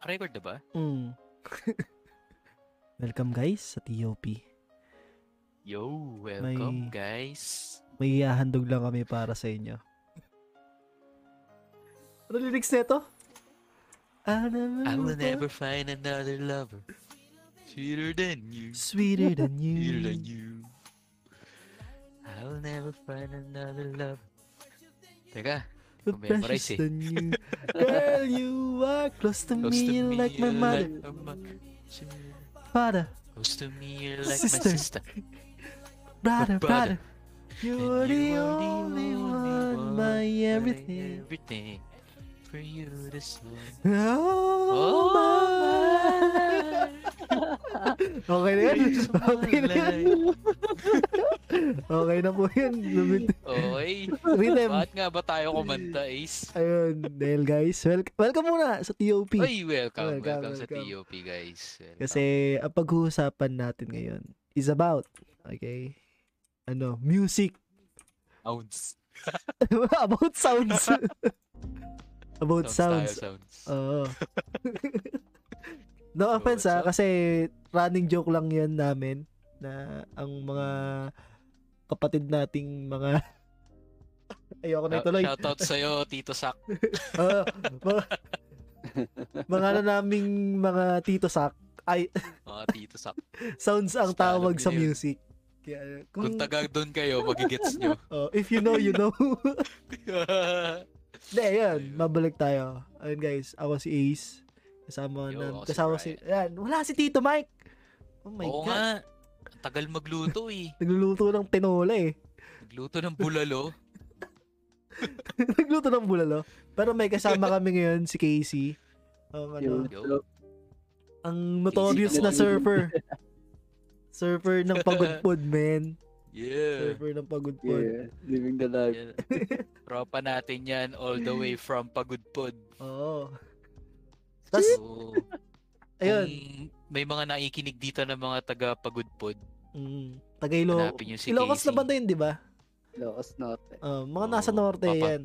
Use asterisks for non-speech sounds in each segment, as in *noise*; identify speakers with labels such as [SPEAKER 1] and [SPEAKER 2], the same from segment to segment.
[SPEAKER 1] Naka-record na ba?
[SPEAKER 2] Mm. *laughs* Welcome guys sa TOP.
[SPEAKER 1] Yo, welcome
[SPEAKER 2] May-
[SPEAKER 1] guys.
[SPEAKER 2] May hahandog lang kami para sa inyo. Ano lyrics na ito? I
[SPEAKER 1] I will
[SPEAKER 2] will
[SPEAKER 1] never find another lover. Sweeter than you. *laughs*
[SPEAKER 2] Sweeter than you.
[SPEAKER 1] Sweeter than you. I will never find another lover. Teka,
[SPEAKER 2] But
[SPEAKER 1] Kumemorize eh.
[SPEAKER 2] precious than you.
[SPEAKER 1] *laughs*
[SPEAKER 2] Girl, you are close to
[SPEAKER 1] close
[SPEAKER 2] me
[SPEAKER 1] to me
[SPEAKER 2] like my
[SPEAKER 1] you're
[SPEAKER 2] mother.
[SPEAKER 1] like my mother.
[SPEAKER 2] Father,
[SPEAKER 1] Close to me you're like
[SPEAKER 2] Sister.
[SPEAKER 1] my sister.
[SPEAKER 2] brother,
[SPEAKER 1] brother.
[SPEAKER 2] brother. You're
[SPEAKER 1] And
[SPEAKER 2] the
[SPEAKER 1] you are
[SPEAKER 2] only one,
[SPEAKER 1] one,
[SPEAKER 2] my
[SPEAKER 1] my
[SPEAKER 2] everything.
[SPEAKER 1] everything. For you to say.
[SPEAKER 2] Oh, my. Okay na yan.
[SPEAKER 1] Praise my
[SPEAKER 2] Okay na yan. okay na po yan. Lumit- *laughs*
[SPEAKER 1] Oy,
[SPEAKER 2] Rhythm.
[SPEAKER 1] bakit nga ba tayo kumanta, Ace?
[SPEAKER 2] Ayun. Dahil guys, welcome, welcome muna sa TOP.
[SPEAKER 1] Oy, welcome,
[SPEAKER 2] Welcome,
[SPEAKER 1] welcome, sa
[SPEAKER 2] welcome.
[SPEAKER 1] TOP, guys. Welcome.
[SPEAKER 2] Kasi ang pag-uusapan natin ngayon is about, okay, ano, music. *laughs*
[SPEAKER 1] Sounds.
[SPEAKER 2] about
[SPEAKER 1] *laughs*
[SPEAKER 2] sounds. about
[SPEAKER 1] Sounds tayo,
[SPEAKER 2] sounds.
[SPEAKER 1] sounds. *laughs*
[SPEAKER 2] Oo. no offense ah,
[SPEAKER 1] sounds.
[SPEAKER 2] kasi running joke lang yan namin na ang mga kapatid nating mga *laughs* ayoko na ituloy.
[SPEAKER 1] Shoutout sa'yo, Tito Sak.
[SPEAKER 2] Oo, Ah, mga, mga na naming mga tito sak ay
[SPEAKER 1] Mga Tito
[SPEAKER 2] *laughs*
[SPEAKER 1] Sak.
[SPEAKER 2] sounds ang
[SPEAKER 1] Basta alam
[SPEAKER 2] tawag
[SPEAKER 1] nyo
[SPEAKER 2] sa
[SPEAKER 1] yun.
[SPEAKER 2] music. Kaya,
[SPEAKER 1] Kung
[SPEAKER 2] kung,
[SPEAKER 1] taga doon kayo, magigets nyo.
[SPEAKER 2] oh, if you know, you
[SPEAKER 1] *laughs*
[SPEAKER 2] know. Hindi, ayun, mabalik tayo. Ayun guys, ako si Ace. Kasama
[SPEAKER 1] Yo,
[SPEAKER 2] na,
[SPEAKER 1] ako si
[SPEAKER 2] kasama si, ayan, wala si Tito Mike. Oh *laughs* my
[SPEAKER 1] Oo
[SPEAKER 2] God.
[SPEAKER 1] nga. Ang Tagal magluto eh.
[SPEAKER 2] Nagluluto ng tinola eh. *laughs*
[SPEAKER 1] Nagluto ng bulalo.
[SPEAKER 2] Nagluto ng bulalo. Pero may kasama kami ngayon si Casey. Ang ano,
[SPEAKER 3] Yung
[SPEAKER 1] Yo.
[SPEAKER 2] ang notorious
[SPEAKER 1] Casey
[SPEAKER 2] na
[SPEAKER 3] Tanola.
[SPEAKER 1] *laughs*
[SPEAKER 2] surfer. surfer ng pagudpod, man.
[SPEAKER 1] Yeah.
[SPEAKER 2] Surfer ng pagudpod.
[SPEAKER 3] yeah, living the life.
[SPEAKER 1] Yan. Tropa natin yan all the way from Pagudpod.
[SPEAKER 2] Oo. Tas,
[SPEAKER 1] So,
[SPEAKER 2] ayun.
[SPEAKER 1] kung may mga nakikinig dito ng mga taga Pagudpod,
[SPEAKER 2] Mm, Tagaylo.
[SPEAKER 1] hanapin nyo si
[SPEAKER 2] Ilocos
[SPEAKER 1] Casey.
[SPEAKER 2] na ba yun, di ba?
[SPEAKER 3] Laos Norte.
[SPEAKER 2] Ah, mga
[SPEAKER 1] Oo,
[SPEAKER 2] nasa norte
[SPEAKER 1] papa.
[SPEAKER 2] yan.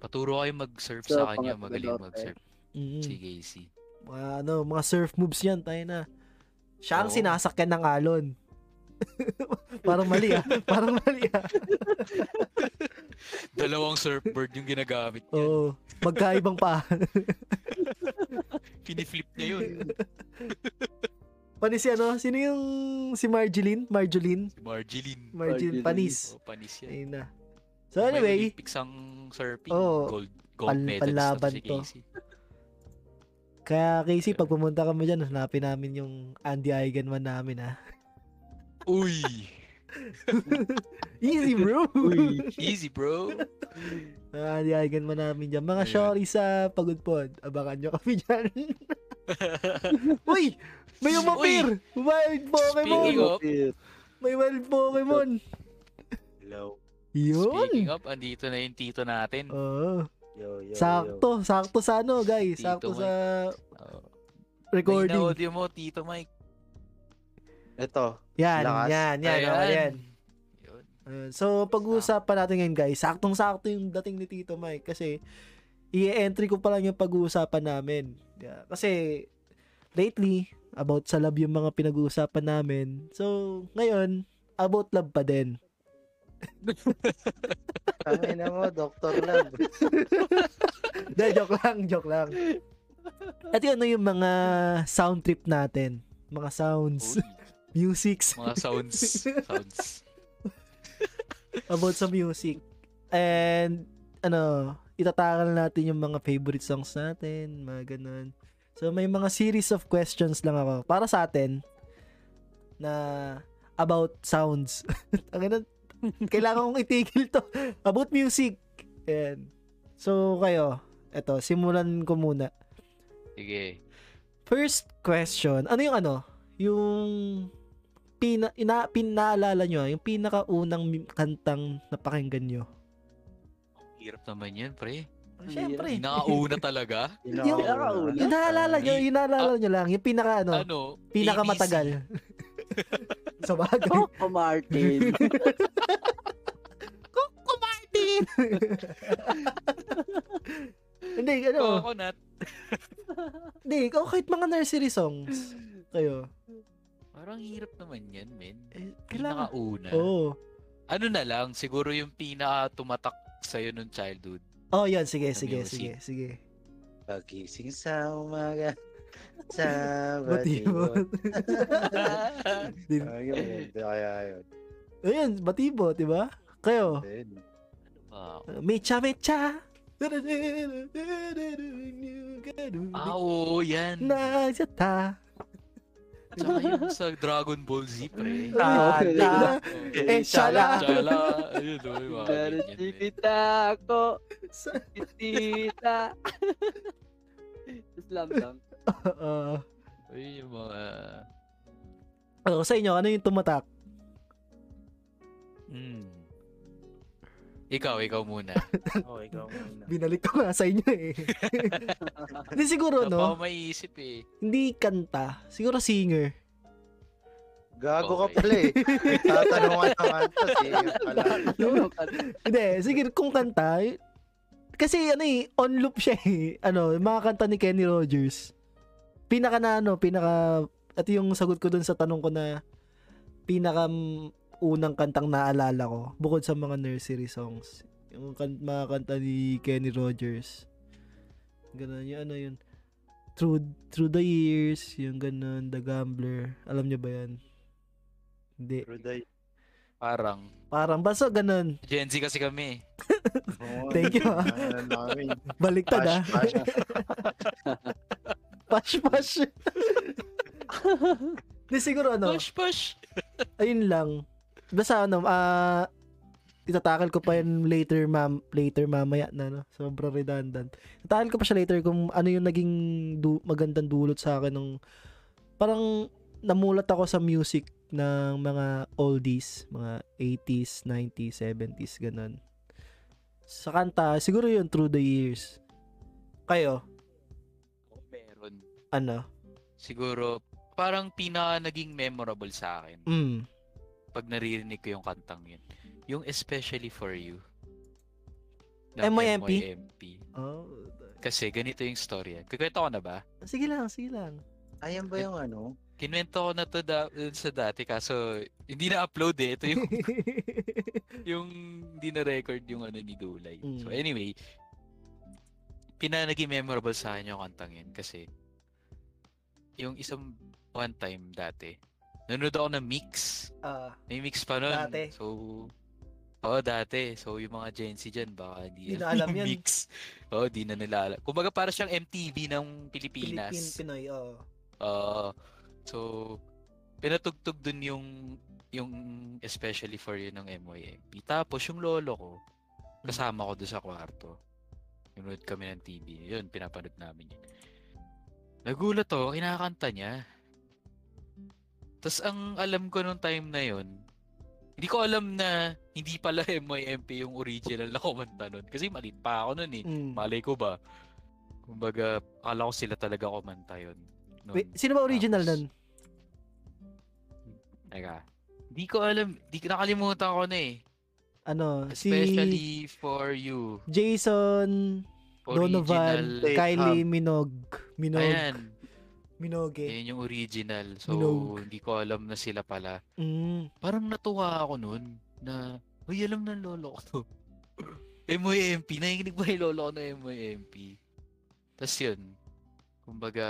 [SPEAKER 1] Paturo kayo mag-surf
[SPEAKER 3] So,
[SPEAKER 1] sa kanya,
[SPEAKER 3] pangatlo
[SPEAKER 1] magaling
[SPEAKER 3] daw
[SPEAKER 1] mag-surf.
[SPEAKER 2] Mm.
[SPEAKER 1] Si Casey.
[SPEAKER 2] Mga ano, mga surf moves yan, tayo na. Siya ang
[SPEAKER 1] Oo.
[SPEAKER 2] sinasakyan ng alon. *laughs* parang mali
[SPEAKER 1] *laughs*
[SPEAKER 2] ah. Parang mali ah.
[SPEAKER 1] *laughs* Dalawang surfboard yung ginagamit niya.
[SPEAKER 2] Oo. Magkaibang pa.
[SPEAKER 1] Piniflip niya yun.
[SPEAKER 2] Panis si ano? Sino yung si Marjeline? Marjeline?
[SPEAKER 1] Si Marjeline.
[SPEAKER 2] Marjeline
[SPEAKER 3] Marjeline.
[SPEAKER 2] Panis.
[SPEAKER 1] Oh, panis yan.
[SPEAKER 2] Ayun na. So anyway,
[SPEAKER 1] May Olympics ang surfing.
[SPEAKER 2] Oo.
[SPEAKER 1] gold gold
[SPEAKER 2] Pan-
[SPEAKER 1] medal
[SPEAKER 2] panlaban
[SPEAKER 1] si
[SPEAKER 2] to.
[SPEAKER 1] Casey.
[SPEAKER 2] kaya Casey, pag pumunta kami dyan, hanapin namin yung Andy Eigenman namin ah. ha.
[SPEAKER 1] Uy!
[SPEAKER 2] Easy bro!
[SPEAKER 3] Uy,
[SPEAKER 1] Easy bro!
[SPEAKER 2] Ah, Andy Eigenman namin dyan. Mga
[SPEAKER 1] Ayun.
[SPEAKER 2] shorty sa Pagudpod. Abangan nyo kami dyan. *laughs* Uy! May umapir! Wild Pokemon!
[SPEAKER 1] Speaking of,
[SPEAKER 3] Kapit.
[SPEAKER 2] May wild Pokemon!
[SPEAKER 3] Hello.
[SPEAKER 2] Yun! Oh.
[SPEAKER 1] speaking of, andito na yung tito natin.
[SPEAKER 2] Oo.
[SPEAKER 3] Yo, yo,
[SPEAKER 2] sakto. Sakto sa ano,
[SPEAKER 1] Tito
[SPEAKER 2] guys. Sakto
[SPEAKER 1] Mike.
[SPEAKER 2] sa
[SPEAKER 1] Oh.
[SPEAKER 2] recording.
[SPEAKER 1] audio mo, Tito Mike.
[SPEAKER 3] Ito.
[SPEAKER 2] Yan,
[SPEAKER 3] Lakas.
[SPEAKER 2] yan, yan.
[SPEAKER 1] Ayan.
[SPEAKER 2] okay, yan.
[SPEAKER 1] Yun.
[SPEAKER 2] Ayun. So, pag-uusapan natin ngayon, guys. Saktong-sakto yung dating ni Tito Mike kasi i-entry ko pa lang yung pag-uusapan namin. Yeah. Kasi, lately, about sa love yung mga pinag-uusapan namin. So, ngayon, about love pa din. *laughs*
[SPEAKER 3] Tangin na mo, Dr. *laughs* Love.
[SPEAKER 2] De, joke lang, joke lang. At yun na yung mga sound trip natin. Mga sounds,
[SPEAKER 1] Uy,
[SPEAKER 2] musics,
[SPEAKER 1] Oh, mga sounds. sounds.
[SPEAKER 2] about sa music. And, ano, itatakal natin yung mga favorite songs natin, mga ganun. So, may mga series of questions lang ako para sa atin na about sounds. *laughs* Ang ganun, kailangan kong itigil to. About music. And, so, kayo, eto, simulan ko muna.
[SPEAKER 1] Sige.
[SPEAKER 2] First question, ano yung ano? Yung pina, ina, pinaalala nyo, ah, yung pinakaunang mi- kantang napakinggan nyo.
[SPEAKER 1] Hirap naman yan, pre.
[SPEAKER 3] Ang
[SPEAKER 2] Siyempre.
[SPEAKER 1] Nakauna talaga.
[SPEAKER 2] Yung- Yung naalala nyo, yung naalala nyo lang, yung pinaka ano,
[SPEAKER 1] Ano?
[SPEAKER 2] pinakamatagal. *laughs* Sa bagay.
[SPEAKER 3] Coco Oh, Martin.
[SPEAKER 2] Hindi,
[SPEAKER 1] ABC.
[SPEAKER 2] ano,
[SPEAKER 1] Coconut.
[SPEAKER 2] hindi, music. O kahit mga nursery songs. Kayo.
[SPEAKER 1] Parang hirap naman yan, men.
[SPEAKER 2] Eh, kailangan. Oh.
[SPEAKER 1] Pinakauna.
[SPEAKER 2] Oo.
[SPEAKER 1] Ano na lang, siguro yung pinaka tumatak sa'yo nung
[SPEAKER 2] *laughs*
[SPEAKER 1] childhood.
[SPEAKER 2] Oh, yun. Sige,
[SPEAKER 1] Sa
[SPEAKER 2] sige,
[SPEAKER 1] music.
[SPEAKER 2] sige, sige.
[SPEAKER 3] *laughs* Pagising sa umaga. *laughs* Sabati
[SPEAKER 2] Batibot.
[SPEAKER 1] Ah,
[SPEAKER 2] Din-
[SPEAKER 3] Ayun, kaya yun.
[SPEAKER 2] Ayun, batibot, Oh, di ba? Kayo.
[SPEAKER 3] Then,
[SPEAKER 1] Wow.
[SPEAKER 2] Mecha, mecha.
[SPEAKER 1] Ah, oo, yan.
[SPEAKER 2] Nagsata.
[SPEAKER 1] Tsaka yung sa Dragon Ball Z, pre.
[SPEAKER 2] Ah, *laughs*
[SPEAKER 3] Tada!
[SPEAKER 1] Oo.
[SPEAKER 2] Eh, shala.
[SPEAKER 1] Tsala. Ayun, oh, yung mga ganyan, men.
[SPEAKER 4] Narasita ako,
[SPEAKER 2] Sa-
[SPEAKER 3] *laughs*
[SPEAKER 4] titita. Slam dunk.
[SPEAKER 2] *laughs* Oo.
[SPEAKER 1] Ayun yung mga...
[SPEAKER 2] Oh, sa inyo, ano yung tumatak?
[SPEAKER 1] Mm. Ikaw, ikaw muna.
[SPEAKER 3] Oh, ikaw muna.
[SPEAKER 2] Binalik ko nga sa inyo eh. Hindi siguro,
[SPEAKER 1] Ano pa
[SPEAKER 2] no?
[SPEAKER 1] maiisip eh.
[SPEAKER 2] Hindi kanta. Siguro singer.
[SPEAKER 3] Gago ka
[SPEAKER 1] Okay.
[SPEAKER 3] pala eh.
[SPEAKER 2] *laughs*
[SPEAKER 3] Tatanungan ka nga ito. Sige pala.
[SPEAKER 2] Hindi, sige, kung kanta, y- kasi ano eh, on loop siya eh. Ano, yung mga kanta ni Kenny Rogers. Pinaka na ano, pinaka, at yung sagot ko dun sa tanong ko na, pinaka mm, unang kantang naalala ko, bukod sa mga nursery songs. Yung kan- mga kanta ni Kenny Rogers. Ganun, yung ano yun. Through, through the years, yung ganun, The Gambler. Alam nyo ba yan? Hindi.
[SPEAKER 3] Ruday.
[SPEAKER 1] Parang,
[SPEAKER 2] Parang basta ganun.
[SPEAKER 1] Gen Z kasi kami. eh.
[SPEAKER 3] Oo,
[SPEAKER 2] Thank you, ah.
[SPEAKER 3] ano
[SPEAKER 2] *laughs*
[SPEAKER 3] namin.
[SPEAKER 2] Baliktad ah.
[SPEAKER 3] Bash, bash.
[SPEAKER 2] Pash, pash. *laughs* Di siguro ano,
[SPEAKER 1] Push, push!
[SPEAKER 2] ayun lang. Basta ano, ah itatakal ko pa yan later, ma'am, later mamaya na, no? Sobrang redundant. Itatakal ko pa siya later kung ano yung naging du- magandang dulot sa akin ng parang namulat ako sa music ng mga oldies, mga 80s, 90s, 70s, ganun. Sa kanta, siguro yun, through the years. Kayo,
[SPEAKER 1] Ako meron.
[SPEAKER 2] ano?
[SPEAKER 1] Siguro, parang pinaka naging memorable sa akin
[SPEAKER 2] Mm.
[SPEAKER 1] pag naririnig ko yung kantang yun. Yung Especially For You. ng
[SPEAKER 2] MYMP?
[SPEAKER 1] MYMP.
[SPEAKER 2] Oh,
[SPEAKER 1] Kasi ganito yung story. Kukwento ko na ba?
[SPEAKER 2] sige lang, sige lang.
[SPEAKER 3] Ayan ba yung ano?
[SPEAKER 1] Kinwento ko na to da- sa dati kaso hindi na-upload eh. Ito
[SPEAKER 2] *laughs*
[SPEAKER 1] yung yung hindi na record yung ano ni Dulay.
[SPEAKER 2] Mm.
[SPEAKER 1] So anyway, pinanaging memorable sa akin yung kantang yun kasi yung isang one time dati, nanood ako ng mix.
[SPEAKER 2] *laughs* Ah,
[SPEAKER 1] May mix pa nun.
[SPEAKER 2] Dati.
[SPEAKER 1] So, oo dati. So yung mga Gen Z dyan, baka hindi
[SPEAKER 2] Di na alam
[SPEAKER 1] *laughs* yung
[SPEAKER 2] yan.
[SPEAKER 1] mix. Oo, di na nila alam. Kumbaga para siyang MTV ng Pilipinas.
[SPEAKER 2] Pilipin, Pinoy, oo.
[SPEAKER 1] Oo. Uh, so, pinatugtog dun yung yung especially for you ng MYMP. Tapos yung lolo ko, kasama ko doon sa kwarto. Nanood kami ng TV. Yun, pinapanood namin yun. Nagulat ako, kinakanta niya. Tapos ang alam ko nung time na yun, hindi ko alam na hindi pala MYMP yung original na kumanta nun. Kasi maliit pa ako nun eh.
[SPEAKER 2] Mm.
[SPEAKER 1] Malay ko ba? Kumbaga, akala ko sila talaga kumanta yun. Nung-
[SPEAKER 2] Wait, sino ba original
[SPEAKER 1] Tapos-
[SPEAKER 2] nun?
[SPEAKER 1] Teka. Di ko alam. Di nakalimutan ko na eh.
[SPEAKER 2] Ano, si
[SPEAKER 1] Especially for you.
[SPEAKER 2] Jason
[SPEAKER 1] Original.
[SPEAKER 2] Donovan,
[SPEAKER 3] Wait,
[SPEAKER 2] Kylie Minogue. Minogue.
[SPEAKER 1] Ayan.
[SPEAKER 2] Minogue.
[SPEAKER 1] Yan yung original. So,
[SPEAKER 2] Minogue.
[SPEAKER 1] hindi ko alam na sila pala.
[SPEAKER 2] Mm.
[SPEAKER 1] Parang natuwa ako nun na, uy, alam ng lolo ko *laughs* to. MYMP. Nakikinig ba yung lolo ko na MYMP? Tapos yun. Kumbaga,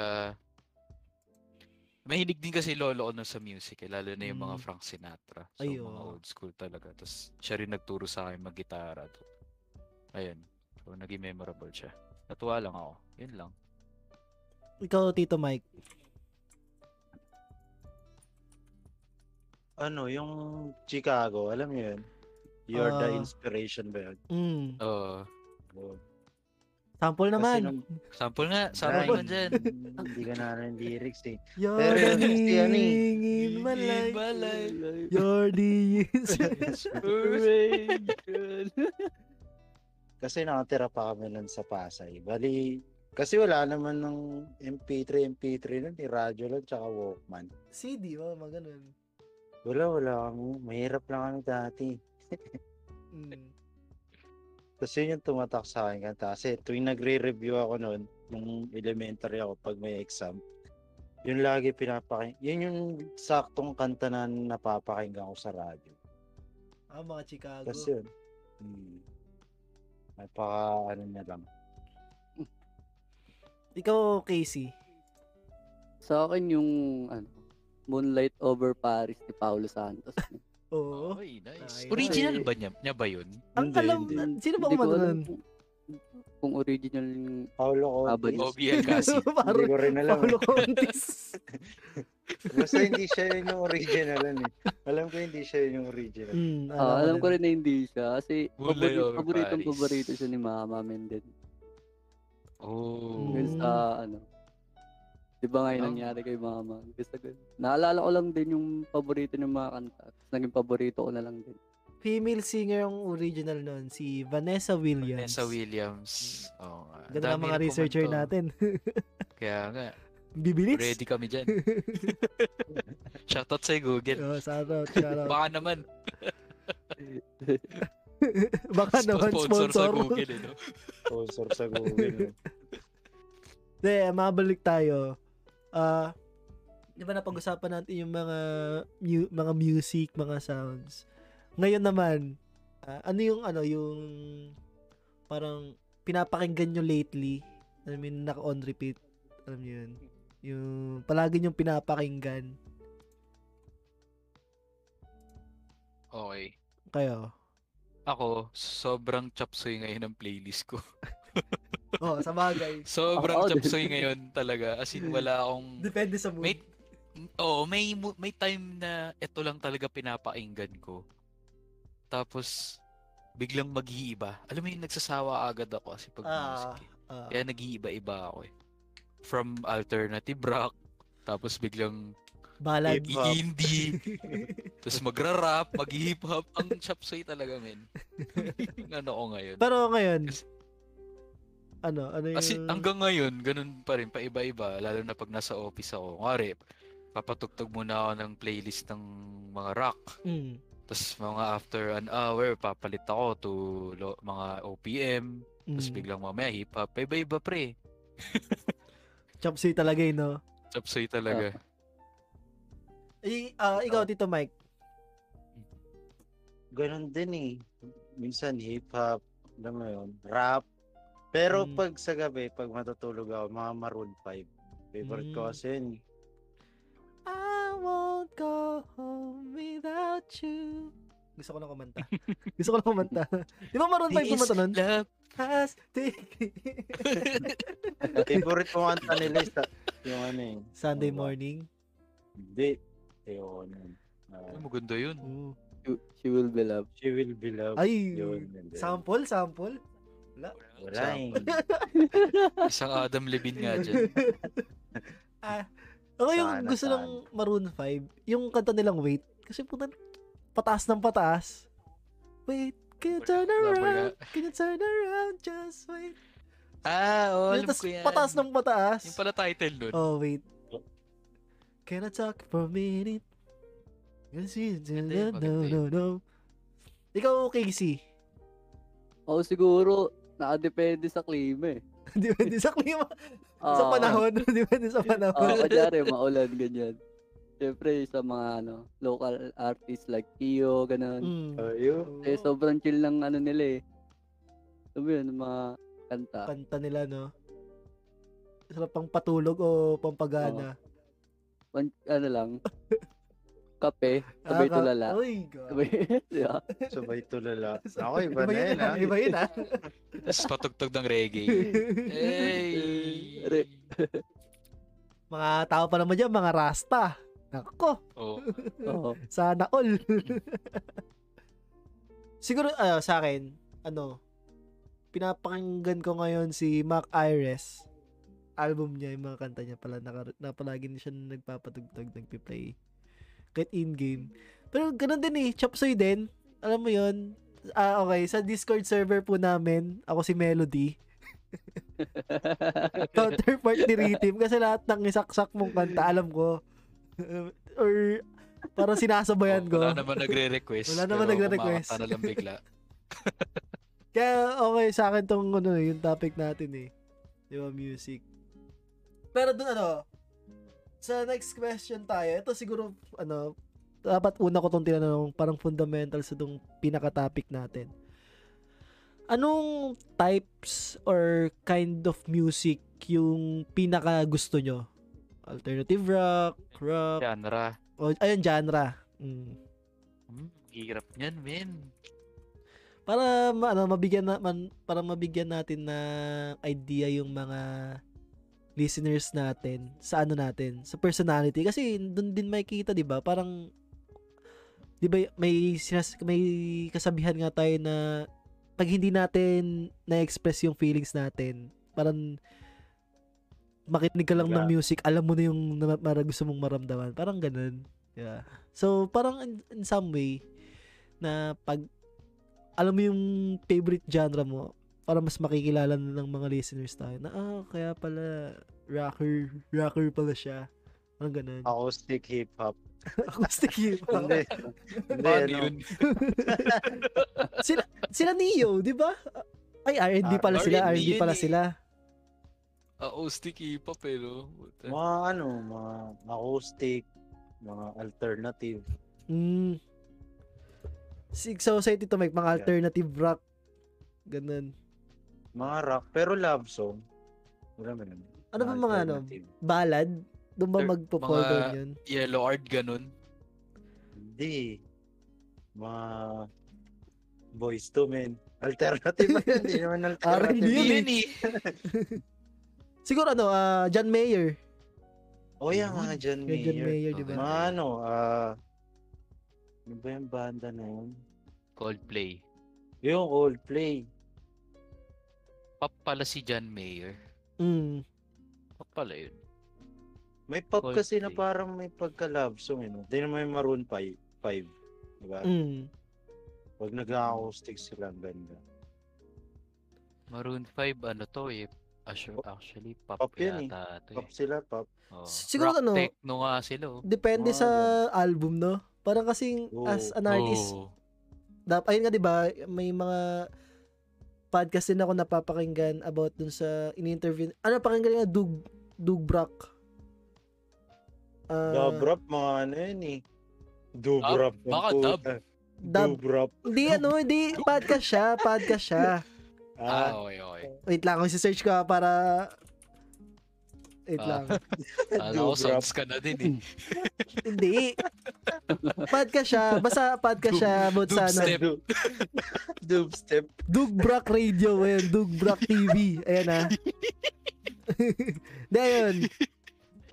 [SPEAKER 1] mahilig din kasi lolo ko nun sa music eh, lalo na yung mga
[SPEAKER 2] Mm.
[SPEAKER 1] Frank Sinatra. So,
[SPEAKER 2] Ay,
[SPEAKER 1] mga
[SPEAKER 2] oo.
[SPEAKER 1] old school talaga. Tapos, siya rin nagturo sa akin mag-gitara. Ayun. So, naging memorable siya. Natuwa lang ako. Yun lang.
[SPEAKER 2] Ikaw, Tito Mike.
[SPEAKER 3] Ano, yung Chicago, alam mo yun? You're the
[SPEAKER 2] Ah.
[SPEAKER 3] inspiration ba yun?
[SPEAKER 2] Mm.
[SPEAKER 1] Oo.
[SPEAKER 3] Oo.
[SPEAKER 2] Sample
[SPEAKER 3] Kasi
[SPEAKER 2] naman.
[SPEAKER 3] nung-
[SPEAKER 1] sample nga. Sama
[SPEAKER 3] Dahil-
[SPEAKER 1] yun dyan.
[SPEAKER 3] *laughs* Hindi ka na ng lyrics *laughs* eh.
[SPEAKER 2] You're
[SPEAKER 3] Pero
[SPEAKER 2] the
[SPEAKER 3] yun, si ano eh.
[SPEAKER 2] meaning in my life. You're
[SPEAKER 3] *laughs*
[SPEAKER 2] the *laughs* Oh
[SPEAKER 3] Kasi nakatira pa kami nun sa Pasay. Bali, kasi wala naman ng MP3, MP3 nun, ni radyo lang, tsaka Walkman.
[SPEAKER 2] CD, oh, mga ganun. Hmm,
[SPEAKER 3] Wala, wala kami. Mahirap lang kami dati.
[SPEAKER 2] Mm.
[SPEAKER 3] Tapos yun yung tumatak sa akin kanta. Kasi tuwing nagre-review ako noon, nung elementary ako pag may exam, yun lagi pinapaking... Yun yung saktong kanta na napapakinggan ko sa radyo.
[SPEAKER 2] Ah, mga Chicago.
[SPEAKER 3] Tapos yun. Hmm, napaka ano na lang.
[SPEAKER 2] Ikaw, Casey.
[SPEAKER 5] Sa akin yung ano, Moonlight over Paris ni Paolo Santos.
[SPEAKER 2] Oo.
[SPEAKER 1] Oy, nice.
[SPEAKER 2] Oh, Nice.
[SPEAKER 1] Original ba niya, niya ba yun?
[SPEAKER 2] Ang
[SPEAKER 3] Hindi,
[SPEAKER 2] alam,
[SPEAKER 3] hindi.
[SPEAKER 2] *laughs* sino ba
[SPEAKER 5] Hindi ko
[SPEAKER 2] kumanta
[SPEAKER 5] alam
[SPEAKER 2] nun?
[SPEAKER 5] kung- Kung original yung
[SPEAKER 3] Paolo
[SPEAKER 5] Abad.
[SPEAKER 3] Contis.
[SPEAKER 1] Obi kasi.
[SPEAKER 3] Hindi
[SPEAKER 2] *laughs* Parang
[SPEAKER 3] ko rin alam.
[SPEAKER 2] Paolo Contis.
[SPEAKER 3] Basta hindi siya yun yung original. Ano, eh. Alam ko hindi siya yun yung original.
[SPEAKER 2] Hmm,
[SPEAKER 5] Ah, alam ko rin na hindi siya kasi
[SPEAKER 1] Moonlight
[SPEAKER 5] paborito,
[SPEAKER 1] over
[SPEAKER 5] paboritong
[SPEAKER 1] Paris.
[SPEAKER 5] paborito siya ni Mama Mendez.
[SPEAKER 1] Oh.
[SPEAKER 5] Dahil
[SPEAKER 2] Mm.
[SPEAKER 5] sa ano. 'Di ba nga 'yung
[SPEAKER 1] Ang-
[SPEAKER 5] nangyari kay Mama? Gusto ko. Naalala ko lang din yung paborito ng mga kanta. Tapos Naging paborito ko na lang din.
[SPEAKER 2] Female singer ang original nun, si Vanessa Williams.
[SPEAKER 1] Vanessa Williams. Oo nga. Ang
[SPEAKER 2] Ganda ng
[SPEAKER 1] dami
[SPEAKER 2] mga
[SPEAKER 1] rin
[SPEAKER 2] researcher
[SPEAKER 1] kumanto.
[SPEAKER 2] natin. *laughs*
[SPEAKER 1] Kaya nga,
[SPEAKER 2] Bibilis.
[SPEAKER 1] ready kami dyan. Shoutout sa Google.
[SPEAKER 2] *laughs* Oh, shout out, shout out.
[SPEAKER 1] Baka naman,
[SPEAKER 2] *laughs* Baka naman
[SPEAKER 1] sponsor sa
[SPEAKER 2] sponsor.
[SPEAKER 1] Google. Eh, no?
[SPEAKER 3] Sponsor sa Google.
[SPEAKER 2] De, mabalik tayo. Ah, 'di ba napag-usapan natin yung mga mu- mga music, mga sounds. Ngayon naman, ah, ano yung ano yung parang pinapakinggan nyo lately? I mean, naka on repeat. Alam niyo yun. Yung palagi yung pinapakinggan
[SPEAKER 1] Okay.
[SPEAKER 2] kayo.
[SPEAKER 1] Ako, sobrang chapsoy ngayon ang playlist ko. *laughs*
[SPEAKER 2] Oh, sa bagay.
[SPEAKER 1] Sobrang
[SPEAKER 5] Ako din.
[SPEAKER 1] chapsoy ngayon talaga. As in, wala akong...
[SPEAKER 2] Depende sa mood.
[SPEAKER 1] May, oh, may mo- may time na ito lang talaga pinapakinggan ko. Tapos biglang mag-iiba. Alam mo yung nagsasawa agad ako kasi pag music.
[SPEAKER 2] Ah,
[SPEAKER 1] eh.
[SPEAKER 2] ah.
[SPEAKER 1] Kaya nag-iiba-iba ako eh. From alternative rock, tapos biglang
[SPEAKER 2] Balad.
[SPEAKER 3] Hip hop.
[SPEAKER 1] i-indie, tapos magra-rap, mag-hip hop. Ang chapsoy talaga, men. Yung ano ko ngayon.
[SPEAKER 2] Pero ngayon,
[SPEAKER 1] Kasi-
[SPEAKER 2] ano, ano yung...
[SPEAKER 1] Kasi hanggang ngayon, ganun pa rin, paiba-iba, lalo na pag nasa office ako. Ngari, papatugtog muna ako ng playlist ng mga rock.
[SPEAKER 2] Mm.
[SPEAKER 1] Tapos mga after an hour, papalit ako to lo- mga OPM. Tapos
[SPEAKER 2] Mm.
[SPEAKER 1] biglang mamaya hip-hop. Paiba-iba pre.
[SPEAKER 2] Chopsy talaga yun, no?
[SPEAKER 1] Chapsoy talaga.
[SPEAKER 2] I, ah, ikaw, Tito Mike.
[SPEAKER 3] Ganon din eh. Minsan hip-hop, alam mo yun, rap. Pero
[SPEAKER 2] Mm.
[SPEAKER 3] pag sa gabi, pag matutulog ako, mga Maroon 5. Favorite ko
[SPEAKER 2] Mm.
[SPEAKER 3] kasi yun. eh.
[SPEAKER 2] I won't go home without you. Gusto ko lang
[SPEAKER 1] *laughs*
[SPEAKER 2] kumanta. Gusto ko lang kumanta. Di ba maroon pa yung
[SPEAKER 1] This
[SPEAKER 2] kumanta nun?
[SPEAKER 1] love.
[SPEAKER 2] Has taken-
[SPEAKER 3] Favorite ko kanta nila is ta- yung ano eh.
[SPEAKER 2] *laughs* Sunday
[SPEAKER 3] Ano
[SPEAKER 1] Oh.
[SPEAKER 3] ba?
[SPEAKER 2] morning.
[SPEAKER 3] Hindi. Ayoko nun. Ah,
[SPEAKER 1] Ay, maganda yun.
[SPEAKER 2] Oo.
[SPEAKER 5] You- She will
[SPEAKER 2] *laughs*
[SPEAKER 5] be loved.
[SPEAKER 3] she will be loved.
[SPEAKER 2] Ay,
[SPEAKER 3] Yun, yun, yun.
[SPEAKER 2] sample, sample.
[SPEAKER 3] Wala eh.
[SPEAKER 1] Isang Adam Levine nga dyan.
[SPEAKER 2] *laughs* ah, ako yung
[SPEAKER 3] Sana,
[SPEAKER 2] gusto ng Maroon 5, yung kanta nilang Wait. Kasi puta, pataas ng pataas. Wait, can you
[SPEAKER 1] Wala,
[SPEAKER 2] turn
[SPEAKER 1] wala, wala.
[SPEAKER 2] around? Can you turn around? Just wait.
[SPEAKER 1] Ah, oh, alam
[SPEAKER 2] Tas
[SPEAKER 1] ko yan.
[SPEAKER 2] pataas ng pataas.
[SPEAKER 1] Yung pala title nun.
[SPEAKER 2] Oh, wait. Can I talk for a minute? Kasi,
[SPEAKER 1] Maganda yun,
[SPEAKER 2] no,
[SPEAKER 1] maganda
[SPEAKER 2] no, no. Ikaw, Casey. *laughs*
[SPEAKER 5] O siguro, nakadepende sa klima eh.
[SPEAKER 2] Depende sa klima. sa
[SPEAKER 5] Ah,
[SPEAKER 2] panahon. *laughs* Depende sa
[SPEAKER 5] Oo,
[SPEAKER 2] panahon.
[SPEAKER 5] kunyari, maulan, ganyan. Siyempre, sa mga ano, local artists like Kyo, ganun.
[SPEAKER 2] Mm.
[SPEAKER 3] Oh, yun.
[SPEAKER 5] Eh, sobrang chill ng ano nila eh. Alam mo yun, ng mga kanta.
[SPEAKER 2] Kanta nila, no? Sarap pang patulog o pampagana.
[SPEAKER 5] Pan- ano
[SPEAKER 2] *laughs*
[SPEAKER 5] lang, kape,
[SPEAKER 2] Ah,
[SPEAKER 5] sabay
[SPEAKER 2] ka-
[SPEAKER 5] tulala.
[SPEAKER 2] Uy, God.
[SPEAKER 5] Sabay, *laughs* di ba?
[SPEAKER 3] Sabay
[SPEAKER 2] *laughs*
[SPEAKER 3] tulala. Ako,
[SPEAKER 2] Sabay-
[SPEAKER 3] iba na
[SPEAKER 2] yun,
[SPEAKER 3] yun
[SPEAKER 2] ah.
[SPEAKER 3] ah.
[SPEAKER 2] Iba yun, ah.
[SPEAKER 1] Tapos patugtog ng reggae. Hey!
[SPEAKER 5] Re-
[SPEAKER 2] mga tao pa naman dyan, mga rasta. Nako,
[SPEAKER 1] Oh,
[SPEAKER 5] Oo.
[SPEAKER 2] sana all. *laughs* Siguro, ah, sa akin, ano, pinapakinggan ko ngayon si Mac Ires. Album niya, yung mga kanta niya pala, naka, na palagi na siya nagpapatugtog, nagpiplay. Kahit in-game. Pero ganun din eh, chopsoy din. Alam mo yon Ah, okay. Sa Discord server po namin, ako si Melody.
[SPEAKER 5] *laughs*
[SPEAKER 2] counterpart ni Ritim kasi lahat ng isaksak mong kanta alam ko *laughs* or parang sinasabayan
[SPEAKER 1] Oh, wala
[SPEAKER 2] ko
[SPEAKER 1] naman nagre-request.
[SPEAKER 2] Wala naman
[SPEAKER 1] pero *laughs*
[SPEAKER 2] nagre-request.
[SPEAKER 1] kumakanta na lang bigla.
[SPEAKER 2] Kaya okay sa akin tong ano, yung topic natin eh. Di ba, music. Pero dun ano, sa next question tayo, ito siguro, ano, dapat una ko tong tinanong, parang fundamental sa tong pinaka-topic natin. Anong types or kind of music yung pinaka gusto nyo? Alternative rock, rock,
[SPEAKER 1] Genre.
[SPEAKER 2] o ayun, genre. Mm.
[SPEAKER 1] Hmm, hirap niyan, men.
[SPEAKER 2] para ma- ano mabigyan na, man- para mabigyan natin na idea yung mga listeners natin sa ano natin sa personality kasi doon din makikita 'di ba parang 'di ba may sinas, may kasabihan nga tayo na pag hindi natin na-express yung feelings natin parang makinig ka lang ng
[SPEAKER 3] Diba?
[SPEAKER 2] music alam mo na yung na, mara- gusto mong maramdaman parang ganun yeah so parang in, in some way na pag alam mo yung favorite genre mo para mas makikilala na ng mga listeners tayo na ah kaya pala rocker rocker pala siya parang ganun
[SPEAKER 3] Acoustic hip-hop.
[SPEAKER 1] Ah.
[SPEAKER 2] *laughs* acoustic hip hop *laughs*
[SPEAKER 3] Hindi. Hindi,
[SPEAKER 1] Paano
[SPEAKER 3] ano,
[SPEAKER 1] yun?
[SPEAKER 2] sila sila Neo di ba ay R&B
[SPEAKER 3] Ah,
[SPEAKER 2] pala sila
[SPEAKER 1] R&B
[SPEAKER 2] R&B
[SPEAKER 1] yun
[SPEAKER 2] pala
[SPEAKER 1] eh.
[SPEAKER 2] sila
[SPEAKER 1] Oo, sticky pa pero.
[SPEAKER 3] mga ano, mga acoustic, mga alternative.
[SPEAKER 2] mm. Sig Society to make mga alternative rock ganun
[SPEAKER 3] Mga rock, pero love song. Wala mo naman.
[SPEAKER 2] ano ba mga ano
[SPEAKER 3] alternative.
[SPEAKER 2] ballad doon ba
[SPEAKER 1] Alter-
[SPEAKER 2] magpo-fall
[SPEAKER 1] mga-
[SPEAKER 2] down yun
[SPEAKER 1] Yellow art, ganun.
[SPEAKER 3] Hindi. Mga boys to men. Alternative
[SPEAKER 2] *laughs*
[SPEAKER 3] ba yun? Hindi naman
[SPEAKER 2] Ah, R&B yun
[SPEAKER 3] alternative.
[SPEAKER 1] Hindi yun eh.
[SPEAKER 2] *laughs* siguro ano ah, John Mayer
[SPEAKER 3] O yan, Oh, mga John
[SPEAKER 2] Yung John
[SPEAKER 3] Mayer.
[SPEAKER 2] Mayer di ba
[SPEAKER 3] Mga ano, ah, ano ba yung banda na yun?
[SPEAKER 1] Coldplay.
[SPEAKER 3] Yung old play.
[SPEAKER 1] Pop pala si John Mayer.
[SPEAKER 2] mm.
[SPEAKER 1] Pop pala yun.
[SPEAKER 3] May pop kasi na
[SPEAKER 1] Coldplay.
[SPEAKER 3] parang may pagka-love song. Hindi Di naman yung Maroon 5. 5 diba?
[SPEAKER 2] Mm.
[SPEAKER 3] Pag nag-acoustic sila, ang ganda.
[SPEAKER 1] Eh. Maroon 5, ano to eh. Actu- Actually, pop,
[SPEAKER 3] Pop yun eh.
[SPEAKER 1] yata to
[SPEAKER 3] Pop
[SPEAKER 1] eh.
[SPEAKER 3] sila, pop.
[SPEAKER 1] Oo.
[SPEAKER 2] Siguro
[SPEAKER 1] Rock
[SPEAKER 2] ano-
[SPEAKER 1] techno nga sila oh.
[SPEAKER 2] Depende
[SPEAKER 3] Mga
[SPEAKER 2] sa album, no? Parang kasing
[SPEAKER 3] Oo.
[SPEAKER 2] as an artist,
[SPEAKER 1] Oo.
[SPEAKER 2] dap, ayun nga 'di ba, may mga podcast din ako napapakinggan about dun sa in-interview. Ano pakinggan nga Doug Doug Brock. Ah,
[SPEAKER 3] Dubrap, mga ano yun eh. Dubrap. ang
[SPEAKER 1] Baka
[SPEAKER 3] puta.
[SPEAKER 1] dub.
[SPEAKER 2] Dub.
[SPEAKER 3] Dubrap.
[SPEAKER 2] Hindi ano, hindi podcast siya, podcast siya.
[SPEAKER 3] *laughs*
[SPEAKER 1] Ah,
[SPEAKER 3] Ah,
[SPEAKER 1] okay, okay.
[SPEAKER 2] Wait lang, ako search ko ha, para Wait
[SPEAKER 1] Ah.
[SPEAKER 2] lang.
[SPEAKER 1] Alam ko,
[SPEAKER 3] Dubrap.
[SPEAKER 1] sounds ka na
[SPEAKER 2] *laughs*
[SPEAKER 1] din eh.
[SPEAKER 2] Hindi. podcast siya. Basta podcast siya about sa ano.
[SPEAKER 1] Dubstep.
[SPEAKER 3] Dub- Dubstep.
[SPEAKER 2] Doug Brock Radio, ayun, Doug Brock TV. Ayan ah. Hindi, ayun.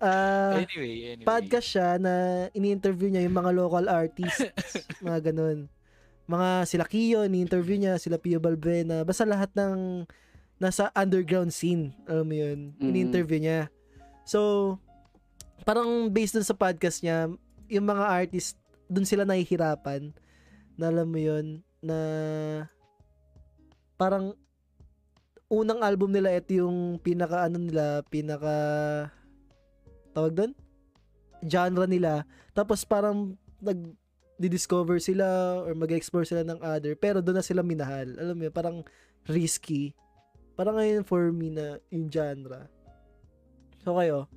[SPEAKER 2] Ah,
[SPEAKER 1] Anyway, anyway.
[SPEAKER 2] podcast siya na ini-interview niya yung mga local artists, mga ganun. Mga sila Kiyo, ini-interview niya, sila Pio Balbuena, basta lahat ng nasa underground scene, alam mo yun,
[SPEAKER 5] Mm.
[SPEAKER 2] ini-interview niya. So, parang based dun sa podcast niya, yung mga artist, dun sila nahihirapan, na alam mo yun, na parang unang album nila, ito yung pinaka ano nila, pinaka tawag doon? genre nila. Tapos parang nag discover sila or mag-explore sila ng other. Pero doon na sila minahal. Alam mo yun, parang risky. Parang ngayon for me na yung genre. So kayo?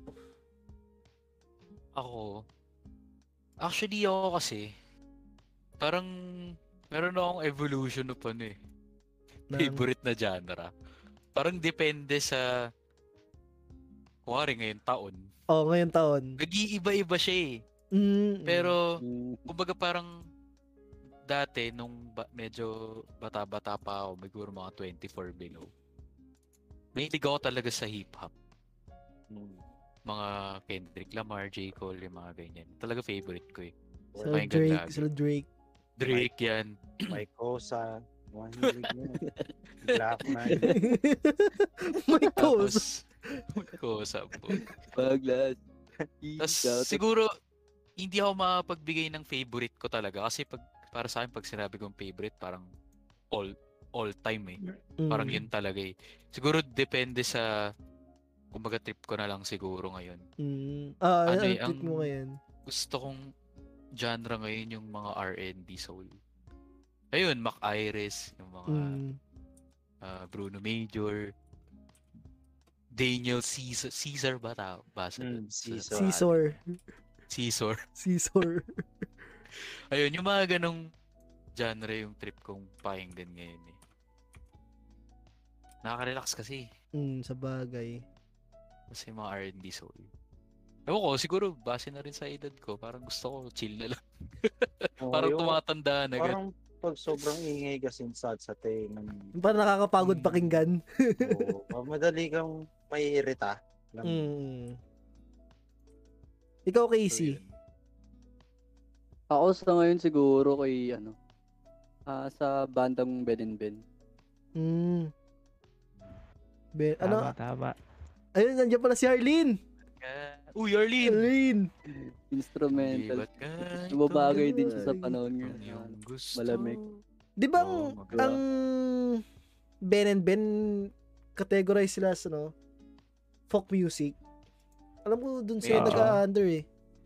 [SPEAKER 1] Ako, actually ako kasi, parang meron akong evolution of ano eh,
[SPEAKER 2] ng-
[SPEAKER 1] favorite na genre. Parang depende sa, kuwari ngayon taon.
[SPEAKER 2] Oh, ngayon taon.
[SPEAKER 1] Nag-iiba-iba siya eh.
[SPEAKER 2] Mm, mm.
[SPEAKER 1] Pero,
[SPEAKER 5] Mm.
[SPEAKER 1] kumbaga parang dati, nung ba- medyo bata-bata pa ako, siguro mga 24 below, mahilig ako talaga sa hip-hop. Mga Kendrick Lamar, J. Cole, yung mga ganyan. Talaga favorite ko eh.
[SPEAKER 2] Sila
[SPEAKER 1] Pakinggan
[SPEAKER 2] Drake,
[SPEAKER 1] lagi.
[SPEAKER 2] sila Drake. *laughs*
[SPEAKER 1] Drake yan.
[SPEAKER 3] May kosa. One leg yun. Black man.
[SPEAKER 2] My toes.
[SPEAKER 5] *laughs*
[SPEAKER 1] Tapos, ko sa
[SPEAKER 5] Baglas.
[SPEAKER 1] Tapos
[SPEAKER 5] Shout out.
[SPEAKER 1] siguro, hindi ako makapagbigay ng favorite ko talaga. Kasi pag, para sa akin, pag sinabi kong favorite, parang all all time eh. *laughs* Parang
[SPEAKER 2] Mm,
[SPEAKER 1] yun talaga eh. Siguro depende sa, kumbaga trip ko na lang siguro ngayon.
[SPEAKER 2] Mm. Ah,
[SPEAKER 1] Ano
[SPEAKER 2] ano,
[SPEAKER 1] eh,
[SPEAKER 2] ang tweet
[SPEAKER 1] ang-
[SPEAKER 2] mo ngayon?
[SPEAKER 1] Gusto kong genre Ah, ngayon yung mga R&B soul. Ayun, Mac Iris, yung mga
[SPEAKER 2] Mm.
[SPEAKER 1] ah, Bruno Major, Daniel Caesar, Caesar ba ta? Basa
[SPEAKER 3] Mm,
[SPEAKER 1] *laughs* doon?
[SPEAKER 3] Caesar. So,
[SPEAKER 2] Scissor.
[SPEAKER 1] Caesar.
[SPEAKER 2] *laughs* Scissor.
[SPEAKER 1] Ayun, yung mga ganong genre yung trip kong pakinggan ngayon eh. Nakaka-relax kasi. eh.
[SPEAKER 2] Mm, sa bagay.
[SPEAKER 1] Kasi mga R&B soul. Ewan ko, siguro base na rin sa edad ko. Parang gusto ko, chill na lang.
[SPEAKER 3] Oo,
[SPEAKER 1] Parang
[SPEAKER 3] yun.
[SPEAKER 1] tumatanda na. gan-
[SPEAKER 3] Ano, Oh, Parang pag sobrang ingay kasi sad sa tenga.
[SPEAKER 2] Parang nakakapagod
[SPEAKER 1] Mm.
[SPEAKER 2] pakinggan.
[SPEAKER 3] Oo, pag *laughs* madali kang maiirita. Lang.
[SPEAKER 2] Mm. Ikaw,
[SPEAKER 1] So,
[SPEAKER 2] Casey.
[SPEAKER 1] yun.
[SPEAKER 5] Ako sa ngayon siguro kay ano, ah, sa bandang Ben and Ben.
[SPEAKER 2] Mm. Be- ano?
[SPEAKER 6] Tama, tama.
[SPEAKER 2] Ayun, nandiyan pala si Arlene.
[SPEAKER 1] Ah, Uy, Arlene!
[SPEAKER 2] Arlene.
[SPEAKER 5] Instrumental.
[SPEAKER 1] Libat ka,
[SPEAKER 5] Bumabagay din siya sa
[SPEAKER 2] Ay,
[SPEAKER 5] panahon
[SPEAKER 1] ikaw
[SPEAKER 5] ngayon.
[SPEAKER 1] ang iyong gusto.
[SPEAKER 5] Malamig.
[SPEAKER 2] Di ba
[SPEAKER 6] Oh,
[SPEAKER 2] ang,
[SPEAKER 1] Oo,
[SPEAKER 5] maganda.
[SPEAKER 2] ang Ben and Ben categorize sila sa no? folk music? Alam ko dun sila
[SPEAKER 1] Medyo.
[SPEAKER 2] nag-under eh.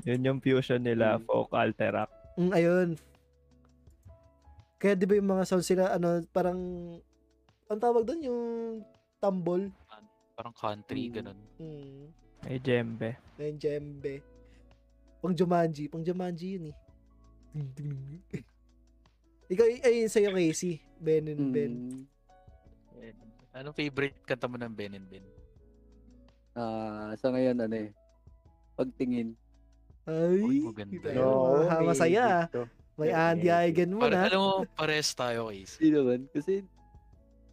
[SPEAKER 6] Yun yung fusion nila,
[SPEAKER 2] Hmm.
[SPEAKER 5] Mm.
[SPEAKER 6] folk, alter rock.
[SPEAKER 2] Mm, ayun. Kaya di ba yung mga sound sila, ano, parang, ang tawag doon, yung tambol.
[SPEAKER 1] Parang country,
[SPEAKER 5] Mm.
[SPEAKER 1] ganun.
[SPEAKER 2] Mm,
[SPEAKER 6] May djembe.
[SPEAKER 2] na yung djembe. Pang Jumanji. Pang Jumanji
[SPEAKER 5] *laughs*
[SPEAKER 2] yun eh. Ikaw, ay- ayun sa'yo, Casey. Ben and Ben.
[SPEAKER 5] Mm.
[SPEAKER 1] Eh, Anong favorite kanta mo ng Ben and Ben?
[SPEAKER 5] Ah, sa ngayon ano eh. Pagtingin.
[SPEAKER 2] Ay,
[SPEAKER 1] Uy, maganda.
[SPEAKER 2] kita
[SPEAKER 1] No,
[SPEAKER 2] yun, ha,
[SPEAKER 3] may
[SPEAKER 2] masaya. ah.
[SPEAKER 3] dito.
[SPEAKER 2] May
[SPEAKER 3] may-
[SPEAKER 2] Andy
[SPEAKER 3] may-
[SPEAKER 2] Aigen mo
[SPEAKER 1] Para,
[SPEAKER 2] Ano na.
[SPEAKER 1] alam mo, pares tayo, Casey.
[SPEAKER 5] Di naman. Kasi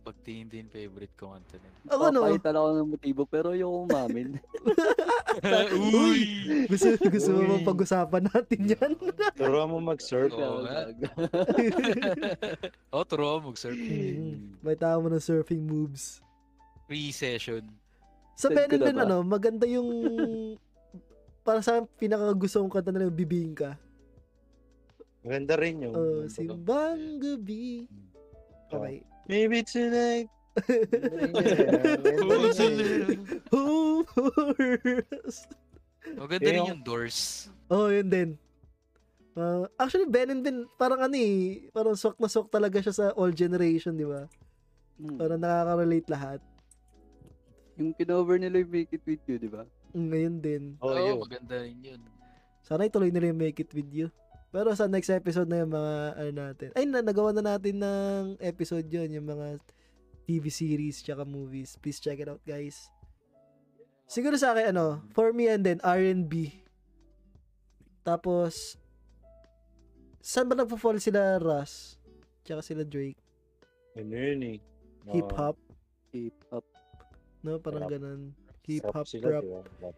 [SPEAKER 1] Pagtingin din favorite ko kanta
[SPEAKER 5] *laughs*
[SPEAKER 1] nun.
[SPEAKER 2] Ako, no?
[SPEAKER 5] papakita lang ako ng motibo pero ayoko umamin.
[SPEAKER 2] *laughs*
[SPEAKER 1] Uy!
[SPEAKER 2] *laughs* Gusto, gusto mo
[SPEAKER 1] Uy.
[SPEAKER 2] bang pag-usapan natin
[SPEAKER 5] *laughs*
[SPEAKER 2] yan?
[SPEAKER 3] Turuan mo mag-surf.
[SPEAKER 1] Oo nga. *laughs* oh, turuan mo, mag-surf.
[SPEAKER 2] Mm, May tama mo ng surfing moves.
[SPEAKER 1] Free session.
[SPEAKER 2] Sa
[SPEAKER 5] Send
[SPEAKER 2] Ben
[SPEAKER 5] ko
[SPEAKER 2] and
[SPEAKER 5] na
[SPEAKER 2] Ben,
[SPEAKER 5] ba?
[SPEAKER 2] ano, maganda yung... *laughs* para sa akin, pinakagusto kong kanta nila yung Bibingka.
[SPEAKER 3] Maganda rin yun.
[SPEAKER 2] Oh, simbang gabi.
[SPEAKER 5] Oh.
[SPEAKER 2] Okay.
[SPEAKER 3] Maybe tonight.
[SPEAKER 1] Oh,
[SPEAKER 2] Home for us.
[SPEAKER 1] Maganda rin
[SPEAKER 3] Yung-
[SPEAKER 1] yung doors.
[SPEAKER 2] *laughs* Oh, yun din. Uh, actually, Ben and Ben, parang ano eh, parang sok na sok talaga siya sa all generation, di ba?
[SPEAKER 5] Hmm.
[SPEAKER 2] Parang nakaka-relate lahat.
[SPEAKER 5] Yung kinover nila yung Make It With You, di ba?
[SPEAKER 2] Mm, Ngayon din.
[SPEAKER 3] oh,
[SPEAKER 1] Oo,
[SPEAKER 3] yun.
[SPEAKER 1] maganda rin yun.
[SPEAKER 2] Sana ituloy nila yung Make It With You. Pero sa next episode na yung mga ano natin. Ay, na, nagawa na natin ng episode yun, yung mga TV series tsaka movies. Please check it out, guys. Siguro sa akin, ano, for me and then R&B. Tapos, saan ba nagpo-fall sila Russ? Tsaka sila Drake.
[SPEAKER 3] Ano yun eh. Oh,
[SPEAKER 2] Hip-hop,
[SPEAKER 5] K-pop.
[SPEAKER 2] no? Parang
[SPEAKER 3] Rap.
[SPEAKER 2] ganun. Hip-hop,
[SPEAKER 3] rap sila,
[SPEAKER 2] rap.
[SPEAKER 3] di ba? Rap.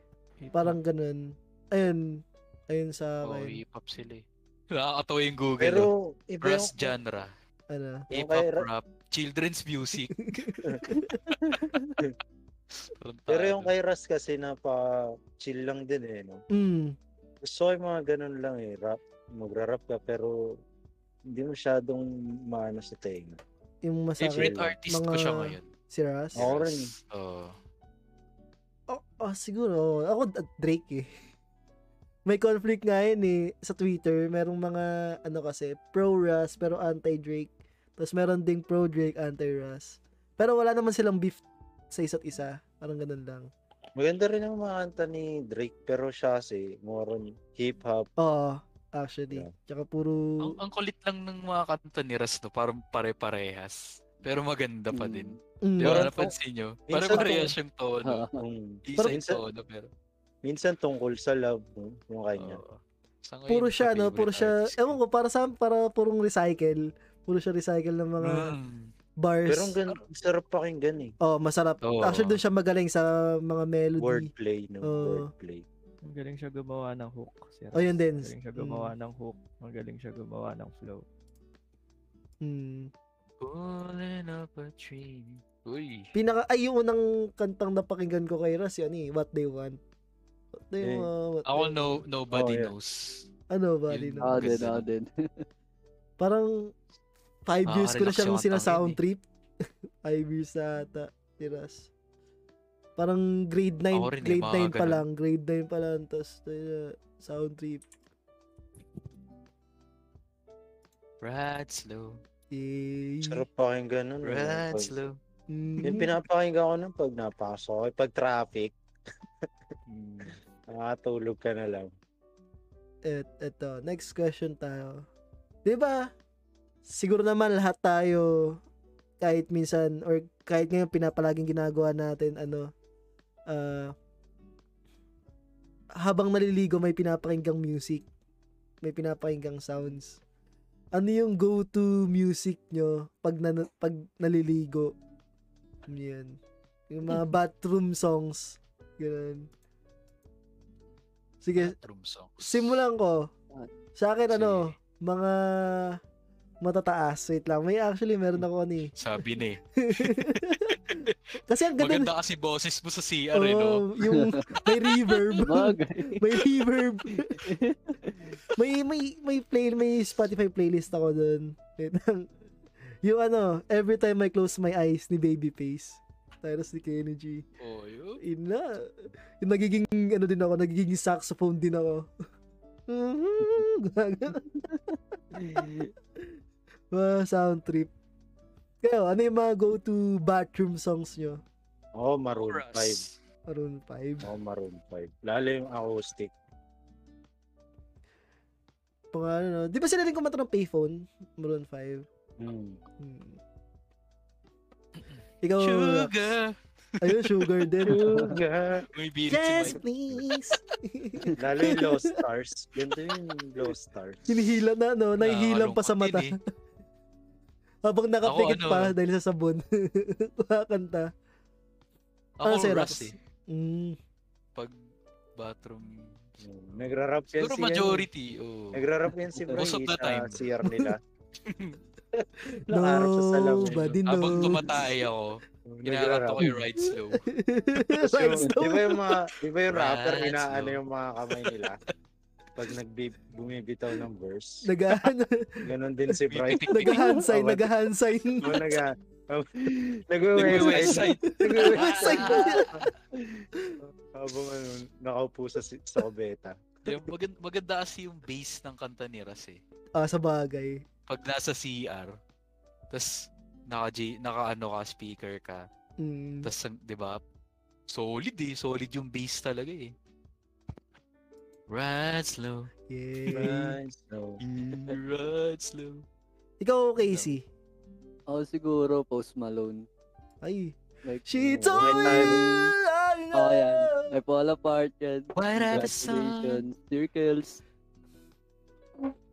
[SPEAKER 2] Parang ganun. Ayun. Ayun sa
[SPEAKER 1] Oo,
[SPEAKER 2] akin.
[SPEAKER 1] hip-hop sila eh. Nakakatawa yung Google.
[SPEAKER 3] Pero,
[SPEAKER 1] Pero,
[SPEAKER 3] iba yung...
[SPEAKER 1] Cross genre.
[SPEAKER 2] Ano?
[SPEAKER 3] yung
[SPEAKER 1] Hip-hop,
[SPEAKER 3] kay Ra-
[SPEAKER 1] rap, children's music. ah,
[SPEAKER 3] Pero yung kay Ras kasi napa-chill lang din eh. No?
[SPEAKER 2] Mm.
[SPEAKER 3] Gusto ko yung mga ganun lang eh. Rap. Magra-rap ka pero hindi masyadong maano sa tenga.
[SPEAKER 2] Yung masakit.
[SPEAKER 1] Favorite artist ko siya ngayon.
[SPEAKER 2] Si Ras?
[SPEAKER 3] Oo. rin.
[SPEAKER 1] Oo.
[SPEAKER 2] Oh, oh, siguro. Ako, D- Drake eh. May conflict nga yun eh. Sa Twitter, merong mga, ano kasi, pro-Ras pero anti-Drake. Tapos meron ding pro-Drake, anti-Ras. Pero wala naman silang beef sa isa't isa. Parang ganun lang.
[SPEAKER 3] Maganda rin ang mga kanta ni Drake pero siya kasi more on hip-hop.
[SPEAKER 2] Oo, actually.
[SPEAKER 3] Yeah.
[SPEAKER 2] Tsaka puro...
[SPEAKER 1] Ang, ang kulit lang ng mga kanta ni Ras, no? parang pare-parehas. Pero maganda pa
[SPEAKER 5] Hmm.
[SPEAKER 1] din. Ano?
[SPEAKER 2] Mm.
[SPEAKER 1] Di ba
[SPEAKER 3] Parang-
[SPEAKER 1] napansin nyo?
[SPEAKER 3] Minsan-
[SPEAKER 1] Pare-parehas yung tono.
[SPEAKER 5] Ha.
[SPEAKER 3] Kung
[SPEAKER 1] Di isa yung
[SPEAKER 3] minsan,
[SPEAKER 1] tono, pero...
[SPEAKER 3] minsan tungkol sa love no? yung kanya.
[SPEAKER 1] Oo. Sa ngayon,
[SPEAKER 2] puro
[SPEAKER 1] sa
[SPEAKER 2] siya, no?
[SPEAKER 1] favorite
[SPEAKER 2] Puro siya...
[SPEAKER 1] artist
[SPEAKER 2] Ewan ko, para sa para purong recycle. Puro siya recycle ng mga
[SPEAKER 1] Mm.
[SPEAKER 2] bars.
[SPEAKER 3] Pero ang gan- sarap pakinggan eh.
[SPEAKER 2] Oh, masarap.
[SPEAKER 1] Oo.
[SPEAKER 2] Actually, doon siya magaling sa mga melody.
[SPEAKER 3] Wordplay, no?
[SPEAKER 2] Oo.
[SPEAKER 3] Wordplay.
[SPEAKER 6] Ang galing siya gumawa ng hook. Si
[SPEAKER 2] Oh, yun
[SPEAKER 6] Ras.
[SPEAKER 2] din. Hmm.
[SPEAKER 6] Magaling siya gumawa ng hook. Magaling siya gumawa ng flow.
[SPEAKER 2] Mm.
[SPEAKER 1] Pulling up a tree. Uy.
[SPEAKER 2] Pinaka ay yung unang kantang napakinggan ko kay Ras yun eh, What They Want. What they
[SPEAKER 3] Eh,
[SPEAKER 2] want. what
[SPEAKER 1] Ako
[SPEAKER 2] they
[SPEAKER 1] no,
[SPEAKER 2] want.
[SPEAKER 1] nobody
[SPEAKER 3] Oh, yeah.
[SPEAKER 1] knows.
[SPEAKER 2] Ano ba din?
[SPEAKER 1] Yun.
[SPEAKER 5] Ah,
[SPEAKER 1] Ganda
[SPEAKER 5] din, ah,
[SPEAKER 1] nun.
[SPEAKER 5] din. *laughs*
[SPEAKER 2] Parang five years ko na
[SPEAKER 1] Nakaka-relax
[SPEAKER 2] siyang
[SPEAKER 1] yung kantang
[SPEAKER 2] sinasound
[SPEAKER 1] yun eh.
[SPEAKER 2] trip. *laughs* five years na ata ni Ras. Parang grade 9,
[SPEAKER 1] Ako rin eh,
[SPEAKER 2] grade
[SPEAKER 1] mga
[SPEAKER 2] 9 pa
[SPEAKER 1] ganun.
[SPEAKER 2] lang, grade 9 pa lang, tapos uh, sound trip.
[SPEAKER 1] Ride slow.
[SPEAKER 2] Eh,
[SPEAKER 3] Sarap pakinggan nun. no?
[SPEAKER 1] Ride
[SPEAKER 3] Pag-
[SPEAKER 1] slow.
[SPEAKER 3] Yung
[SPEAKER 2] Mm-hmm.
[SPEAKER 3] pinapakinggan ko nun pag napasok ko, pag traffic, *laughs* nakatulog ka na lang.
[SPEAKER 2] Et, eto, next question tayo. 'Di ba? Siguro naman lahat tayo kahit minsan or kahit ngayon pinapalaging ginagawa natin ano ah, habang naliligo may pinapakinggang music, may pinapakinggang sounds. Ano yung go-to music nyo pag, nan- pag naliligo? Ano Yan. Yung mga bathroom songs. Ganun. Sige,
[SPEAKER 1] Bathroom songs.
[SPEAKER 2] simulan ko. Sa akin, ano,
[SPEAKER 1] Sige.
[SPEAKER 2] mga matataas. Wait lang. May actually, meron ako ni.
[SPEAKER 1] Sabi na eh.
[SPEAKER 2] Kasi *laughs* ang ganda.
[SPEAKER 1] Maganda kasi boses mo sa CR eh, no?
[SPEAKER 2] Oh,
[SPEAKER 1] *laughs*
[SPEAKER 2] yung may reverb.
[SPEAKER 5] Bagay.
[SPEAKER 2] *laughs* may reverb. may may may play may Spotify playlist ako doon. Wait lang. Yung ano, every time I close my eyes ni Babyface. Tapos ni Kenny G.
[SPEAKER 1] Oh, yun.
[SPEAKER 2] Ina. Yung nagiging, ano din ako, nagiging saxophone din ako. *laughs* Gumagano. Mga sound trip. Kayo, ano yung mga go-to bathroom songs nyo?
[SPEAKER 3] Oo, oh, Maroon
[SPEAKER 1] Chorus.
[SPEAKER 2] Maroon 5.
[SPEAKER 3] 5. Oo, oh, Maroon 5. Lalo yung acoustic.
[SPEAKER 2] Pangalan, ano, no? Di ba sila din kumanta ng payphone? Maroon 5.
[SPEAKER 3] Mm.
[SPEAKER 2] Hmm. Ikaw,
[SPEAKER 1] Sugar.
[SPEAKER 2] Oh. ayun, sugar
[SPEAKER 3] *laughs*
[SPEAKER 2] din.
[SPEAKER 1] May birit
[SPEAKER 2] yes,
[SPEAKER 1] si Mike.
[SPEAKER 2] please.
[SPEAKER 3] Lalo yung Lost Stars. Ganda yung Lost Stars.
[SPEAKER 2] Hinihila na, no? Nahihilam pa sa
[SPEAKER 1] Nakakalungkot
[SPEAKER 2] mata.
[SPEAKER 1] Ah, din eh.
[SPEAKER 2] Habang nakapikit
[SPEAKER 1] Ako, ano?
[SPEAKER 2] pa dahil sa sabon. *laughs* Kumakanta.
[SPEAKER 1] Ako,
[SPEAKER 2] Ano sa'yo,
[SPEAKER 1] Rust
[SPEAKER 2] Raps?
[SPEAKER 1] eh.
[SPEAKER 2] Mm.
[SPEAKER 1] Pag bathroom.
[SPEAKER 3] Mm. Nagra-rap yan
[SPEAKER 1] Siguro
[SPEAKER 3] si-
[SPEAKER 1] majority. Oh.
[SPEAKER 3] Nagra-rap yan si Bray
[SPEAKER 1] Most of the
[SPEAKER 3] sa
[SPEAKER 1] time.
[SPEAKER 3] CR
[SPEAKER 1] *laughs*
[SPEAKER 3] nila. Nakaharap sa eh, salamin.
[SPEAKER 2] Nobody
[SPEAKER 1] Habang
[SPEAKER 2] knows. *laughs*
[SPEAKER 1] tumatay ako,
[SPEAKER 3] Nagra-rap.
[SPEAKER 1] kinakanta ko yung right slow.
[SPEAKER 3] Tapos
[SPEAKER 2] Right,
[SPEAKER 3] yung-
[SPEAKER 2] so-
[SPEAKER 3] Di ba yung mga, di ba yung rapper,
[SPEAKER 1] Rats,
[SPEAKER 3] inaano
[SPEAKER 1] no?
[SPEAKER 3] yung mga kamay nila?
[SPEAKER 2] *laughs*
[SPEAKER 3] Pag nagbi bumibitaw ng verse.
[SPEAKER 2] Nag-
[SPEAKER 3] Ganon din si
[SPEAKER 2] *laughs*
[SPEAKER 3] Bright.
[SPEAKER 2] Nag-hand sign,
[SPEAKER 3] Oh, but-
[SPEAKER 2] nag-hand sign.
[SPEAKER 3] Oh, naga, oh, nagwe-west side. Nagwe-west
[SPEAKER 2] Hand sign.
[SPEAKER 3] Habang ano, nakaupo sa, si- sa kubeta.
[SPEAKER 1] Yung maganda, maganda kasi yung bass ng kanta ni Ras eh.
[SPEAKER 2] Ah, sa bagay.
[SPEAKER 1] Pag nasa CR, tas naka, J, naka ano ka, speaker ka,
[SPEAKER 2] Mm.
[SPEAKER 1] tas ang- di ba, solid eh. Solid yung bass talaga eh. Ride slow,
[SPEAKER 2] Yay.
[SPEAKER 3] Right, *laughs* so,
[SPEAKER 2] Mm.
[SPEAKER 1] ride slow.
[SPEAKER 2] Ikaw, Casey.
[SPEAKER 5] Oh, siguro Post Malone.
[SPEAKER 2] Ay.
[SPEAKER 5] Like,
[SPEAKER 2] She
[SPEAKER 3] Okay,
[SPEAKER 2] told me
[SPEAKER 3] tayo.
[SPEAKER 2] I
[SPEAKER 5] Oh, yan.
[SPEAKER 2] love.
[SPEAKER 5] May fall apart yan.
[SPEAKER 1] What a song.
[SPEAKER 5] Congratulations, Circles.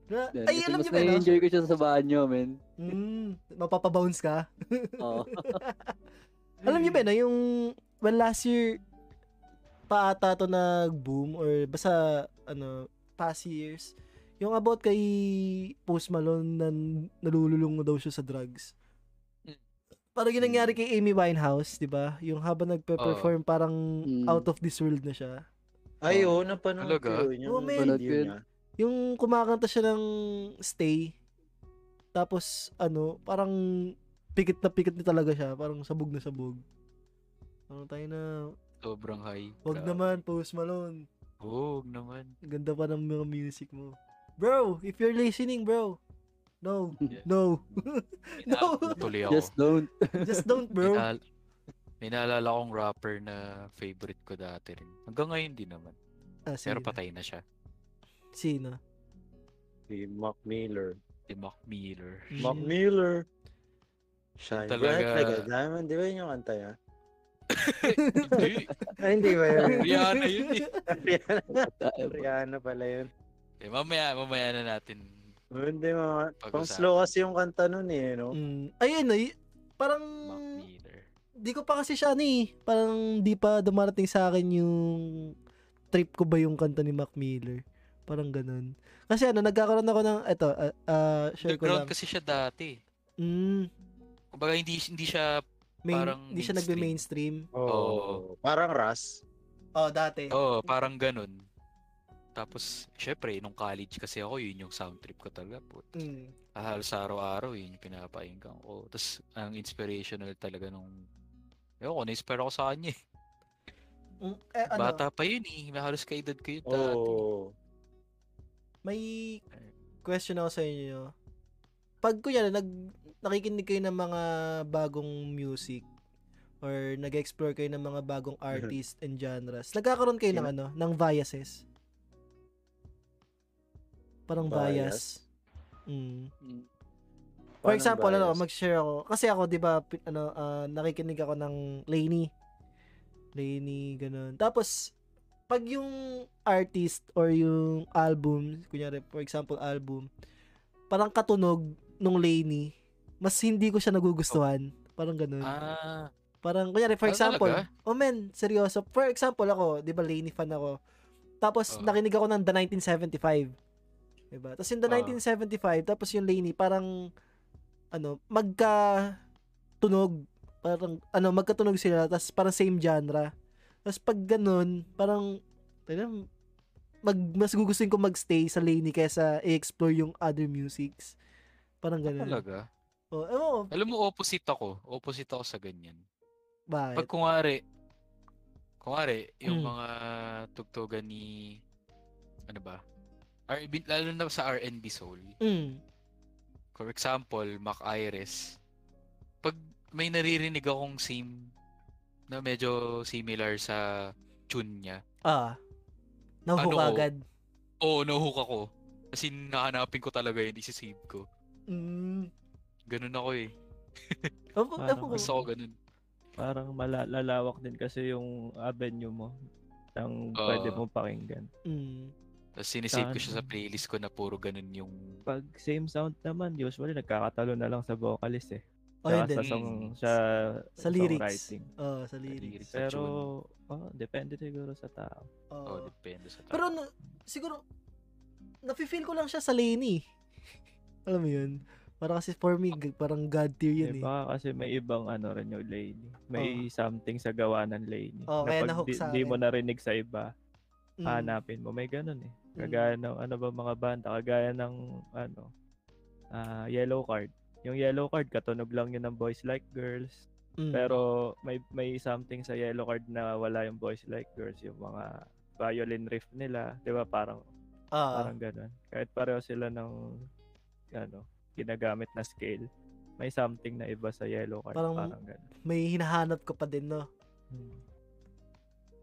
[SPEAKER 2] Na-
[SPEAKER 5] Yan.
[SPEAKER 2] Ay,
[SPEAKER 5] Kasi
[SPEAKER 2] alam
[SPEAKER 5] mas
[SPEAKER 2] niyo
[SPEAKER 3] ano.
[SPEAKER 2] ba, no?
[SPEAKER 5] na-enjoy ko siya sa banyo, men.
[SPEAKER 2] Mm, mapapabounce ka?
[SPEAKER 5] Oo.
[SPEAKER 2] Alam niyo ba na yung well last year pa ata to nag-boom or basta ano past years yung about kay Post Malone na nalululong na daw siya sa drugs.
[SPEAKER 1] Mm.
[SPEAKER 2] Parang yung nangyari kay Amy Winehouse, di ba? Yung habang nagpe-perform, parang
[SPEAKER 5] Mm.
[SPEAKER 2] out of this world na siya.
[SPEAKER 3] Ay, oo, napanood
[SPEAKER 1] Talaga?
[SPEAKER 3] ko yun.
[SPEAKER 2] Oo,
[SPEAKER 3] Yung
[SPEAKER 2] men.
[SPEAKER 3] video niya.
[SPEAKER 2] Yung kumakanta siya ng Stay, tapos ano, parang pikit na pikit na talaga siya. Parang sabog na sabog. Ano tayo na,
[SPEAKER 1] Sobrang high. Grabe.
[SPEAKER 2] wag naman Post Malone.
[SPEAKER 1] Huwag
[SPEAKER 2] *laughs*
[SPEAKER 1] naman.
[SPEAKER 2] Ganda pa ng mga music mo. Bro, if you're listening, bro. No.
[SPEAKER 1] Yeah.
[SPEAKER 2] No. No.
[SPEAKER 1] Inaalala Tuloy ako.
[SPEAKER 5] Just don't.
[SPEAKER 2] Just don't,
[SPEAKER 1] May
[SPEAKER 2] bro.
[SPEAKER 1] naal- May naalala akong rapper na favorite ko dati rin. Hanggang ngayon din naman.
[SPEAKER 2] Ah,
[SPEAKER 1] Pero
[SPEAKER 2] sino?
[SPEAKER 1] patay na siya.
[SPEAKER 2] Sino?
[SPEAKER 3] Si Mac Miller.
[SPEAKER 1] Si Mac
[SPEAKER 2] *laughs*
[SPEAKER 1] Miller.
[SPEAKER 2] Mm-hmm.
[SPEAKER 3] Mac Miller. Shine
[SPEAKER 1] Talaga.
[SPEAKER 3] bright like a diamond. Di ba yun yung kanta
[SPEAKER 2] *laughs*
[SPEAKER 3] niya?
[SPEAKER 1] Hindi.
[SPEAKER 2] Mm.
[SPEAKER 3] Ay, Ah, hindi ba yun?
[SPEAKER 1] *laughs* Rihanna yun eh.
[SPEAKER 3] Rihanna.
[SPEAKER 5] Ah,
[SPEAKER 3] Rihanna pala yun.
[SPEAKER 1] Eh, mamaya, mamaya na natin.
[SPEAKER 3] Oh, Hindi mga,
[SPEAKER 1] Pag-usapan.
[SPEAKER 3] pang slow kasi yung kanta nun eh, no?
[SPEAKER 2] Mm, ayun, ay, parang
[SPEAKER 1] Mac Miller.
[SPEAKER 2] di ko pa kasi siya ano eh. Parang di pa dumarating sa akin yung trip ko ba yung kanta ni Mac Miller. Parang ganun. Kasi ano, nagkakaroon ako ng, eto, ah, ah, share ko lang.
[SPEAKER 1] Underground kasi siya dati.
[SPEAKER 2] Mm,
[SPEAKER 1] Kumbaga hindi hindi siya
[SPEAKER 2] main,
[SPEAKER 1] Parang
[SPEAKER 2] di siya nagbe-mainstream.
[SPEAKER 1] Oo.
[SPEAKER 3] Parang Ras.
[SPEAKER 2] Oh, dati.
[SPEAKER 1] oh, parang ganun. Tapos syempre nung college kasi ako yun yung sound trip ko talaga po. Ah,
[SPEAKER 2] Mm.
[SPEAKER 1] Halos araw-araw yun yung pinapakinggan ko. Tapos ang inspirational talaga nung Ewan ko, na-inspire ako sa kanya eh.
[SPEAKER 2] Mm, eh, ano, Oh.
[SPEAKER 1] Bata pa yun eh. Halos kaedad ko yun dati.
[SPEAKER 3] Oo.
[SPEAKER 2] May question ako sa inyo. Pag kunyari, nag, nakikinig kayo ng mga bagong music, or nag-explore kayo ng mga bagong artist and genres, nagkakaroon kayo ng ano, ng biases. Parang bias. Mm.
[SPEAKER 5] Hmm.
[SPEAKER 2] For
[SPEAKER 3] Paano
[SPEAKER 2] example, ano,
[SPEAKER 3] bias?
[SPEAKER 2] mag-share ako. Kasi ako, di ba, pi- ano, ah, nakikinig ako ng Lainey. Lainey, ganun. Tapos, pag yung artist or yung album, kunyari, for example, album, parang katunog nung Lainey, mas hindi ko siya nagugustuhan. Parang ganun.
[SPEAKER 1] Ah,
[SPEAKER 2] Parang, kunyari,
[SPEAKER 1] Ah,
[SPEAKER 2] for example,
[SPEAKER 1] talaga?
[SPEAKER 2] oh men, seryoso. For example, ako, di ba, Lainey fan ako. Tapos,
[SPEAKER 1] Oo.
[SPEAKER 2] nakinig ako ng The 1975. Diba? Tapos yung The
[SPEAKER 1] Oo.
[SPEAKER 2] 1975, tapos yung Lainey, parang, ano, magka tunog. Parang, ano, magkatunog sila, tapos parang same genre. Tapos pag ganun, parang, tayo mag, mas gugustuhin ko magstay sa Lainey kaysa i-explore yung other musics. Parang ganun.
[SPEAKER 1] talaga.
[SPEAKER 2] Oh, ewan ko,
[SPEAKER 1] Alam mo, opposite ako. Opposite ako sa ganyan.
[SPEAKER 2] bakit?
[SPEAKER 1] Pag kunwari, kunwari, yung
[SPEAKER 2] Mm.
[SPEAKER 1] mga tugtugan ni, ano ba, R&B, lalo na sa R&B soul.
[SPEAKER 2] Mm.
[SPEAKER 1] For example, Mac Iris. Pag may naririnig akong same na medyo similar sa tune niya,
[SPEAKER 2] Ah.
[SPEAKER 1] Ano
[SPEAKER 2] Nahuhook
[SPEAKER 1] ko?
[SPEAKER 2] agad.
[SPEAKER 1] oo, oh, nahook ako. Kasi nahanapin ko talaga yun, isisave ko.
[SPEAKER 2] Mm.
[SPEAKER 1] Ganun ako eh.
[SPEAKER 2] Opo,
[SPEAKER 6] Paano
[SPEAKER 2] opo.
[SPEAKER 6] ko?
[SPEAKER 1] Gusto ko ganun.
[SPEAKER 6] Parang malalawak din kasi yung avenue mo ng pwede
[SPEAKER 2] Ah.
[SPEAKER 1] Oo.
[SPEAKER 6] mo pakinggan.
[SPEAKER 2] Mm.
[SPEAKER 1] Tapos sinisave ko siya sa
[SPEAKER 6] Saan?
[SPEAKER 1] playlist ko na puro ganun yung...
[SPEAKER 6] Pag same sound naman, usually nagkakatalo na lang sa vocalist eh.
[SPEAKER 2] Oh, yun
[SPEAKER 6] Tsaka
[SPEAKER 2] din.
[SPEAKER 6] sa, song,
[SPEAKER 1] Mm.
[SPEAKER 6] sa,
[SPEAKER 2] Sa lyrics.
[SPEAKER 6] songwriting.
[SPEAKER 2] Oh, sa
[SPEAKER 1] lyrics.
[SPEAKER 2] lyrics.
[SPEAKER 1] Sa
[SPEAKER 6] Pero, oh, depende siguro sa tao.
[SPEAKER 1] Oh,
[SPEAKER 2] Oh.
[SPEAKER 1] depende sa tao.
[SPEAKER 2] Pero na, siguro nafe-feel ko lang siya sa Lenny. *laughs* Alam mo yun? Para kasi for me, g- parang God tier
[SPEAKER 6] Eh,
[SPEAKER 2] yun eh.
[SPEAKER 6] baka kasi may ibang ano rin yung Lainey. May something sa gawa ng Lainey.
[SPEAKER 2] Oo, kaya
[SPEAKER 6] na
[SPEAKER 2] nahook
[SPEAKER 6] pag di,
[SPEAKER 2] sa
[SPEAKER 6] di mo
[SPEAKER 2] akin.
[SPEAKER 6] narinig sa iba,
[SPEAKER 2] Mm.
[SPEAKER 6] hanapin mo. May ganun eh.
[SPEAKER 2] Mm.
[SPEAKER 6] Kagaya ng ano ba mga banda, kagaya ng ano, ah, yellow card. Yung yellow card, katunog lang yun ng boys like girls.
[SPEAKER 2] Mm.
[SPEAKER 6] Pero may may something sa yellow card na wala yung boys like girls. Yung mga violin riff nila. Di ba? Parang,
[SPEAKER 2] Ah,
[SPEAKER 6] parang ganun. Kahit pareho sila ng ano, ginagamit na scale. May something na iba sa yellow card.
[SPEAKER 2] Parang- Hmm,
[SPEAKER 6] Parang, ganun.
[SPEAKER 2] may hinahanap ka pa din, no?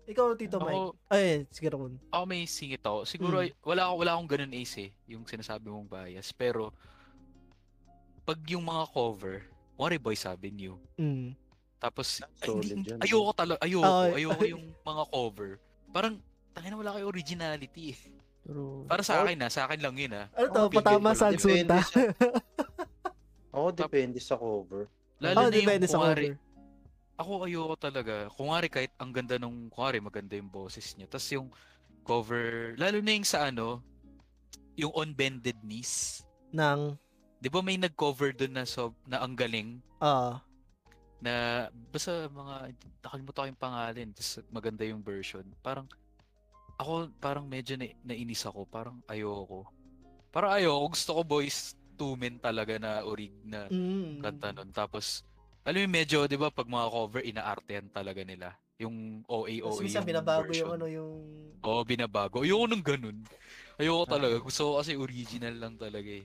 [SPEAKER 2] Ikaw, Tito Mike.
[SPEAKER 1] ako,
[SPEAKER 2] Ay, siguro kun.
[SPEAKER 1] ako may singit ako. Siguro,
[SPEAKER 2] Mm.
[SPEAKER 1] ay- wala, ako- wala akong ganun ace eh, yung sinasabi mong bias. Pero, pag yung mga cover, Worry Boy sabi niyo,
[SPEAKER 2] Mm.
[SPEAKER 1] tapos, ay,
[SPEAKER 3] Solid
[SPEAKER 1] hindi-
[SPEAKER 3] yun.
[SPEAKER 1] ayoko talaga, ayoko,
[SPEAKER 2] Ay.
[SPEAKER 1] ayoko yung mga cover. Parang, tangin na wala kayo originality eh.
[SPEAKER 6] True.
[SPEAKER 1] Para sa akin na, sa akin lang yun ah.
[SPEAKER 2] Ano to?
[SPEAKER 1] Oh, bigay
[SPEAKER 2] Patama
[SPEAKER 1] ko
[SPEAKER 2] sa
[SPEAKER 1] lang.
[SPEAKER 2] agsunta.
[SPEAKER 3] Ako depende sa cover.
[SPEAKER 1] Lalo
[SPEAKER 2] oh,
[SPEAKER 1] na yung,
[SPEAKER 2] depende sa
[SPEAKER 1] kunwari,
[SPEAKER 2] cover.
[SPEAKER 1] ako ayoko talaga. Kunwari kahit ang ganda nung, kunwari maganda yung boses niya. Tapos yung cover, lalo na yung sa ano, yung On Bended Knees.
[SPEAKER 2] Nang,
[SPEAKER 1] Di ba may nag-cover doon na, sob, na ang galing?
[SPEAKER 2] ah,
[SPEAKER 1] Na basta mga, nakalimutan ko yung pangalan. Tapos maganda yung version. Parang, ako parang medyo na, nainis ako. Parang ayoko. Parang ayoko. Gusto ko boys two men talaga na orig na
[SPEAKER 2] mm.
[SPEAKER 1] kanta nun. Tapos, alam mo yung medyo, di ba, pag mga cover, inaartehan talaga nila. Yung OA,
[SPEAKER 2] Tapos
[SPEAKER 1] OA
[SPEAKER 2] minsan
[SPEAKER 1] yung E
[SPEAKER 2] binabago
[SPEAKER 1] version.
[SPEAKER 2] yung ano yung...
[SPEAKER 1] Oo, binabago. Ayoko nung ganun. Ayoko
[SPEAKER 2] Ah.
[SPEAKER 1] talaga. Gusto ko kasi original lang talaga eh.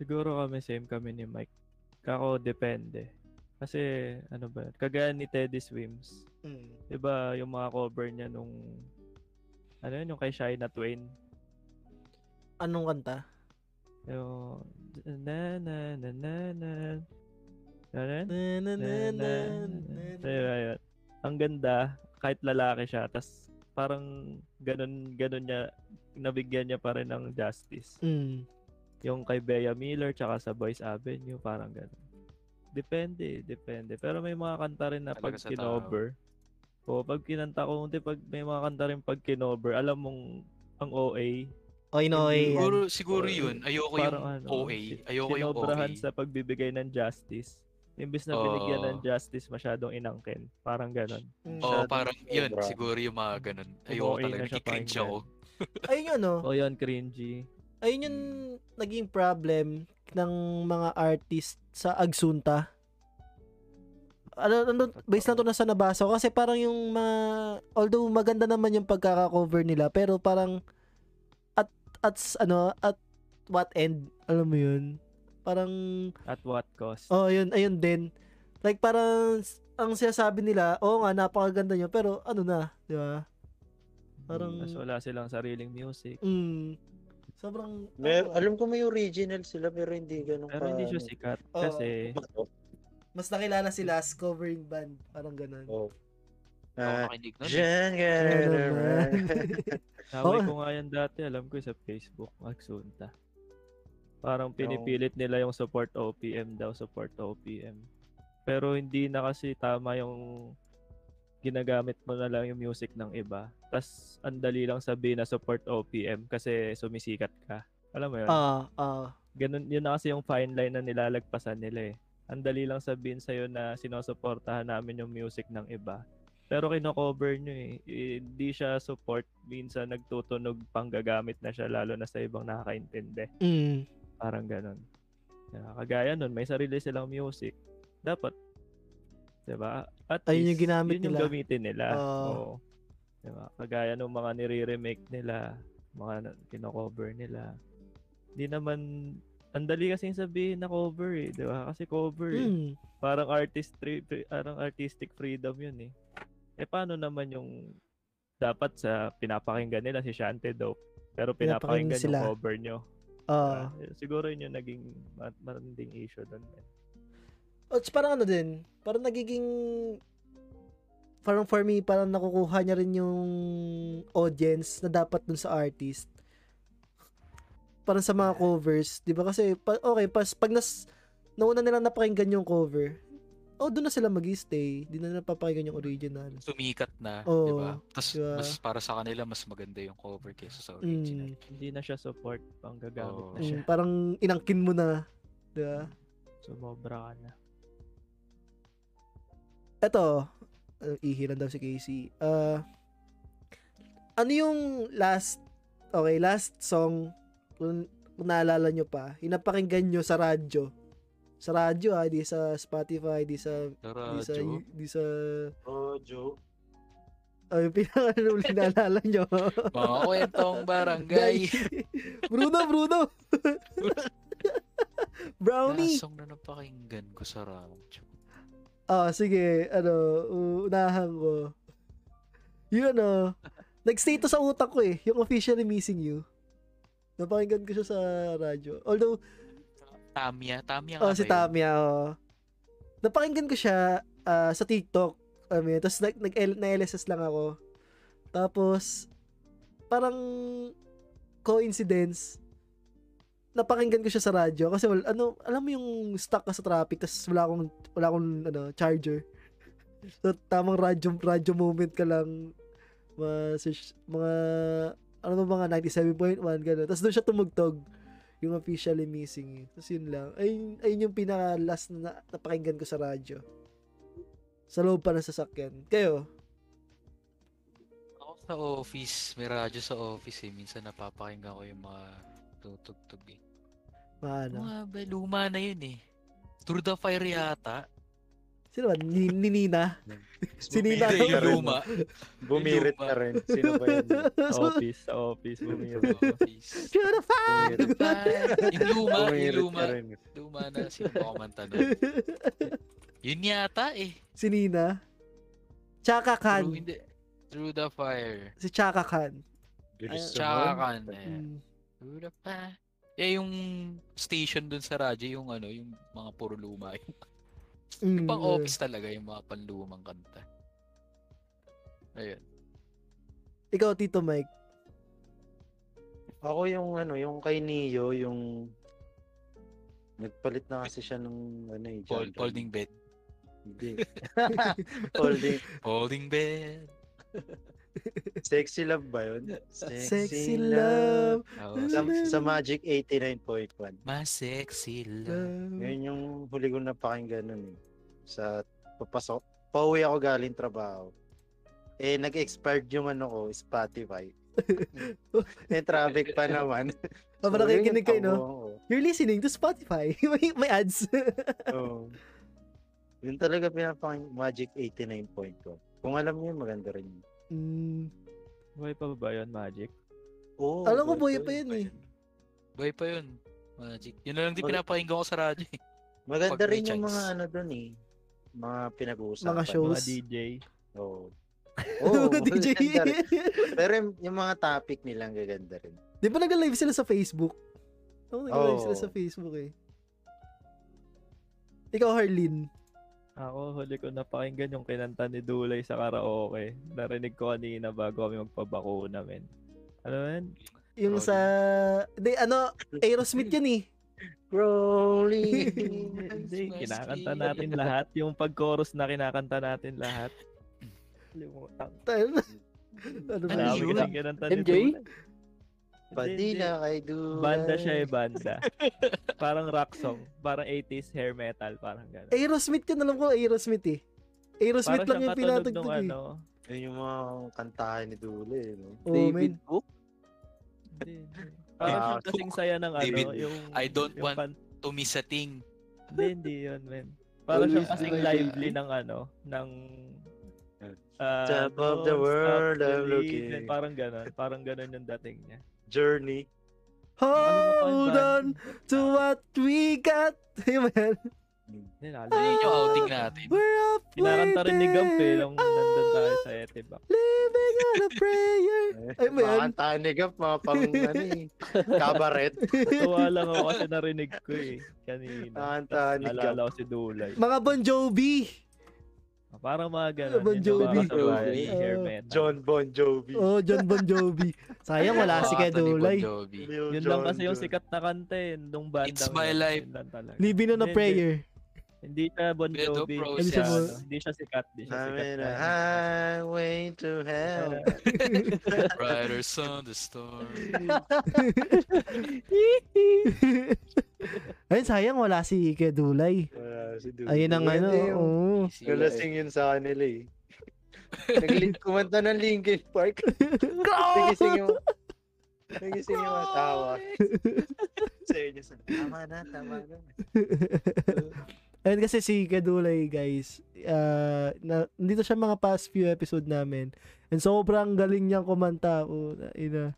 [SPEAKER 6] Siguro kami same kami ni Mike. Kako depende. Kasi ano ba, yun, kagaya ni Teddy Swims.
[SPEAKER 2] Mm.
[SPEAKER 6] 'Di ba yung mga cover niya nung ano yun, yung kay Shina Twain.
[SPEAKER 2] Anong kanta?
[SPEAKER 6] Yung na na na na na
[SPEAKER 2] Na, na,
[SPEAKER 6] na na na
[SPEAKER 2] na,
[SPEAKER 6] na
[SPEAKER 2] na,
[SPEAKER 6] na.
[SPEAKER 2] na.
[SPEAKER 6] Ayun, ayun. Ang ganda, kahit lalaki siya, tas parang ganun, ganun niya, nabigyan niya pa rin ng justice.
[SPEAKER 2] Mm.
[SPEAKER 6] Yung kay Bea Miller tsaka sa Boys Avenue, parang ganun. Depende, depende. Pero may mga kanta rin na pag
[SPEAKER 1] Talaga sa tao.
[SPEAKER 6] kinover. O pag kinanta ko, hindi pag may mga kanta rin pag kinover, alam mong ang OA,
[SPEAKER 2] Oy, no, oy.
[SPEAKER 1] Siguro,
[SPEAKER 2] yan.
[SPEAKER 1] siguro
[SPEAKER 6] Or-
[SPEAKER 1] yun. Ayoko yung
[SPEAKER 6] parang ano,
[SPEAKER 1] OA.
[SPEAKER 6] si-
[SPEAKER 1] Ayoko yung
[SPEAKER 6] sinobrahan
[SPEAKER 1] OA.
[SPEAKER 6] sa pagbibigay ng justice. Imbis na
[SPEAKER 1] Oo.
[SPEAKER 6] binigyan ng justice, masyadong inangkin. Parang ganun.
[SPEAKER 2] Mm.
[SPEAKER 1] Oo, parang yun.
[SPEAKER 3] sobra.
[SPEAKER 1] Siguro yung mga ganun.
[SPEAKER 6] Kung
[SPEAKER 1] Ayoko
[SPEAKER 6] OA
[SPEAKER 1] talaga. oh.
[SPEAKER 6] na siya
[SPEAKER 1] Nakikringe
[SPEAKER 6] pakinggan.
[SPEAKER 1] ako.
[SPEAKER 2] Ayun yun, no?
[SPEAKER 6] O yun, cringy.
[SPEAKER 2] Ayun yung naging problem ng mga artist sa Agsunta. Ano, ano, based lang to na sa nabasa ko kasi parang yung mga, although maganda naman yung pagkaka-cover nila, pero parang at, at, s- ano, at what end, alam mo yun? Parang
[SPEAKER 6] At what cost?
[SPEAKER 2] Oh, yun, Oh, ayun din. Like parang s- ang sinasabi nila, oo nga napakaganda niyo pero ano na, 'di ba? Parang-
[SPEAKER 6] Tapos Mm, wala silang sariling music.
[SPEAKER 2] Mm. Sobrang ano,
[SPEAKER 3] May,
[SPEAKER 2] oo.
[SPEAKER 3] alam ko may original sila pero hindi ganun
[SPEAKER 6] Pero hindi siya eh.
[SPEAKER 3] ano.
[SPEAKER 6] sikat
[SPEAKER 2] Oo.
[SPEAKER 6] kasi
[SPEAKER 2] mas nakilala sila as covering band, parang ganun.
[SPEAKER 3] Oh.
[SPEAKER 1] Ako
[SPEAKER 3] Ah,
[SPEAKER 1] makinig nun.
[SPEAKER 3] Jen,
[SPEAKER 2] Ano
[SPEAKER 3] ganun
[SPEAKER 2] naman?
[SPEAKER 6] naway
[SPEAKER 2] Oo.
[SPEAKER 6] ko nga yan dati, alam ko sa Facebook, Magsunta. Parang pinipilit nila yung support OPM daw, support OPM. Pero hindi na kasi tama yung ginagamit mo na lang yung music ng iba. Tapos ang dali lang sabihin na support OPM kasi sumisikat ka. Alam mo yun?
[SPEAKER 2] Ah, ah.
[SPEAKER 6] ganun yun na kasi yung fine line na nilalagpasan nila eh. Ang dali lang sabihin sa'yo na sinusuportahan namin yung music ng iba. Pero kino-cover nyo eh. I- Hindi siya support. Minsan nagtutunog pang gagamit na siya lalo na sa ibang nakakaintindi.
[SPEAKER 2] Mm.
[SPEAKER 6] Parang ganun. Yeah, kagaya nun, may sarili silang music. Dapat. 'di ba? At
[SPEAKER 2] Ayun yung
[SPEAKER 6] least,
[SPEAKER 2] ginamit
[SPEAKER 6] yun yung
[SPEAKER 2] nila.
[SPEAKER 6] gamitin nila.
[SPEAKER 2] Oo.
[SPEAKER 6] Oo. 'Di ba? Kagaya nung mga nire-remake nila, mga na- kino-cover nila. Hindi naman, ang dali kasing sabihin na cover eh. 'di ba? Kasi cover eh.
[SPEAKER 2] Mm.
[SPEAKER 6] Parang, artist, free- free- parang artistic freedom yun eh. Eh paano naman yung dapat sa pinapakinggan nila si Shante Dope pero
[SPEAKER 2] Pinapakinggan
[SPEAKER 6] pinapakinggan
[SPEAKER 2] sila.
[SPEAKER 6] yung cover nyo.
[SPEAKER 2] Ah.
[SPEAKER 6] Ah, siguro yun yung naging ma- matinding issue doon.
[SPEAKER 2] O, tsaka parang ano din, parang nagiging parang for me, parang nakukuha niya rin yung audience na dapat dun sa artist. Parang sa mga covers, 'di ba? Kasi pa- okay, pas pag nas nauna nilang napakinggan yung cover, oh, doon na sila magi-stay. Di na nila papakinggan yung original.
[SPEAKER 1] Sumikat na,
[SPEAKER 2] Oo,
[SPEAKER 1] di ba? Tapos
[SPEAKER 2] diba?
[SPEAKER 1] mas para sa kanila, mas maganda yung cover kaysa sa original.
[SPEAKER 2] Mm,
[SPEAKER 6] Hindi na siya support pang gagamit
[SPEAKER 1] Oo.
[SPEAKER 6] na siya.
[SPEAKER 2] mm, parang inangkin mo na, 'di ba?
[SPEAKER 6] Sumobra ka
[SPEAKER 2] *laughs*
[SPEAKER 6] na.
[SPEAKER 2] eto, uh, ihilan daw si Casey. Ah, ano yung last, okay, last song, kung, kung naalala nyo pa, hinapakinggan nyo sa radyo. Sa radyo ha, di sa Spotify, di sa,
[SPEAKER 1] Sa
[SPEAKER 2] di sa,
[SPEAKER 1] radyo,
[SPEAKER 2] di sa,
[SPEAKER 3] Oh, Joe.
[SPEAKER 2] ay, pinaka *laughs* ano ulit naalala nyo.
[SPEAKER 1] mga kwentong
[SPEAKER 2] *laughs*
[SPEAKER 1] barangay.
[SPEAKER 2] Bruno,
[SPEAKER 1] *laughs*
[SPEAKER 2] Bruno! Brownie!
[SPEAKER 1] Lasong na napakinggan ko sa radyo.
[SPEAKER 2] Ah, sige, ano, unahan ko. Yun, ano, nag-stay to sa utak ko eh, yung officially missing you. Napakinggan ko siya sa radyo. Although,
[SPEAKER 1] Tamia, Tamia nga
[SPEAKER 2] oh,
[SPEAKER 1] ba
[SPEAKER 2] si
[SPEAKER 1] yun?
[SPEAKER 2] Tamia, oh. Napakinggan ko siya ah, sa TikTok. I mean, tapos nag, nag na-LSS lang ako. Tapos, parang coincidence, napakinggan ko siya sa radyo kasi wal, ano alam mo yung stuck ka sa traffic tapos wala akong wala akong ano charger so tamang radyo radyo moment ka lang mga search- mga ano ba mga 97.1 gano'n tapos doon siya tumugtog yung officially missing you tapos yun lang ayun, ayun yung pinaka last na napakinggan ko sa radyo sa loob pa ng sasakyan kayo
[SPEAKER 1] Ako sa office, may radyo sa office eh. Minsan napapakinggan ko yung mga tutugtog eh.
[SPEAKER 2] maano
[SPEAKER 1] Mga ba, luma na yun eh. Through the fire yata.
[SPEAKER 2] sino ba ni, ni Nina Si Nina.
[SPEAKER 1] Hindi,
[SPEAKER 2] Hindi,
[SPEAKER 1] yung
[SPEAKER 2] *laughs*
[SPEAKER 1] luma.
[SPEAKER 3] Bumirit
[SPEAKER 1] Yung luma.
[SPEAKER 3] na rin. Sino ba
[SPEAKER 1] *laughs*
[SPEAKER 3] yun?
[SPEAKER 6] Sa
[SPEAKER 2] Oh.
[SPEAKER 6] office, sa office, bumira.
[SPEAKER 1] Office.
[SPEAKER 2] Sure na fa-
[SPEAKER 3] Bumirit.
[SPEAKER 1] yung luma, yung
[SPEAKER 3] Bumirit
[SPEAKER 1] luma.
[SPEAKER 3] na rin.
[SPEAKER 1] Luma na, sino ba kumanta nun? Yun yata eh.
[SPEAKER 2] si Nina Chaka
[SPEAKER 1] Through,
[SPEAKER 2] Khan
[SPEAKER 1] hindi, through the fire.
[SPEAKER 2] si Chaka Khan Ayun.
[SPEAKER 3] Bilis
[SPEAKER 1] Tsaka
[SPEAKER 3] naman.
[SPEAKER 1] kan eh.
[SPEAKER 2] Mm.
[SPEAKER 1] Through the fire. Eh, yung station dun sa radyo, yung ano, yung mga puro luma. Yung
[SPEAKER 2] Mm.
[SPEAKER 1] pang office talaga, yung mga panlumang kanta. Ayun.
[SPEAKER 2] Ikaw, Tito Mike.
[SPEAKER 3] Ako yung ano, yung kay Neo, yung nagpalit na kasi siya ng ano eh.
[SPEAKER 1] Fold-
[SPEAKER 3] genre.
[SPEAKER 1] folding bed.
[SPEAKER 3] Hindi. *laughs* Holding.
[SPEAKER 1] Folding bed.
[SPEAKER 3] Sexy love ba yun?
[SPEAKER 2] Sexy love.
[SPEAKER 1] Oh,
[SPEAKER 3] Sa, sa Magic 89.1.
[SPEAKER 1] Mas sexy love.
[SPEAKER 2] love.
[SPEAKER 3] Yun yung huli kong napakinggan nun eh. Sa papasok. Pauwi ako galing trabaho. Eh, nag-expired yung ano ko,
[SPEAKER 2] *laughs*
[SPEAKER 3] Spotify. eh, traffic pa naman.
[SPEAKER 2] Oh, parang
[SPEAKER 3] So, yun
[SPEAKER 2] nakikinig
[SPEAKER 3] yung
[SPEAKER 2] kayo, no?
[SPEAKER 3] tabuhan ko.
[SPEAKER 2] You're listening to Spotify. *laughs* may, may ads.
[SPEAKER 3] Oo. Yun talaga pinapakinggan, Magic 89.1. Kung alam niyo, yun, maganda rin. yun.
[SPEAKER 2] mm.
[SPEAKER 6] Buhay pa ba yun, Magic?
[SPEAKER 3] Oo.
[SPEAKER 2] Alam ko, buhay
[SPEAKER 3] buhay
[SPEAKER 2] pa yun eh.
[SPEAKER 1] Buhay pa yun. Magic. Yun na lang din
[SPEAKER 3] Mag-
[SPEAKER 1] pinapakinggan ko sa radyo. eh.
[SPEAKER 3] Maganda
[SPEAKER 1] Pag may
[SPEAKER 3] rin yung mga
[SPEAKER 1] chance.
[SPEAKER 3] ano dun eh. mga pinag-uusapan.
[SPEAKER 2] Mga shows.
[SPEAKER 6] Mga DJ.
[SPEAKER 2] *laughs*
[SPEAKER 3] Oo.
[SPEAKER 2] Oh,
[SPEAKER 3] Oo,
[SPEAKER 2] DJ.
[SPEAKER 3] ganda rin. Pero yung- yung mga topic nilang gaganda rin.
[SPEAKER 2] Di ba nagla-live sila sa Facebook? Oo, nagla-live sila
[SPEAKER 3] Oo.
[SPEAKER 2] sa Facebook eh. Ikaw, Harleen.
[SPEAKER 6] Ako, huli ko napakinggan yung kinanta ni Dulay sa karaoke. Narinig ko kanina bago kami magpabakuna, men. Ano, men?
[SPEAKER 2] Yung
[SPEAKER 1] Rolling.
[SPEAKER 2] sa... Di, ano, Aerosmith yun eh.
[SPEAKER 3] Rolling.
[SPEAKER 6] Hindi, kinakanta natin lahat. Yung pag-chorus na kinakanta natin lahat. Limutan.
[SPEAKER 2] ano ba?
[SPEAKER 1] Ano
[SPEAKER 6] Dami
[SPEAKER 1] yun?
[SPEAKER 6] ko lang kinanta ni
[SPEAKER 5] MJ?
[SPEAKER 6] Dulay. Hindi, hindi.
[SPEAKER 3] Padilla kay Dulay.
[SPEAKER 6] Banda siya eh, banda. parang rock song. Parang 80s hair metal, parang gano'n.
[SPEAKER 2] Aerosmith yun, alam ko Aerosmith eh. Aerosmith Eh, lang
[SPEAKER 6] Parang siyang
[SPEAKER 2] yung
[SPEAKER 6] katulog
[SPEAKER 2] pinatugtog
[SPEAKER 6] nung
[SPEAKER 2] eh.
[SPEAKER 6] ano.
[SPEAKER 3] Yun yung mga kantahan ni Dulay. No?
[SPEAKER 2] Oh,
[SPEAKER 5] David
[SPEAKER 2] man.
[SPEAKER 5] Cook?
[SPEAKER 6] Hindi, hindi. Parang
[SPEAKER 3] Ah,
[SPEAKER 6] siyang kasing saya ng ano.
[SPEAKER 1] David,
[SPEAKER 6] yung,
[SPEAKER 1] I don't
[SPEAKER 6] yung
[SPEAKER 1] want-
[SPEAKER 6] pan-
[SPEAKER 1] *laughs* Tumisating.
[SPEAKER 6] Hindi, hindi yun, men. Parang siyang
[SPEAKER 5] Always
[SPEAKER 6] kasing
[SPEAKER 5] my
[SPEAKER 6] lively
[SPEAKER 5] baby.
[SPEAKER 6] ng ano, ng...
[SPEAKER 3] Yeah.
[SPEAKER 6] ah,
[SPEAKER 3] Top of the
[SPEAKER 6] don't
[SPEAKER 3] world,
[SPEAKER 6] stop
[SPEAKER 3] I'm
[SPEAKER 6] believing.
[SPEAKER 3] looking.
[SPEAKER 6] Parang ganon. Parang ganon yung dating niya.
[SPEAKER 3] Journey.
[SPEAKER 2] Hold on to what we got. *laughs* Yun ba yan?
[SPEAKER 6] Hindi,
[SPEAKER 1] Ano
[SPEAKER 6] nakalimutan.
[SPEAKER 1] yun yung outing natin?
[SPEAKER 2] We're up
[SPEAKER 6] Kinakanta rin ni Gump eh,
[SPEAKER 2] waiting.
[SPEAKER 6] nung nandun tayo sa Etibak.
[SPEAKER 2] Living on a prayer. Ay, ba
[SPEAKER 3] Mga
[SPEAKER 2] yan?
[SPEAKER 3] kantahan ni Gap, mga
[SPEAKER 2] *laughs*
[SPEAKER 3] pang ano eh. Kabaret.
[SPEAKER 6] *laughs* Tuwa lang ako kasi narinig ko eh, kanina.
[SPEAKER 3] Kantahan ni
[SPEAKER 6] Tapos
[SPEAKER 3] Gap.
[SPEAKER 6] Naalala ko si Dulay.
[SPEAKER 2] Mga Bon Jovi.
[SPEAKER 6] Parang mga ganon.
[SPEAKER 2] Bon
[SPEAKER 6] yun,
[SPEAKER 2] Jovi.
[SPEAKER 6] mga kasabay,
[SPEAKER 3] Bon Jovi.
[SPEAKER 6] hair metal.
[SPEAKER 3] Ah. John Bon Jovi.
[SPEAKER 2] Oh, John Bon Jovi. Sayang wala si
[SPEAKER 1] Anthony
[SPEAKER 2] Kedulay.
[SPEAKER 1] Bon Jovi.
[SPEAKER 3] Lil
[SPEAKER 6] Yun lang
[SPEAKER 3] Jon
[SPEAKER 6] kasi yung
[SPEAKER 3] Jon.
[SPEAKER 6] sikat na kanta eh, nung bandang
[SPEAKER 1] It's my
[SPEAKER 6] yun.
[SPEAKER 1] life.
[SPEAKER 6] Yun lang talaga.
[SPEAKER 2] Living on a
[SPEAKER 6] Hindi,
[SPEAKER 2] prayer. *laughs*
[SPEAKER 6] Hindi siya Bon
[SPEAKER 1] Pero
[SPEAKER 6] Jovi.
[SPEAKER 1] process.
[SPEAKER 6] Hindi siya,
[SPEAKER 2] Ano?
[SPEAKER 6] ano, hindi siya sikat. Hindi siya
[SPEAKER 3] I'm
[SPEAKER 6] sikat.
[SPEAKER 3] in
[SPEAKER 6] na
[SPEAKER 3] a
[SPEAKER 6] ano.
[SPEAKER 3] highway to
[SPEAKER 6] *laughs*
[SPEAKER 3] hell.
[SPEAKER 6] Ah,
[SPEAKER 1] Brighter sun, the storm.
[SPEAKER 2] Ayun, sayang wala si Kedulay.
[SPEAKER 3] Wala si Dudu.
[SPEAKER 2] Ayun ang ano.
[SPEAKER 3] Maganda yung-
[SPEAKER 6] oh.
[SPEAKER 2] oo.
[SPEAKER 3] Nalasing yun sa kanila *laughs* eh. Naglit kumanta ng Linkin Park. Nagising yung Nagising yung asawa. Seryoso. Tama na, tama na.
[SPEAKER 2] *laughs* Ayun kasi si Kadulay guys, ah, na, nandito siya mga past few episode namin. And sobrang galing niyang kumanta. Oh, na- ina.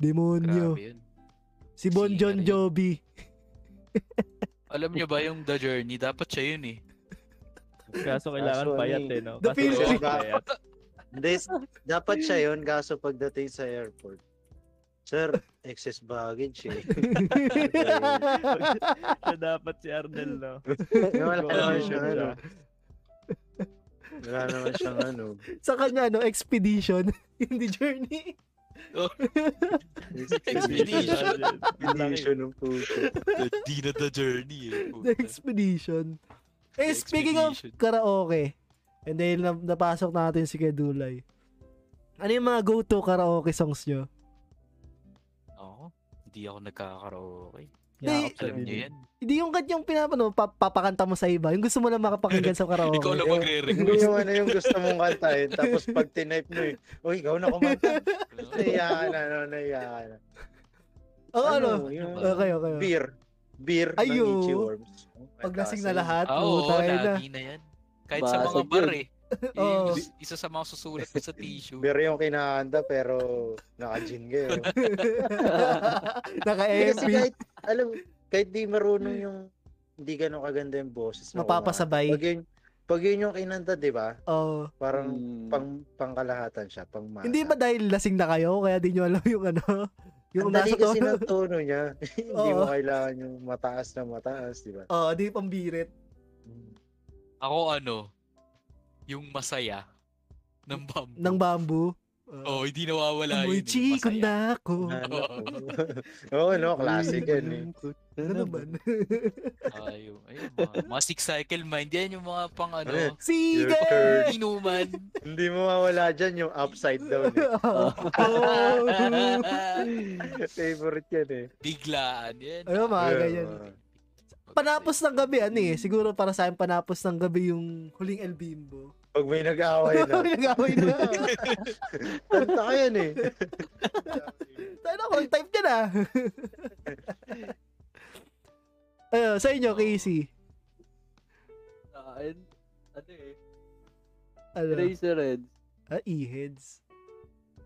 [SPEAKER 2] Demonyo.
[SPEAKER 1] Grabe yun.
[SPEAKER 2] Si Bon
[SPEAKER 1] Si-
[SPEAKER 2] Jon
[SPEAKER 1] ano yun?
[SPEAKER 2] Jovi.
[SPEAKER 1] Alam niyo ba yung The Journey? Dapat siya yun eh.
[SPEAKER 6] Kaso kailangan
[SPEAKER 3] Kaso ano
[SPEAKER 6] payat
[SPEAKER 3] eh.
[SPEAKER 6] eh, no?
[SPEAKER 2] The
[SPEAKER 6] Kaso
[SPEAKER 2] feeling.
[SPEAKER 6] kailangan payat.
[SPEAKER 3] This, dapat siya yun, kaso pagdating sa airport. Sir, excess baggage eh.
[SPEAKER 6] *laughs*
[SPEAKER 1] *laughs*
[SPEAKER 2] *laughs*
[SPEAKER 6] Siya dapat si Arnel, no?
[SPEAKER 3] Wala naman
[SPEAKER 6] Confusion
[SPEAKER 3] siyang ano.
[SPEAKER 6] siya.
[SPEAKER 3] Wala naman siyang ano.
[SPEAKER 2] Sa kanya, no, expedition *laughs* in the journey.
[SPEAKER 1] Expedition.
[SPEAKER 3] Hindi siya nung puso.
[SPEAKER 1] Di na The Journey
[SPEAKER 2] *laughs*
[SPEAKER 1] eh.
[SPEAKER 2] The expedition.
[SPEAKER 1] The
[SPEAKER 2] Eh, speaking of
[SPEAKER 1] expedition.
[SPEAKER 2] karaoke, and dahil na, napasok natin si Kadulay, ano yung mga go-to karaoke songs nyo?
[SPEAKER 1] Ako? Hindi ako nagkakaraoke.
[SPEAKER 2] Hindi,
[SPEAKER 1] Alam niyo yan.
[SPEAKER 2] hindi yung kanyang pinapano, pa- papakanta mo sa iba. Yung gusto mo lang makapakinggan
[SPEAKER 1] *laughs*
[SPEAKER 2] sa karaoke.
[SPEAKER 1] Ikaw lang
[SPEAKER 2] *laughs*
[SPEAKER 3] Hindi
[SPEAKER 1] magre-request.
[SPEAKER 3] yung ano yung gusto mong kantahin. Tapos pag tinype mo eh, uy, ikaw na kumanta. Naiyakan na, ano, naiyakan na.
[SPEAKER 2] Oo, ano?
[SPEAKER 3] yung
[SPEAKER 2] Okay, okay.
[SPEAKER 3] beer. Beer ng
[SPEAKER 2] Ayo.
[SPEAKER 3] Ichi Worms. Oh
[SPEAKER 2] Pag lasing na lahat,
[SPEAKER 1] Ah,
[SPEAKER 2] oh,
[SPEAKER 1] Oo,
[SPEAKER 2] tayo na.
[SPEAKER 1] lagi na yan. Kahit sa mga
[SPEAKER 5] Basag
[SPEAKER 1] bar
[SPEAKER 5] yun.
[SPEAKER 1] eh. Yun yung *laughs*
[SPEAKER 2] Oo. *laughs*
[SPEAKER 1] is- isa sa mga susulat ko *laughs* sa tissue.
[SPEAKER 3] Beer yung kinakanta pero naka-gin
[SPEAKER 2] *laughs*
[SPEAKER 3] kayo.
[SPEAKER 2] Eh,
[SPEAKER 3] Kasi
[SPEAKER 2] Naka-MP.
[SPEAKER 3] kahit, alam, kahit di marunong yung, hindi ganun kaganda yung boses. mo,
[SPEAKER 2] Mapapasabay.
[SPEAKER 3] kumanta. Pag yun, pag yun yung kinanta, di ba?
[SPEAKER 2] Oh.
[SPEAKER 3] Parang
[SPEAKER 5] Hmm.
[SPEAKER 3] pang pangkalahatan siya, pang masa.
[SPEAKER 2] Hindi ba dahil lasing na kayo, kaya di nyo alam yung ano? Yung
[SPEAKER 3] Ang dali
[SPEAKER 2] nasa
[SPEAKER 3] kasi
[SPEAKER 2] tono.
[SPEAKER 3] ng tono niya. *laughs* Hindi mo
[SPEAKER 2] Oo.
[SPEAKER 3] kailangan yung mataas na mataas, di ba?
[SPEAKER 2] *laughs* Oo, di pambirit.
[SPEAKER 1] Ako ano, yung masaya ng bamboo.
[SPEAKER 2] Ng bamboo.
[SPEAKER 1] Oo, hindi nawawala yun.
[SPEAKER 2] Amoy
[SPEAKER 1] yung masaya.
[SPEAKER 2] chikon na ako.
[SPEAKER 3] Ano? *laughs* Oo, no, classic yan eh.
[SPEAKER 2] Ano *laughs* naman?
[SPEAKER 1] Ah, yung- ayun, mga, mga six cycle mind. Yan yung mga pang ano,
[SPEAKER 3] Ayun.
[SPEAKER 2] Sige!
[SPEAKER 3] Your
[SPEAKER 2] *laughs*
[SPEAKER 1] inuman. *laughs*
[SPEAKER 3] Hindi mo mawala dyan yung upside down eh.
[SPEAKER 2] Oh. *laughs*
[SPEAKER 3] Favorite yan eh.
[SPEAKER 1] Biglaan. Yan.
[SPEAKER 2] Ayun, mga
[SPEAKER 3] Yeah,
[SPEAKER 2] ganyan.
[SPEAKER 3] mga-
[SPEAKER 2] Panapos ng gabi, ano eh. Siguro para sa akin, panapos ng gabi yung huling El Bimbo.
[SPEAKER 3] Pag may nag-aaway
[SPEAKER 2] *laughs*
[SPEAKER 3] na.
[SPEAKER 2] Nag-away na.
[SPEAKER 3] Kanta ka yan eh.
[SPEAKER 2] Tayo na, wrong type *laughs* ka na. Ayun, sa inyo, Casey.
[SPEAKER 5] Sa akin, ano eh,
[SPEAKER 2] Ano?
[SPEAKER 5] Razorheads.
[SPEAKER 2] Ah, e-heads.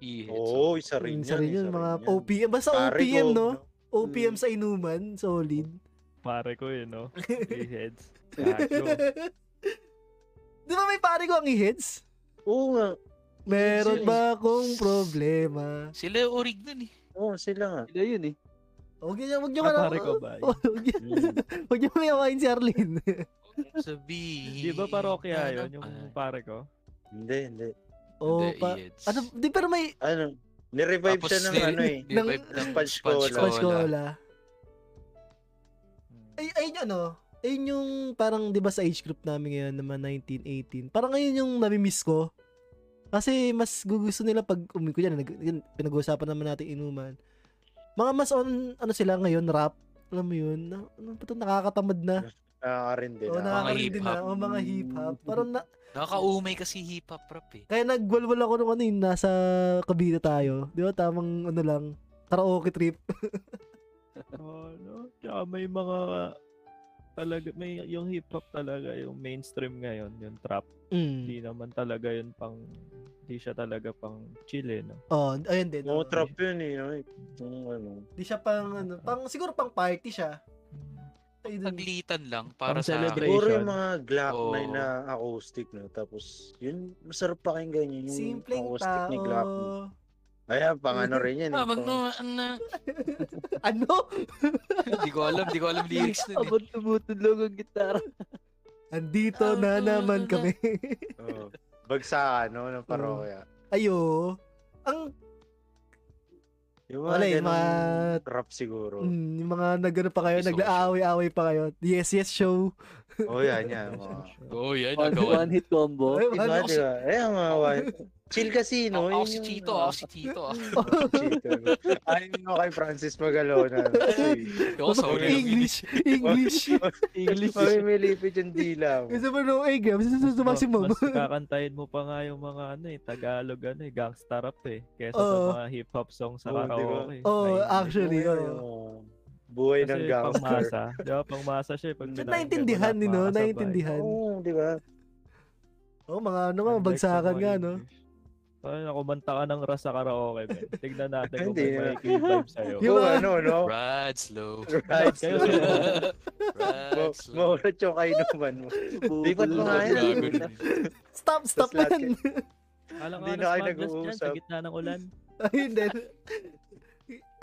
[SPEAKER 1] Ihit, so-
[SPEAKER 3] Oo, isa rin yan.
[SPEAKER 2] Isa rin yun,
[SPEAKER 3] isa
[SPEAKER 2] mga
[SPEAKER 3] rin yan.
[SPEAKER 2] OPM. Basta
[SPEAKER 3] Tarig,
[SPEAKER 2] OPM,
[SPEAKER 3] oh,
[SPEAKER 2] no? OPM
[SPEAKER 5] Mm.
[SPEAKER 2] sa *laughs* inuman, solid.
[SPEAKER 6] eh, Pare ko yun, no? Three heads. Gago.
[SPEAKER 2] pare ko ang hits?
[SPEAKER 3] Oo nga.
[SPEAKER 2] Meron
[SPEAKER 3] Yes.
[SPEAKER 2] ba akong problema?
[SPEAKER 1] Sila yung orig nun eh.
[SPEAKER 3] Oo, sila
[SPEAKER 2] *laughs*
[SPEAKER 3] nga.
[SPEAKER 5] Sila yun eh.
[SPEAKER 2] Huwag niyo, huwag niyo
[SPEAKER 6] Ah,
[SPEAKER 2] ka na.
[SPEAKER 6] pare ko
[SPEAKER 2] *laughs*
[SPEAKER 6] ba?
[SPEAKER 2] Huwag niyo,
[SPEAKER 3] Mm.
[SPEAKER 2] huwag niyo mayawain si Arlene. *laughs*
[SPEAKER 1] Sabi.
[SPEAKER 6] Di ba parokya yun,
[SPEAKER 1] Ah.
[SPEAKER 6] yung pare ko?
[SPEAKER 3] hindi, hindi.
[SPEAKER 2] oh, pa, ano, di pero may
[SPEAKER 3] Ano? Nirevive
[SPEAKER 1] Tapos
[SPEAKER 3] siya ng
[SPEAKER 1] nire-
[SPEAKER 3] ano
[SPEAKER 1] *laughs*
[SPEAKER 3] eh.
[SPEAKER 2] ng-
[SPEAKER 1] Revive ng
[SPEAKER 3] Sponge
[SPEAKER 1] Sponge
[SPEAKER 3] Cola.
[SPEAKER 2] Coach
[SPEAKER 1] Cola.
[SPEAKER 2] Cola. Ay, ayun yung ano, ayun yung parang di ba sa age group namin ngayon naman 19, 18. Parang ayun yung nami-miss ko. Kasi mas gugusto nila pag umi ko yan, nag- yun, pinag-uusapan naman natin inuman. Mga mas on, ano sila ngayon, rap. Alam mo yun, na, ano pa to, nakakatamad na.
[SPEAKER 3] Nakaka-rin din.
[SPEAKER 2] O,
[SPEAKER 3] ah.
[SPEAKER 2] nakakarin din na.
[SPEAKER 1] hip-hop.
[SPEAKER 2] O, mga hip-hop. Parang na,
[SPEAKER 1] Nakakaumay kasi hip-hop rap eh.
[SPEAKER 2] Kaya nagwalwal ako nung ano yun, nasa Cavite tayo. Di ba tamang ano lang, karaoke trip.
[SPEAKER 6] Ano? Tsaka may mga talaga may yung hip hop talaga yung mainstream ngayon yung trap
[SPEAKER 2] Mm.
[SPEAKER 6] hindi naman talaga yun pang hindi siya talaga pang chill eh no
[SPEAKER 2] *laughs* Oh, ayun din.
[SPEAKER 3] No
[SPEAKER 2] oo.
[SPEAKER 3] trap yun eh. No? Yung ano.
[SPEAKER 2] Di siya pang ano, pang siguro pang party siya. Ay, dun.
[SPEAKER 1] Taglitan lang para
[SPEAKER 6] Pang
[SPEAKER 1] sa
[SPEAKER 6] celebrate.
[SPEAKER 3] Siguro yung mga Glock
[SPEAKER 1] Oo.
[SPEAKER 3] 9 na acoustic no. Tapos yun, masarap pakinggan yun. Yung
[SPEAKER 2] Simpleng
[SPEAKER 3] acoustic
[SPEAKER 2] tao.
[SPEAKER 3] ni Glock. Ayan, pang ano rin yan.
[SPEAKER 1] Ah,
[SPEAKER 3] eh, pang-
[SPEAKER 1] magno, *laughs* ano,
[SPEAKER 2] *laughs* ano?
[SPEAKER 1] Hindi ko alam, hindi ko alam lyrics nun eh.
[SPEAKER 5] Abot tumutulog ang gitara.
[SPEAKER 2] Andito na naman kami. *laughs*
[SPEAKER 3] Oo. oh, Bagsakan no, ng parokya.
[SPEAKER 2] Ayo. Ang
[SPEAKER 3] Yung
[SPEAKER 2] Wala
[SPEAKER 3] mga
[SPEAKER 2] eh,
[SPEAKER 3] ganun
[SPEAKER 2] mga-
[SPEAKER 3] rap siguro.
[SPEAKER 2] mm, yung mga nagano pa kayo,
[SPEAKER 1] Episode.
[SPEAKER 2] naglaaway-away pa kayo. Yes, yes show.
[SPEAKER 3] Oo, Oh, yan, yan. Mga...
[SPEAKER 1] eh.
[SPEAKER 2] *laughs*
[SPEAKER 1] Oo, yan,
[SPEAKER 5] One,
[SPEAKER 1] nagawa.
[SPEAKER 5] one hit
[SPEAKER 1] Oh,
[SPEAKER 5] combo.
[SPEAKER 2] Ay,
[SPEAKER 3] Diba,
[SPEAKER 2] ano?
[SPEAKER 3] diba? Eh, ang mga one. Chill kasi,
[SPEAKER 1] Ako
[SPEAKER 3] no?
[SPEAKER 1] ako
[SPEAKER 3] Yun
[SPEAKER 1] si
[SPEAKER 3] yung- ano,
[SPEAKER 1] Chito, ako si Chito. ah.
[SPEAKER 3] Chito.
[SPEAKER 1] *laughs*
[SPEAKER 3] Ayaw mo kay Francis Magalona.
[SPEAKER 1] Ako sa huli ng
[SPEAKER 2] *laughs* English. *laughs* English.
[SPEAKER 5] English.
[SPEAKER 3] Ay, may lipid yung dila mo.
[SPEAKER 2] Gusto mo nung ay, grabe, sa maximum.
[SPEAKER 6] mas
[SPEAKER 2] *laughs*
[SPEAKER 6] kakantahin mo pa nga yung mga ano eh Tagalog ano eh gangsta rap eh kesa sa
[SPEAKER 2] Oo.
[SPEAKER 6] mga hip hop song sa
[SPEAKER 3] Oo, di ba?
[SPEAKER 6] karaoke
[SPEAKER 2] Oo, ah.
[SPEAKER 6] Naiinip.
[SPEAKER 2] Oh, actually, oh, oo.
[SPEAKER 3] Oo. Ano Buhay ng
[SPEAKER 6] Kasi
[SPEAKER 3] gangster.
[SPEAKER 6] pangmasa. Di ba? Pangmasa siya. eh, Pag
[SPEAKER 2] So,
[SPEAKER 6] binanggit mo,
[SPEAKER 2] naintindihan,
[SPEAKER 6] lahat
[SPEAKER 2] you know,
[SPEAKER 6] makakasabay.
[SPEAKER 2] naintindihan.
[SPEAKER 3] Oo, di ba?
[SPEAKER 2] Oh, mga ano nga,
[SPEAKER 6] Unlike sa
[SPEAKER 2] bagsakan
[SPEAKER 6] mga
[SPEAKER 2] nga, no?
[SPEAKER 6] English. Ay, nakumanta ka ng ras sa karaoke, men. Tignan natin kung
[SPEAKER 3] Hindi
[SPEAKER 6] may
[SPEAKER 3] na.
[SPEAKER 6] makikinig vibe
[SPEAKER 3] *laughs*
[SPEAKER 6] sa'yo.
[SPEAKER 2] Yung
[SPEAKER 3] Yung
[SPEAKER 2] mga-
[SPEAKER 3] ano, no?
[SPEAKER 1] Ride slow.
[SPEAKER 3] Right.
[SPEAKER 6] Kayo,
[SPEAKER 3] *laughs* Oh,
[SPEAKER 1] Ride slow.
[SPEAKER 3] Maulat yung kainuman mo. Di ba't
[SPEAKER 5] Bubulog.
[SPEAKER 3] mga yan?
[SPEAKER 1] Gago din.
[SPEAKER 2] Stop, stop
[SPEAKER 3] lahat
[SPEAKER 2] na *laughs* yan.
[SPEAKER 6] Alam
[SPEAKER 3] Hindi na kayo nag-uusap.
[SPEAKER 6] sa gitna ng ulan.
[SPEAKER 2] Ayun din.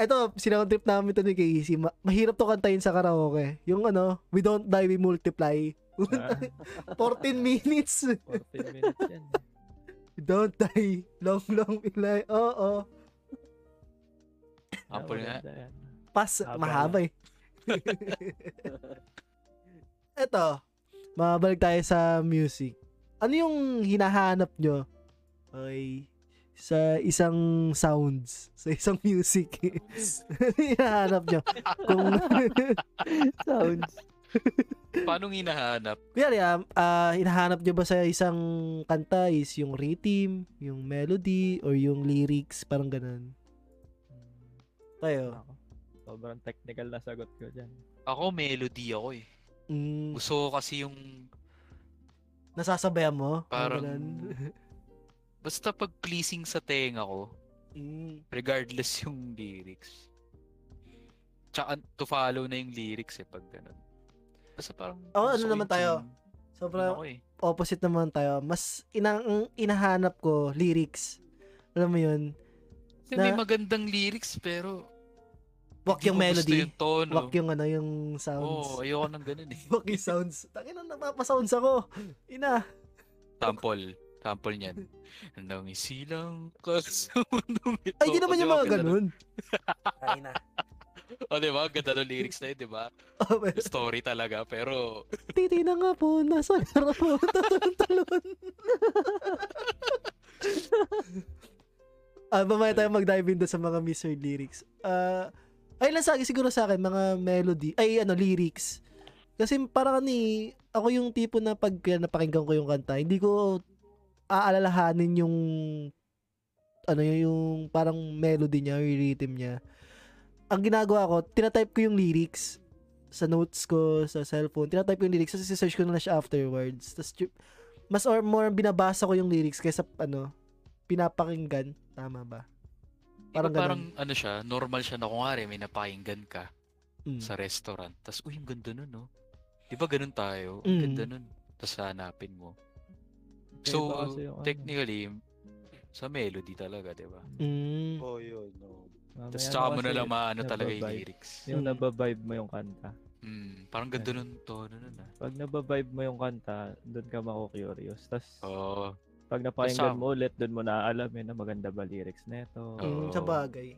[SPEAKER 2] Eto, sinaw trip namin to ni Casey. Ma- mahirap to kantayin sa karaoke. Yung ano, we don't die, we multiply.
[SPEAKER 6] *laughs* Ah,
[SPEAKER 2] *laughs* 14 minutes.
[SPEAKER 6] 14 minutes yan.
[SPEAKER 2] We don't die. Long, long, ilay. Oo, oh,
[SPEAKER 1] Ampol nga.
[SPEAKER 6] Maganda yan.
[SPEAKER 2] Pass.
[SPEAKER 6] Haba
[SPEAKER 2] mahaba eh. Eto, mabalik tayo sa music. Ano yung hinahanap nyo? Ay, sa isang sounds, sa isang music. *laughs* Ano yung hinahanap nyo? Kung, *laughs*
[SPEAKER 5] Sounds.
[SPEAKER 1] Paano hinahanap?
[SPEAKER 2] kunyari, ah, ah, hinahanap nyo ba sa isang kanta is yung rhythm, yung melody, or yung lyrics, parang ganun. Tayo.
[SPEAKER 6] Ako. Sobrang technical na sagot ko dyan.
[SPEAKER 1] Ako, melody ako eh.
[SPEAKER 2] Mm,
[SPEAKER 1] Gusto ko kasi yung
[SPEAKER 2] nasasabayan mo?
[SPEAKER 1] Parang-
[SPEAKER 2] ganun. *laughs*
[SPEAKER 1] basta pag pleasing sa tenga ko,
[SPEAKER 2] Mm.
[SPEAKER 1] regardless yung lyrics. Tsaka to follow na yung lyrics eh pag ganun. Basta parang
[SPEAKER 2] Oh, ano
[SPEAKER 1] gusto ko
[SPEAKER 2] naman
[SPEAKER 1] yung
[SPEAKER 2] tayo?
[SPEAKER 1] tune. Yun
[SPEAKER 2] Sobrang
[SPEAKER 1] ako eh.
[SPEAKER 2] opposite naman tayo. Mas ina- ang inahanap ko lyrics. Alam mo 'yun?
[SPEAKER 1] Kasi may
[SPEAKER 2] na-
[SPEAKER 1] magandang lyrics pero
[SPEAKER 2] Walk
[SPEAKER 1] hindi
[SPEAKER 2] yung
[SPEAKER 1] ko gusto
[SPEAKER 2] melody.
[SPEAKER 1] yung tono.
[SPEAKER 2] Walk yung ano, yung
[SPEAKER 1] Oo,
[SPEAKER 2] sounds.
[SPEAKER 1] ayoko ng ganun eh.
[SPEAKER 2] Walk yung
[SPEAKER 1] *laughs*
[SPEAKER 2] sounds. Tangin na napapasounds ako. Ina.
[SPEAKER 1] Sample. Sample
[SPEAKER 2] *laughs*
[SPEAKER 1] niyan. Ang isilang *laughs* kasunong ito.
[SPEAKER 2] Ay, di naman
[SPEAKER 1] O,
[SPEAKER 2] yung mga
[SPEAKER 1] ganda nun.
[SPEAKER 2] ganun. Ay na.
[SPEAKER 1] O, di ba? Ang Ganda ng lyrics na yun, di ba?
[SPEAKER 2] Oh,
[SPEAKER 1] *laughs*
[SPEAKER 2] well,
[SPEAKER 1] Story talaga, pero...
[SPEAKER 2] titi na nga po, nasa laro po,
[SPEAKER 1] *laughs*
[SPEAKER 2] talon-talon. ah, mamaya tayo mag-dive into sa mga misheard lyrics. Ah, ayun lang sa akin, siguro sa akin, mga melody, ay ano, lyrics. Kasi parang ni, ako yung tipo na pag kaya napakinggan ko yung kanta, hindi ko aalalahanin yung ano yun, yung parang melody niya, yung rhythm niya. Ang ginagawa ko, tinatype ko yung lyrics sa notes ko, sa cellphone. Tinatype ko yung lyrics, tapos search ko na lang siya afterwards. Tapos, ju- mas or more binabasa ko yung lyrics kaysa, ano, pinapakinggan. Tama ba?
[SPEAKER 1] Parang,
[SPEAKER 2] Parang
[SPEAKER 1] parang ano siya, normal siya na kunwari may napakinggan ka
[SPEAKER 2] Mm.
[SPEAKER 1] sa restaurant. Tapos, uy, ang ganda nun, no? Di ba ganun tayo? Ang
[SPEAKER 2] Mm.
[SPEAKER 1] ganda nun. Tapos hanapin mo.
[SPEAKER 6] Ganito
[SPEAKER 1] So,
[SPEAKER 6] kasi yung ano.
[SPEAKER 1] technically, sa melody talaga, di ba?
[SPEAKER 2] Mm.
[SPEAKER 3] Oh, yun. No.
[SPEAKER 6] Mamaya
[SPEAKER 1] Tapos
[SPEAKER 6] na
[SPEAKER 1] tsaka mo
[SPEAKER 6] kasi
[SPEAKER 1] na lang maano
[SPEAKER 6] nabavibe.
[SPEAKER 1] talaga yung lyrics.
[SPEAKER 6] Yung
[SPEAKER 2] Mm.
[SPEAKER 6] nababibe mo yung kanta.
[SPEAKER 1] Mm, parang ganda nun tono nun ah.
[SPEAKER 6] Pag nababibe mo yung kanta, doon ka mako-curious. Tapos
[SPEAKER 1] Oo.
[SPEAKER 6] pag napakinggan
[SPEAKER 1] Kasama.
[SPEAKER 6] mo ulit, doon mo naaalam eh, na maganda ba lyrics neto.
[SPEAKER 1] Oo.
[SPEAKER 2] Mm, sa bagay.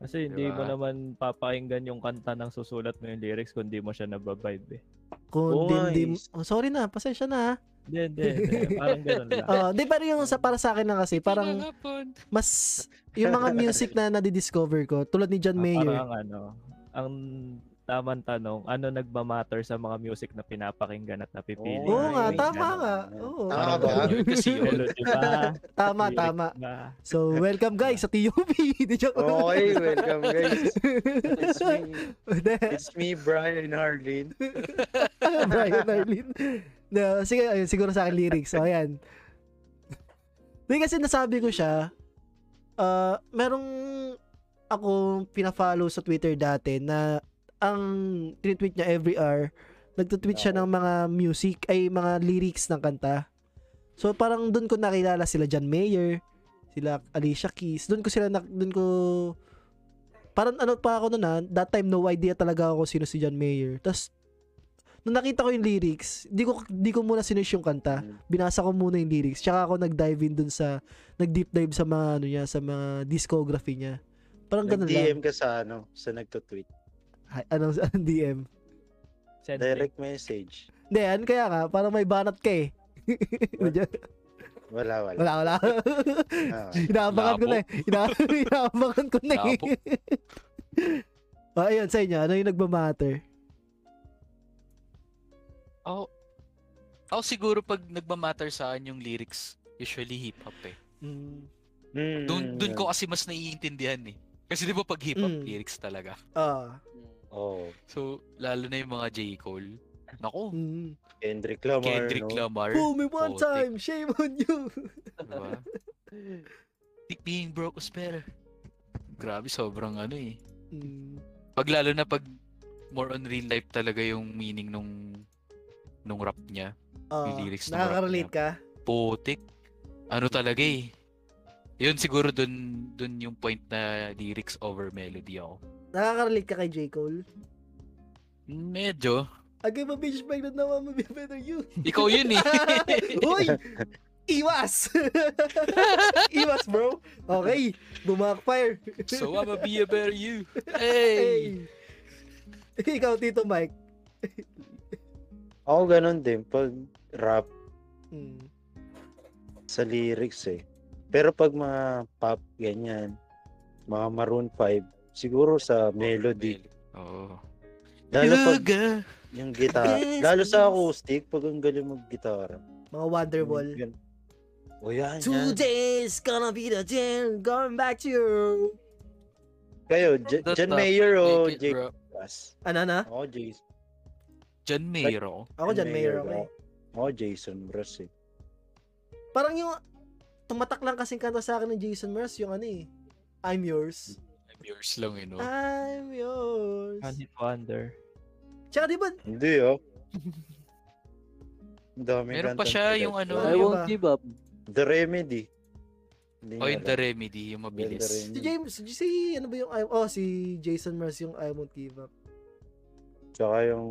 [SPEAKER 6] Kasi hindi mo
[SPEAKER 1] Diba?
[SPEAKER 6] naman papakinggan yung kanta ng susulat mo yung lyrics kung di mo siya nababibe eh.
[SPEAKER 2] Kung
[SPEAKER 3] Oo
[SPEAKER 2] di,
[SPEAKER 3] nga
[SPEAKER 2] di,
[SPEAKER 3] eh.
[SPEAKER 2] oh, sorry na, pasensya na.
[SPEAKER 6] Hindi, hindi, hindi.
[SPEAKER 1] *laughs*
[SPEAKER 6] Parang ganun lang.
[SPEAKER 2] ah. Oh, di pero yung sa para sa akin na kasi parang
[SPEAKER 1] Hapon.
[SPEAKER 2] mas yung mga music na nadidiscover ko tulad ni John
[SPEAKER 6] Ah,
[SPEAKER 2] Mayer.
[SPEAKER 6] Parang ano, ang tamang tanong, ano nagmamatter sa mga music na pinapakinggan at napipili?
[SPEAKER 2] Oo
[SPEAKER 3] Oo,
[SPEAKER 2] nga,
[SPEAKER 3] yun,
[SPEAKER 2] tama
[SPEAKER 6] Ganun.
[SPEAKER 2] nga.
[SPEAKER 3] ganun.
[SPEAKER 2] Oo.
[SPEAKER 3] Tama
[SPEAKER 6] ba?
[SPEAKER 1] Kasi yun.
[SPEAKER 6] Melody ba?
[SPEAKER 2] *laughs* Tama,
[SPEAKER 6] Lyrics
[SPEAKER 2] tama.
[SPEAKER 6] ba?
[SPEAKER 2] So, welcome guys sa TUP. *laughs* Di joke.
[SPEAKER 3] *laughs* Okay, welcome guys. It's me.
[SPEAKER 2] Hindi.
[SPEAKER 3] It's me, Brian Harlin.
[SPEAKER 2] Brian Arlene. No, sige, ayun, siguro sa akin lyrics. O, ayan. Hindi kasi nasabi ko siya, ah, merong ako pina-follow sa Twitter dati na ang tinitweet niya every hour, nagtutweet siya ng mga music, ay mga lyrics ng kanta. So parang doon ko nakilala sila John Mayer, sila Alicia Keys. Doon ko sila, nak- doon ko, parang ano pa ako noon ha, that time no idea talaga ako sino si John Mayer. Tapos, nung nakita ko yung lyrics, di ko, di ko muna sinush yung kanta binasa ko muna yung lyrics. Tsaka ako nag-dive in dun sa, nag-deep dive sa mga, ano niya, sa mga discography niya. Parang Ano ganun lang.
[SPEAKER 3] Nag-DM ka sa ano, sa nagtutweet.
[SPEAKER 2] Ay, anong, *laughs* anong DM?
[SPEAKER 6] Send link.
[SPEAKER 3] Direct message.
[SPEAKER 2] Hindi, ano kaya ka? Parang may banat ka eh. *laughs*
[SPEAKER 3] Wala, wala.
[SPEAKER 2] wala, wala.
[SPEAKER 3] Ah,
[SPEAKER 2] *laughs* Inaabangan ko
[SPEAKER 1] Labo.
[SPEAKER 2] na eh. Ina- *laughs* Inaabangan ko na eh. *laughs*
[SPEAKER 1] Labo.
[SPEAKER 2] Ah, ayun, sa inyo, ano yung nagmamatter?
[SPEAKER 1] Ako, ako siguro pag nagmamatter sa akin yung lyrics, usually hip-hop eh.
[SPEAKER 2] Mm.
[SPEAKER 3] mm,
[SPEAKER 1] Doon doon
[SPEAKER 3] yun.
[SPEAKER 1] ko kasi mas naiintindihan eh. Kasi di ba pag hip-hop,
[SPEAKER 2] Mm.
[SPEAKER 1] lyrics talaga.
[SPEAKER 2] Ah.
[SPEAKER 3] Oh,
[SPEAKER 1] So, lalo na yung mga J. Cole. Nako,
[SPEAKER 2] Mm.
[SPEAKER 3] Kendrick Lamar.
[SPEAKER 1] Kendrick
[SPEAKER 3] no?
[SPEAKER 1] Lamar.
[SPEAKER 2] Fool me one
[SPEAKER 1] Putik.
[SPEAKER 2] time, shame on you.
[SPEAKER 1] Diba? Think being broke was better. Grabe, sobrang ano eh.
[SPEAKER 2] Mm.
[SPEAKER 1] Pag lalo na pag more on real life talaga yung meaning nung nung rap niya.
[SPEAKER 2] Ah,
[SPEAKER 1] Yung lyrics ng rap
[SPEAKER 2] nakaka-relate ka?
[SPEAKER 1] Putik. Ano talaga eh. Yun siguro dun, dun yung point na lyrics over melody ako.
[SPEAKER 2] Nakaka-relate ka kay J. Cole?
[SPEAKER 1] Medyo.
[SPEAKER 2] I gave a bitch back that now I'm a bit
[SPEAKER 1] *laughs*
[SPEAKER 2] better you.
[SPEAKER 1] Ikaw yun
[SPEAKER 3] *laughs*
[SPEAKER 1] eh.
[SPEAKER 2] Uy! Iwas! *laughs* Iwas, bro. Okay. Bumakfire.
[SPEAKER 1] so I'ma be a better you. hey.
[SPEAKER 2] Hey! *laughs* Ikaw, Tito Mike.
[SPEAKER 3] Ako ganun din. Pag rap
[SPEAKER 2] Mm.
[SPEAKER 3] sa lyrics eh. Pero pag mga pop, ganyan, mga Maroon 5, siguro sa melody.
[SPEAKER 1] Oo.
[SPEAKER 3] Lalo pag
[SPEAKER 1] Yoga.
[SPEAKER 3] yung gitara.
[SPEAKER 2] Yes,
[SPEAKER 3] Lalo
[SPEAKER 2] yes.
[SPEAKER 3] sa acoustic, pag ang galing mag-gitara.
[SPEAKER 2] Mga Wonderwall.
[SPEAKER 3] Yun. O yan, yan.
[SPEAKER 2] Today's gonna be the day going back to you.
[SPEAKER 3] Kayo, J-
[SPEAKER 1] The
[SPEAKER 3] John
[SPEAKER 1] top,
[SPEAKER 3] Mayer
[SPEAKER 1] Make
[SPEAKER 3] o
[SPEAKER 1] it
[SPEAKER 3] Oh, Jake
[SPEAKER 1] bro.
[SPEAKER 3] Bass?
[SPEAKER 2] Ano na?
[SPEAKER 3] Ako, Jason.
[SPEAKER 1] John Mayer ako.
[SPEAKER 2] Ako eh. dyan, Mayor. oh.
[SPEAKER 3] Mayer,
[SPEAKER 2] Okay.
[SPEAKER 3] Ako, Jason Mraz eh.
[SPEAKER 2] Parang yung tumatak lang kasing kanta sa akin ni Jason Mraz yung ano eh. I'm yours.
[SPEAKER 1] I'm yours lang
[SPEAKER 2] Oh.
[SPEAKER 1] eh, no?
[SPEAKER 3] Ah.
[SPEAKER 2] I'm yours.
[SPEAKER 6] One hit wonder.
[SPEAKER 2] Tsaka di ba?
[SPEAKER 3] Hindi
[SPEAKER 2] *laughs*
[SPEAKER 3] oh. Ang daming
[SPEAKER 1] Meron pa
[SPEAKER 3] kantang
[SPEAKER 1] siya
[SPEAKER 3] sikat.
[SPEAKER 1] yung ano,
[SPEAKER 5] I
[SPEAKER 2] yung-
[SPEAKER 5] won't give up.
[SPEAKER 3] The Remedy. Hindi
[SPEAKER 1] O yung
[SPEAKER 3] niya
[SPEAKER 1] Oh, The Remedy, yung
[SPEAKER 3] alam. Yun, The
[SPEAKER 1] mabilis.
[SPEAKER 2] Si
[SPEAKER 3] Remedy.
[SPEAKER 2] James, si ano ba yung I'm, oh si Jason Mraz yung I won't give up.
[SPEAKER 3] Tsaka yung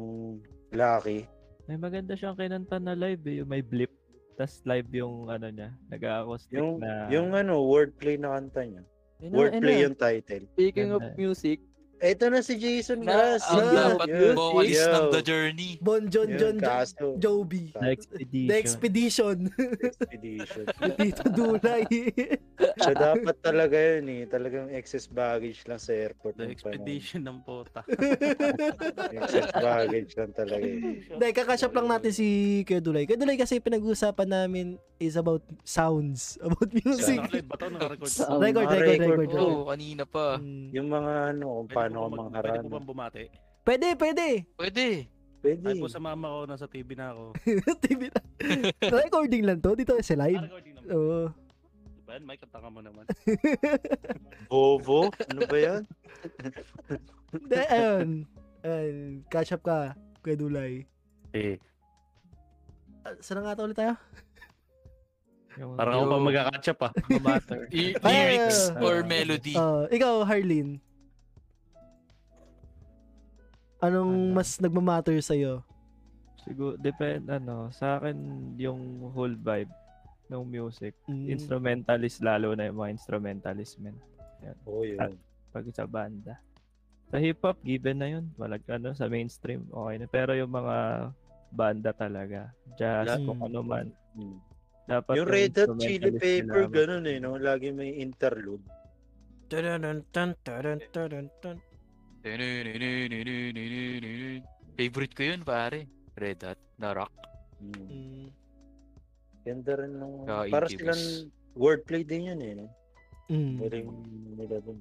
[SPEAKER 3] Lucky.
[SPEAKER 6] May maganda siyang kinanta na live eh, yung may blip. Tapos live yung ano niya, nag-acoustic
[SPEAKER 3] Yung,
[SPEAKER 1] Ah.
[SPEAKER 6] na.
[SPEAKER 3] yung ano, wordplay na kanta niya.
[SPEAKER 2] Ano,
[SPEAKER 6] Ayun na,
[SPEAKER 3] Wordplay
[SPEAKER 6] ayun na.
[SPEAKER 3] yung title.
[SPEAKER 5] Speaking of
[SPEAKER 6] Ganda.
[SPEAKER 2] *laughs*
[SPEAKER 5] music, *laughs*
[SPEAKER 3] Eto na si Jason
[SPEAKER 1] Na,
[SPEAKER 3] Glass.
[SPEAKER 1] ang
[SPEAKER 2] Yes,
[SPEAKER 1] dapat
[SPEAKER 3] yes,
[SPEAKER 1] vocalist
[SPEAKER 3] yes.
[SPEAKER 1] ng The Journey.
[SPEAKER 2] Bon John John John
[SPEAKER 3] Kaso,
[SPEAKER 2] Joby.
[SPEAKER 6] The Expedition.
[SPEAKER 2] The Expedition. *laughs*
[SPEAKER 3] expedition.
[SPEAKER 2] Dito *laughs* Dunay.
[SPEAKER 3] so, dapat talaga yun eh. Talagang excess baggage lang sa airport.
[SPEAKER 7] The
[SPEAKER 3] ng panahon.
[SPEAKER 7] expedition ng puta.
[SPEAKER 3] *laughs* excess baggage lang talaga eh. yun.
[SPEAKER 2] Dahil kakashop lang natin si Kuya Dulay. Kuya Dulay kasi pinag-uusapan namin is about sounds, *laughs* about music.
[SPEAKER 7] Ano ulit ba ito? Nakarecord
[SPEAKER 5] Sa-
[SPEAKER 7] sa...
[SPEAKER 2] Record,
[SPEAKER 3] Ah,
[SPEAKER 2] record,
[SPEAKER 3] record.
[SPEAKER 2] record. record.
[SPEAKER 1] Oo, kanina pa.
[SPEAKER 2] Mm.
[SPEAKER 3] Yung mga ano, kung paano ko
[SPEAKER 7] Pwede
[SPEAKER 3] mangharap.
[SPEAKER 7] ko bang bumati?
[SPEAKER 2] Pwede, pwede. *laughs*
[SPEAKER 1] Pwede.
[SPEAKER 3] Pwede.
[SPEAKER 7] Ay po sa mama ko, nasa TV na ako.
[SPEAKER 2] TV na. Recording lang to. Dito sa
[SPEAKER 7] Ah,
[SPEAKER 2] live.
[SPEAKER 7] recording naman. Diba
[SPEAKER 2] Oo. *laughs*
[SPEAKER 7] Ben, may kanta ka mo naman.
[SPEAKER 3] Bobo? Ano ba yan?
[SPEAKER 2] Hindi, eh.
[SPEAKER 7] *laughs*
[SPEAKER 2] ayun. Ayun. Catch up ka, Kuya Dulay.
[SPEAKER 7] *laughs* Eh,
[SPEAKER 2] Ah, Saan na nga ito ulit tayo?
[SPEAKER 6] Yung
[SPEAKER 7] Parang ako
[SPEAKER 1] Yo.
[SPEAKER 7] pa magka-catch up ah.
[SPEAKER 6] no matter.
[SPEAKER 1] I-
[SPEAKER 2] Ah,
[SPEAKER 1] lyrics
[SPEAKER 2] yeah.
[SPEAKER 1] or melody?
[SPEAKER 2] Ah, ikaw, Harleen. Anong
[SPEAKER 6] Ano?
[SPEAKER 2] mas nagmamatter sa'yo?
[SPEAKER 6] Siguro, depend, ano, sa akin, yung whole vibe ng music.
[SPEAKER 2] Mm.
[SPEAKER 6] Instrumentalist, lalo na yung mga instrumentalist, men.
[SPEAKER 3] Oo, yun.
[SPEAKER 6] Pag sa banda. Sa hip-hop, given na yun. Walag, ano, sa mainstream, okay na. Pero yung mga banda talaga, jazz,
[SPEAKER 2] Yeah.
[SPEAKER 6] kung ano man,
[SPEAKER 3] Mm.
[SPEAKER 6] dapat
[SPEAKER 3] Yung Red Hot Chili
[SPEAKER 6] instrumentalist
[SPEAKER 3] Pepper,
[SPEAKER 6] kailangan.
[SPEAKER 3] ganun eh, no? Lagi may interlude.
[SPEAKER 1] Favorite ko yun, pare. Red Hot na rock.
[SPEAKER 3] Mm.
[SPEAKER 2] Mm.
[SPEAKER 3] Ganda rin nung...
[SPEAKER 1] Saka
[SPEAKER 3] para
[SPEAKER 7] E
[SPEAKER 1] 80s.
[SPEAKER 3] silang wordplay din yun eh, no?
[SPEAKER 2] Mm.
[SPEAKER 3] Galing nila dun.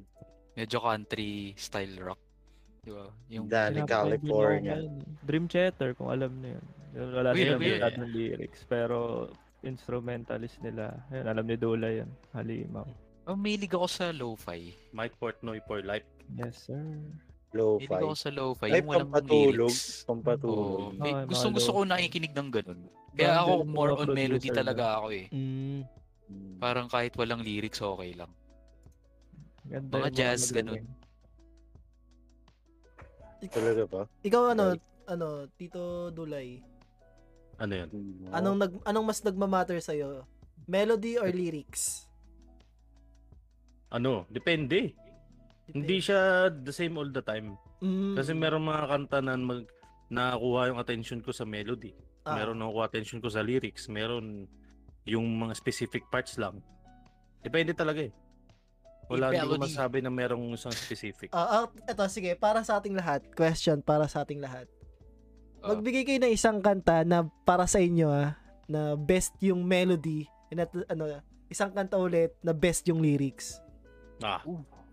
[SPEAKER 1] Medyo country style rock. Di ba? Yung
[SPEAKER 3] Dali,
[SPEAKER 6] Pinapakinggan ko
[SPEAKER 3] California.
[SPEAKER 6] ngayon. eh. Dream Theater, kung alam niyo yun. Yun, Wala
[SPEAKER 1] Uy,
[SPEAKER 6] silang
[SPEAKER 1] alam ko yun.
[SPEAKER 6] bigat ng lyrics, pero instrumentalist nila. Ayun, alam ni Dola yun. Halimaw.
[SPEAKER 1] Oh, mahilig ako sa lo-fi.
[SPEAKER 7] Mike Portnoy for life.
[SPEAKER 6] Yes, sir.
[SPEAKER 1] Mahilig
[SPEAKER 3] Lo-fi.
[SPEAKER 1] ako sa lo-fi.
[SPEAKER 3] Ay,
[SPEAKER 1] Yung walang
[SPEAKER 3] pampatulog.
[SPEAKER 1] lyrics. Oo.
[SPEAKER 3] Pampatulog.
[SPEAKER 6] Oo, yung mga
[SPEAKER 1] gusto gusto ko
[SPEAKER 6] lo-fi.
[SPEAKER 1] nakikinig ng ganun. Kaya ako
[SPEAKER 6] Banda ng
[SPEAKER 1] more
[SPEAKER 6] mga
[SPEAKER 1] on melody
[SPEAKER 6] producer na.
[SPEAKER 1] talaga ako eh.
[SPEAKER 2] Mm.
[SPEAKER 3] Mm.
[SPEAKER 1] Parang kahit walang lyrics, okay lang.
[SPEAKER 6] Ganda
[SPEAKER 1] Mga
[SPEAKER 6] yung
[SPEAKER 1] jazz,
[SPEAKER 6] magaling.
[SPEAKER 1] ganun.
[SPEAKER 3] Talaga ba?
[SPEAKER 2] Ikaw ano, ano, Tito Dulay.
[SPEAKER 7] Ano yun?
[SPEAKER 3] Mm.
[SPEAKER 2] Anong nag anong mas nagmamatter sa Melody or lyrics?
[SPEAKER 7] Ano? Depende. Hindi siya the same all the time.
[SPEAKER 2] Mm.
[SPEAKER 7] Kasi meron mga kanta na mag nakuha yung attention ko sa melody.
[SPEAKER 2] Ah.
[SPEAKER 7] Meron nakuha attention ko sa lyrics. Meron yung mga specific parts lang. Depende talaga eh. Wala
[SPEAKER 1] Yung
[SPEAKER 7] hindi ko
[SPEAKER 1] melody.
[SPEAKER 7] masabi na merong isang specific.
[SPEAKER 2] Ah, ah, eto sige, para sa ating lahat, question para sa ating lahat.
[SPEAKER 1] Ah.
[SPEAKER 2] Magbigay kayo ng isang kanta na para sa inyo ah, na best yung melody and at, ano, isang kanta ulit na best yung lyrics.
[SPEAKER 7] Ah,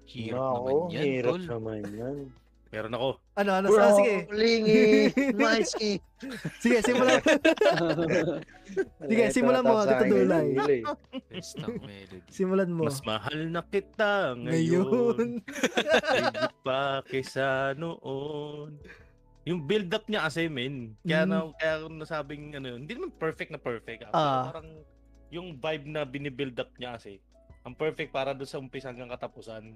[SPEAKER 1] Hirap
[SPEAKER 3] Nako,
[SPEAKER 1] naman yan,
[SPEAKER 3] hirap
[SPEAKER 1] tol.
[SPEAKER 3] naman yan.
[SPEAKER 7] meron ako.
[SPEAKER 2] Ano, ano,
[SPEAKER 3] Bro,
[SPEAKER 2] ah, sige.
[SPEAKER 3] lingi! Maisky!
[SPEAKER 2] Sige,
[SPEAKER 3] *laughs*
[SPEAKER 2] simulan. Sige, simulan mo, Tito Dulay.
[SPEAKER 1] Best ng melody.
[SPEAKER 2] simulan mo.
[SPEAKER 7] Mas mahal na kita ngayon.
[SPEAKER 2] Ngayon.
[SPEAKER 7] Hindi pa kesa noon. Yung build up niya kasi, men. Kaya
[SPEAKER 2] Mm.
[SPEAKER 7] na kaya ako nasabing ano, yun, hindi naman perfect na perfect. ah, pero
[SPEAKER 2] Ah.
[SPEAKER 7] Parang yung vibe na binibuild up niya kasi. Ang perfect para doon sa umpisa hanggang katapusan.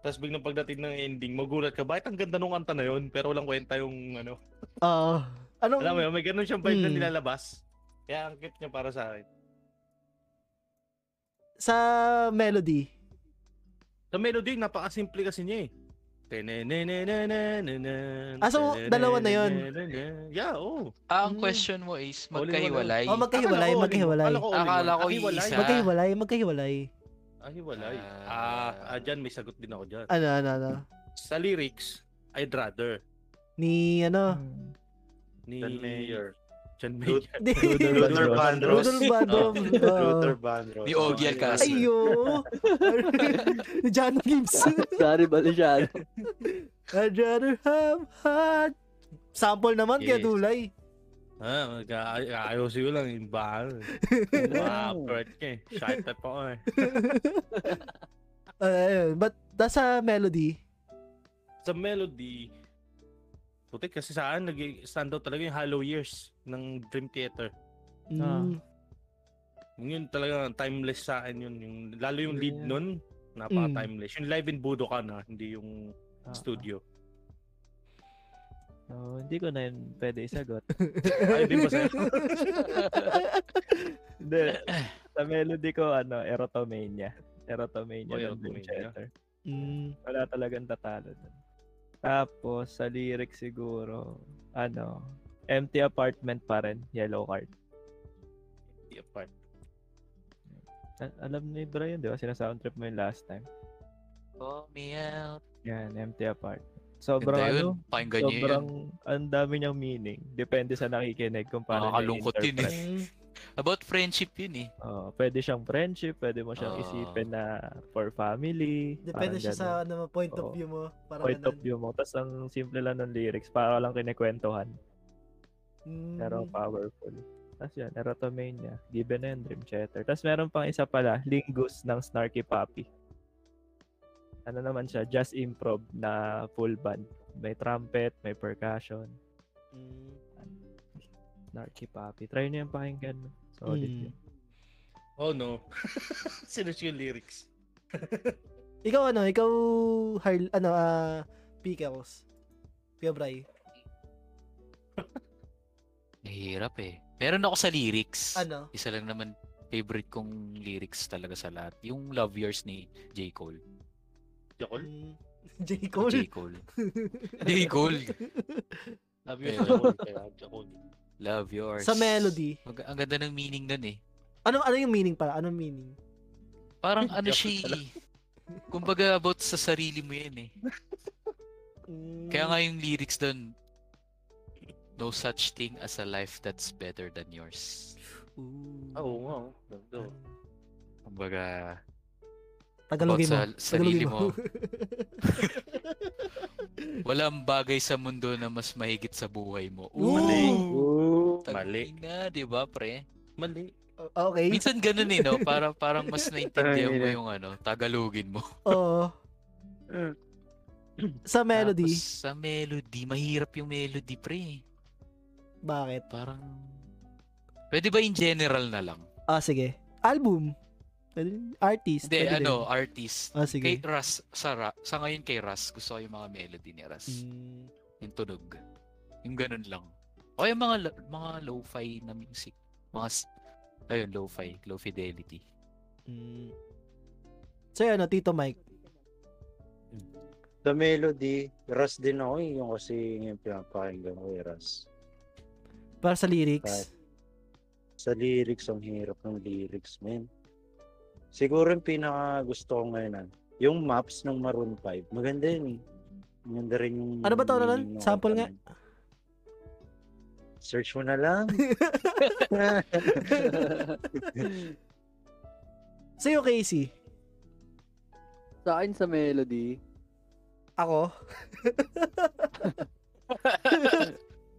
[SPEAKER 7] Tapos biglang pagdating ng ending, magulat ka, bakit ang ganda nung kanta na yun? Pero walang kwenta yung ano.
[SPEAKER 2] Oo. anong,
[SPEAKER 7] Alam mo yun, may ganun siyang vibe na
[SPEAKER 2] Mm.
[SPEAKER 7] nilalabas. Kaya ang cute niya para sa akin.
[SPEAKER 2] sa melody.
[SPEAKER 7] Sa melody, napakasimple kasi niya eh.
[SPEAKER 2] Ah, so, dalawa na yun?
[SPEAKER 7] Yeah, oo.
[SPEAKER 1] Ah, ang
[SPEAKER 2] Mm.
[SPEAKER 1] question mo is,
[SPEAKER 7] All in one
[SPEAKER 1] magkahiwalay.
[SPEAKER 2] Oh,
[SPEAKER 1] *coughs*
[SPEAKER 2] magkahiwalay,
[SPEAKER 7] Akala ko all in-
[SPEAKER 2] magkahiwalay.
[SPEAKER 7] akala ko ah. all in
[SPEAKER 1] Akala
[SPEAKER 7] one.
[SPEAKER 1] ko yung
[SPEAKER 7] Ahiwalay.
[SPEAKER 1] isa.
[SPEAKER 2] Magkahiwalay, magkahiwalay.
[SPEAKER 7] Ahiwalay.
[SPEAKER 1] Ah.
[SPEAKER 7] Ah, ah, dyan may sagot din ako dyan.
[SPEAKER 2] Ano, ano, ano.
[SPEAKER 7] Sa lyrics, I'd rather
[SPEAKER 2] Ni, ano.
[SPEAKER 6] Hmm.
[SPEAKER 7] ni
[SPEAKER 3] Dan Mayer.
[SPEAKER 7] John Mayer.
[SPEAKER 2] Ni,
[SPEAKER 3] Luther
[SPEAKER 6] Luther
[SPEAKER 3] Vandross.
[SPEAKER 2] Rudolph Bandom.
[SPEAKER 3] *laughs* Luther Vandross.
[SPEAKER 1] Ni Ogie Alcacen.
[SPEAKER 2] Ayo. Ni John
[SPEAKER 7] *laughs*
[SPEAKER 2] Gibbs.
[SPEAKER 5] Sorry, bali siya.
[SPEAKER 2] I'd rather have hot. Sample naman kaya
[SPEAKER 7] Yes. *laughs*
[SPEAKER 2] dulay.
[SPEAKER 7] Ah, mag- ayos yun lang. Yung bahal. Mga part niya eh. Shy type ako eh.
[SPEAKER 2] Ah, ayun. but that's a melody.
[SPEAKER 7] Sa melody, putik kasi sa akin, nag-stand out talaga yung Hollow Years ng Dream Theater. Ah.
[SPEAKER 2] Mm.
[SPEAKER 7] Yun talaga timeless sa akin yun. Yung, lalo yung lead
[SPEAKER 6] Yeah.
[SPEAKER 7] nun, napaka-timeless. Yung live in Budokan Mm. ah, hindi yung
[SPEAKER 6] Ah,
[SPEAKER 7] studio.
[SPEAKER 6] ah. Oh, hindi ko na yun pwede isagot.
[SPEAKER 7] Ay, di ba sa'yo?
[SPEAKER 6] Hindi. Sa melody ko, ano, Erotomania. Erotomania.
[SPEAKER 7] Oh,
[SPEAKER 6] ng Dream
[SPEAKER 7] Erotomania.
[SPEAKER 6] Theater.
[SPEAKER 2] *laughs* Mm.
[SPEAKER 6] Wala talagang tatalo dun. Tapos, sa lyrics siguro, ano, empty apartment pa rin, yellow card.
[SPEAKER 7] Yung part.
[SPEAKER 6] A- alam ni Brian, di ba? Sinasound trip mo yung last time.
[SPEAKER 1] Call me out.
[SPEAKER 6] Yan, empty apartment.
[SPEAKER 1] Ganda
[SPEAKER 6] Sobrang
[SPEAKER 1] yun.
[SPEAKER 6] ano,
[SPEAKER 1] Pakinggan niyo yun.
[SPEAKER 6] sobrang ang dami niyang meaning. Depende sa nakikinig kung paano niya
[SPEAKER 1] Nakakalungkot yun eh.
[SPEAKER 6] i-interpret.
[SPEAKER 2] Mm.
[SPEAKER 1] About friendship yun eh.
[SPEAKER 6] Oo, pwede siyang friendship, pwede mo siyang
[SPEAKER 1] Oo.
[SPEAKER 6] isipin na for family.
[SPEAKER 2] Depende
[SPEAKER 6] parang
[SPEAKER 2] siya
[SPEAKER 6] ganun.
[SPEAKER 2] sa ano, point of
[SPEAKER 6] Oo.
[SPEAKER 2] view mo. Parang
[SPEAKER 6] point of
[SPEAKER 2] ganun.
[SPEAKER 6] view mo. Tapos ang simple lang ng lyrics, para lang kinikwentuhan.
[SPEAKER 2] Mm.
[SPEAKER 6] Pero powerful. Tapos yan, Erotomania, Given and Dream Chatter. Tapos meron pang isa pala, Lingus ng Snarky Puppy. Ano naman siya, jazz improv na full band. May trumpet, may percussion,
[SPEAKER 2] Mm.
[SPEAKER 6] Snarky Puppy. Try niyo yung pakinggan mo. Solid
[SPEAKER 2] Mm.
[SPEAKER 6] yun.
[SPEAKER 7] Oh no. *laughs* Sinush yung lyrics.
[SPEAKER 2] Ikaw ano, ikaw Harl, ano ah Pickles. Piabray.
[SPEAKER 1] Nahihirap eh. Meron ako sa lyrics.
[SPEAKER 2] Ano? *laughs*
[SPEAKER 1] Isa lang naman favorite kong lyrics talaga sa lahat. Yung Love Yours ni J. Cole.
[SPEAKER 7] Yakol?
[SPEAKER 2] Mm, J.
[SPEAKER 1] J.
[SPEAKER 2] Cole.
[SPEAKER 1] Cole. J. Cole.
[SPEAKER 7] Sabi
[SPEAKER 1] Ayun.
[SPEAKER 3] Eh,
[SPEAKER 7] yun, Yakol. Kaya Yakol.
[SPEAKER 1] Love Yours.
[SPEAKER 2] Sa melody.
[SPEAKER 1] Mag- ang ganda ng meaning nun eh.
[SPEAKER 2] Ano ano yung meaning pala? Anong meaning?
[SPEAKER 1] *laughs* Parang ano
[SPEAKER 7] Yakol
[SPEAKER 1] siya eh. Kumbaga about sa sarili mo yan eh.
[SPEAKER 2] Mm,
[SPEAKER 1] Kaya nga yung lyrics doon, no such thing as a life that's better than yours.
[SPEAKER 2] ooh.
[SPEAKER 7] Ah, Oo nga. oh. Ganda, oh.
[SPEAKER 1] Kumbaga,
[SPEAKER 2] Tagalogin mo.
[SPEAKER 1] about sa sarili
[SPEAKER 2] Tagalogin *laughs*
[SPEAKER 1] mo. walang bagay sa mundo na mas mahigit sa buhay mo.
[SPEAKER 2] Ooh.
[SPEAKER 1] Mali. Na, di ba, pre?
[SPEAKER 7] Mali.
[SPEAKER 2] Ah, okay.
[SPEAKER 1] Minsan ganun eh, no? Parang, parang mas naintindihan mo yung ano, Tagalogin mo.
[SPEAKER 2] Oo.
[SPEAKER 7] Mm.
[SPEAKER 2] Sa melody.
[SPEAKER 1] Tapos sa melody, mahirap yung melody, pre.
[SPEAKER 2] Bakit?
[SPEAKER 1] Parang, pwede ba in general na lang?
[SPEAKER 2] Ah, sige. Album. Pwede rin. Artist.
[SPEAKER 1] Hindi,
[SPEAKER 2] pwede
[SPEAKER 1] ano,
[SPEAKER 2] din.
[SPEAKER 1] artist.
[SPEAKER 2] Ah, sige.
[SPEAKER 1] Kay Ras, sa, Ra- sa ngayon kay Ras, gusto ko yung mga melody ni Ras.
[SPEAKER 2] Mm,
[SPEAKER 1] Yung tunog. Yung ganun lang. O yung mga, lo- mga lo-fi na music. Mga, s- ayun, lo-fi, low fidelity.
[SPEAKER 2] mm. So, yun, ano, Tito Mike.
[SPEAKER 3] The Melody, Ras din ako eh. Yung kasi yung pinapakinggan ko eh, Ras.
[SPEAKER 2] Para sa lyrics.
[SPEAKER 3] Sa lyrics, ang hirap ng lyrics, man. Siguro yung pinaka gusto ko ngayon ah, yung maps ng Maroon 5. Maganda yun eh. Maganda rin yung...
[SPEAKER 2] Ano ba tawag na nun?
[SPEAKER 3] yung- yung-
[SPEAKER 2] Sample nga.
[SPEAKER 3] Search mo na
[SPEAKER 2] *laughs*
[SPEAKER 3] lang.
[SPEAKER 2] Sa'yo, Casey.
[SPEAKER 5] *laughs* sa akin sa melody, *laughs*
[SPEAKER 2] Ako.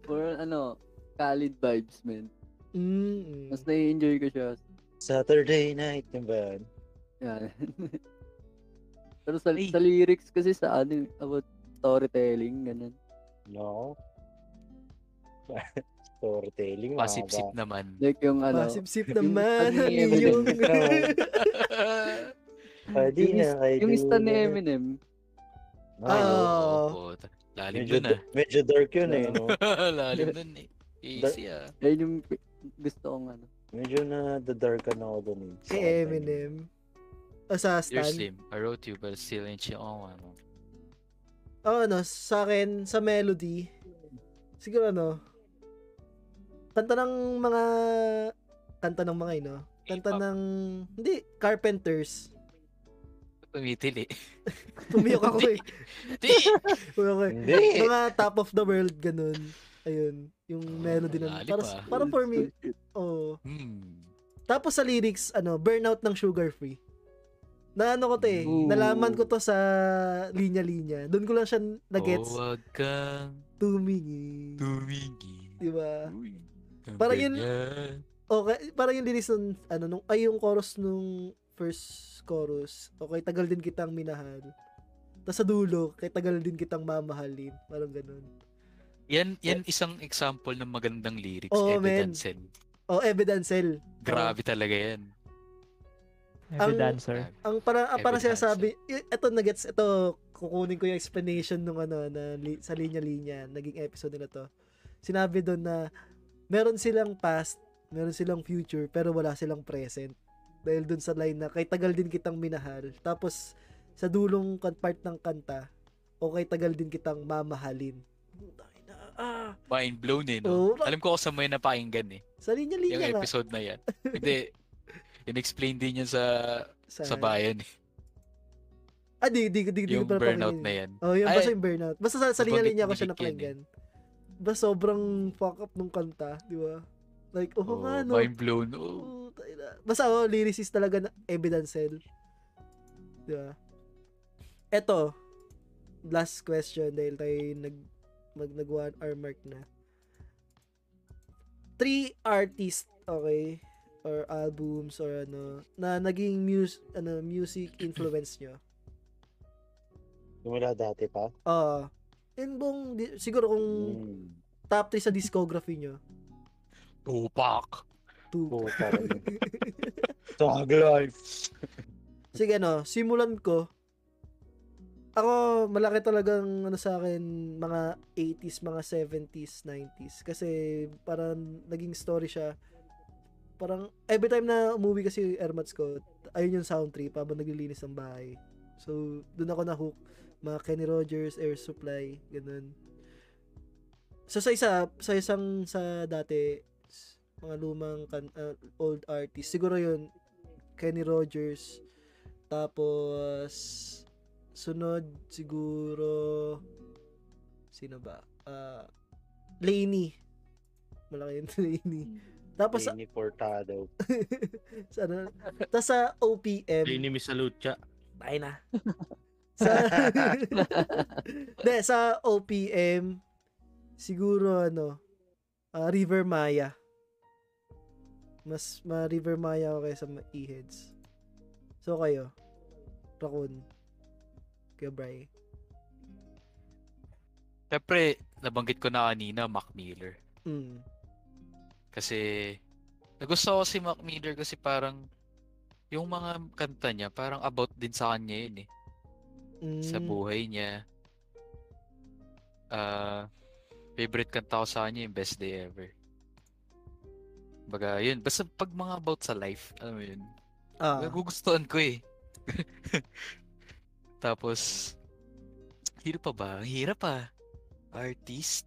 [SPEAKER 5] or ano, Khalid vibes, man.
[SPEAKER 2] Mm.
[SPEAKER 5] Mas nai-enjoy ko siya.
[SPEAKER 3] Saturday night, yun ba yun?
[SPEAKER 5] Yan. *laughs* Pero sa,
[SPEAKER 1] Ay.
[SPEAKER 5] sa lyrics kasi sa ano, about storytelling, ganun.
[SPEAKER 3] No. *laughs* Storytelling, mahaba.
[SPEAKER 1] Pasipsip naman. *laughs*
[SPEAKER 5] Like yung
[SPEAKER 2] Ah,
[SPEAKER 5] ano,
[SPEAKER 2] Masipsip
[SPEAKER 5] *laughs* yung
[SPEAKER 2] naman.
[SPEAKER 5] Stan
[SPEAKER 2] Ano
[SPEAKER 5] ni
[SPEAKER 2] yung... *laughs*
[SPEAKER 5] Eminem.
[SPEAKER 3] Pwede
[SPEAKER 5] Yung
[SPEAKER 3] Ah, na,
[SPEAKER 5] is-
[SPEAKER 3] kay
[SPEAKER 5] yung stan ni
[SPEAKER 3] Luna.
[SPEAKER 5] Eminem,
[SPEAKER 3] Ah,
[SPEAKER 2] Oo.
[SPEAKER 1] Opo, ta- lalim
[SPEAKER 3] medyo,
[SPEAKER 1] dun Oh. ah.
[SPEAKER 3] medyo dark yun eh. No?
[SPEAKER 1] *laughs* lalim dun eh. Easy ah.
[SPEAKER 5] yun yung gusto kong ano.
[SPEAKER 3] Medyo na the dark na ako dun eh.
[SPEAKER 2] Kay Eminem. O sa
[SPEAKER 1] You're
[SPEAKER 2] Stan.
[SPEAKER 1] slim. I wrote you but still ain't you ano. on one.
[SPEAKER 2] Oh, ano, sa akin, sa melody, siguro ano, kanta ng mga, kanta ng mga, ino, kanta
[SPEAKER 1] K-pop.
[SPEAKER 2] ng, hindi,
[SPEAKER 1] *laughs*
[SPEAKER 2] Carpenters. *laughs*
[SPEAKER 1] Tumitil eh.
[SPEAKER 2] Pumiyok ako eh.
[SPEAKER 1] Di!
[SPEAKER 2] Pumiyok ako eh.
[SPEAKER 3] Hindi.
[SPEAKER 2] Mga top of the world, ganun. Ayun, yung
[SPEAKER 1] Oh,
[SPEAKER 2] melody nun.
[SPEAKER 1] malalim
[SPEAKER 2] Para,
[SPEAKER 1] ah.
[SPEAKER 2] para for me, oh.
[SPEAKER 1] Hmm.
[SPEAKER 2] Tapos sa lyrics, ano, burnout ng sugar free. Na ano ko to eh,
[SPEAKER 5] Ooh.
[SPEAKER 2] nalaman ko to sa linya-linya. Doon ko lang siya nagets.
[SPEAKER 1] Huwag kang
[SPEAKER 2] Tumingi.
[SPEAKER 1] tumingin.
[SPEAKER 2] Diba?
[SPEAKER 1] Uy. ang
[SPEAKER 2] Parang yun-
[SPEAKER 1] ganyan.
[SPEAKER 2] Okay, parang yung lyrics nun, ano, nung, ay yung chorus nung first chorus, okay, tagal din kitang minahal. Tapos sa dulo, kay tagal din kitang mamahalin. Parang ganun.
[SPEAKER 1] Yan, yan isang example ng magandang lyrics.
[SPEAKER 2] Eh. Oo, man.
[SPEAKER 1] evidence yan.
[SPEAKER 2] O, oh, evidence L.
[SPEAKER 1] Grabe talaga yan.
[SPEAKER 6] Every
[SPEAKER 2] Ang-
[SPEAKER 6] dancer.
[SPEAKER 1] Grabe.
[SPEAKER 2] Ang parang, ah, parang
[SPEAKER 1] Evidence
[SPEAKER 2] sinasabi, y- eto nagets, eto, kukunin ko yung explanation nung ano, na, li- sa linya-linya, naging episode na to. Sinabi doon na, meron silang past, meron silang future, pero wala silang present. Dahil doon sa line na, kay tagal din kitang minahal. Tapos, sa dulong kan- part ng kanta, o kay tagal din kitang mamahalin. Putang ina, Ah,
[SPEAKER 1] Mind blown eh, no?
[SPEAKER 2] Oo.
[SPEAKER 1] Alam ko kung saan mo yun napakinggan eh.
[SPEAKER 2] sa linya-linya
[SPEAKER 1] Yung
[SPEAKER 2] nga.
[SPEAKER 1] episode na
[SPEAKER 2] *laughs*
[SPEAKER 1] yan. Hindi. In-explain din yan sa, sa bayan. eh.
[SPEAKER 2] Ah, di, di, di, di,
[SPEAKER 1] Yung
[SPEAKER 2] ko pala
[SPEAKER 1] burnout
[SPEAKER 2] pakinggan
[SPEAKER 1] na
[SPEAKER 2] yun.
[SPEAKER 1] yan.
[SPEAKER 2] Oh, yun,
[SPEAKER 1] Ay,
[SPEAKER 2] basta yung burnout. Basta sa, sa
[SPEAKER 1] nabanggit
[SPEAKER 2] linya-linya ko
[SPEAKER 1] ni Vic
[SPEAKER 2] siya
[SPEAKER 1] yan eh.
[SPEAKER 2] napakinggan. Basta sobrang fuck up nung kanta, di ba? Like, oh,
[SPEAKER 1] Oh,
[SPEAKER 2] nga, no.
[SPEAKER 1] Mind blown. Oh.
[SPEAKER 2] Oh, tayo na. Basta, oh, lyricist talaga na evidence L. Di ba? Eto, last question dahil tayo nag, mag, nag one hour mark na. Three artists, okay? Or albums or ano, na naging mus ano, music influence nyo.
[SPEAKER 3] Simula dati pa.
[SPEAKER 2] Ah, yun buong, di- siguro kung
[SPEAKER 3] Hmm.
[SPEAKER 2] top 3 sa discography nyo.
[SPEAKER 1] Tupac.
[SPEAKER 2] *laughs* Two.
[SPEAKER 3] Puta rin.
[SPEAKER 2] Ah.
[SPEAKER 3] Dog life.
[SPEAKER 2] Sige, ano, simulan ko. Ako, malaki talagang ano sa akin, mga 80s, mga 70s, 90s. Kasi parang naging story siya. Parang every time na umuwi kasi Ermats ko, ayun yung sound trip habang naglilinis ng bahay. So, doon ako na-hook. Mga Kenny Rogers, Air Supply, ganun. So, sa isa, sa isang sa dati, s- mga lumang kan- ah, old artist, siguro yun, Kenny Rogers, tapos, sunod siguro, sino ba? Ah, Laney. Malaki yun, *laughs* Laney. Tapos,
[SPEAKER 3] Lenny Portado.
[SPEAKER 2] sa, ano, tapos sa OPM.
[SPEAKER 7] Lenny Misalucha.
[SPEAKER 2] Bye na. *laughs* sa, *laughs* De, sa OPM, siguro ano, ah, River Maya. Mas ma-River Maya ako kaysa ma- E-Heads. So kayo, Rakun, kayo Bray.
[SPEAKER 1] Siyempre, nabanggit ko na kanina, Mac Miller.
[SPEAKER 2] Mm.
[SPEAKER 1] Kasi, nagusto ko si Mac Miller kasi parang, yung mga kanta niya, parang about din sa kanya yun eh.
[SPEAKER 2] Mm.
[SPEAKER 1] Sa buhay niya. Ah, favorite kanta ko sa kanya yung Best Day Ever. Baga, yun. Basta pag mga about sa life, alam mo yun.
[SPEAKER 2] Ah,
[SPEAKER 1] Nagugustuhan ko eh. *laughs* Tapos, hirap pa ba? Ang Hirap pa. Artist?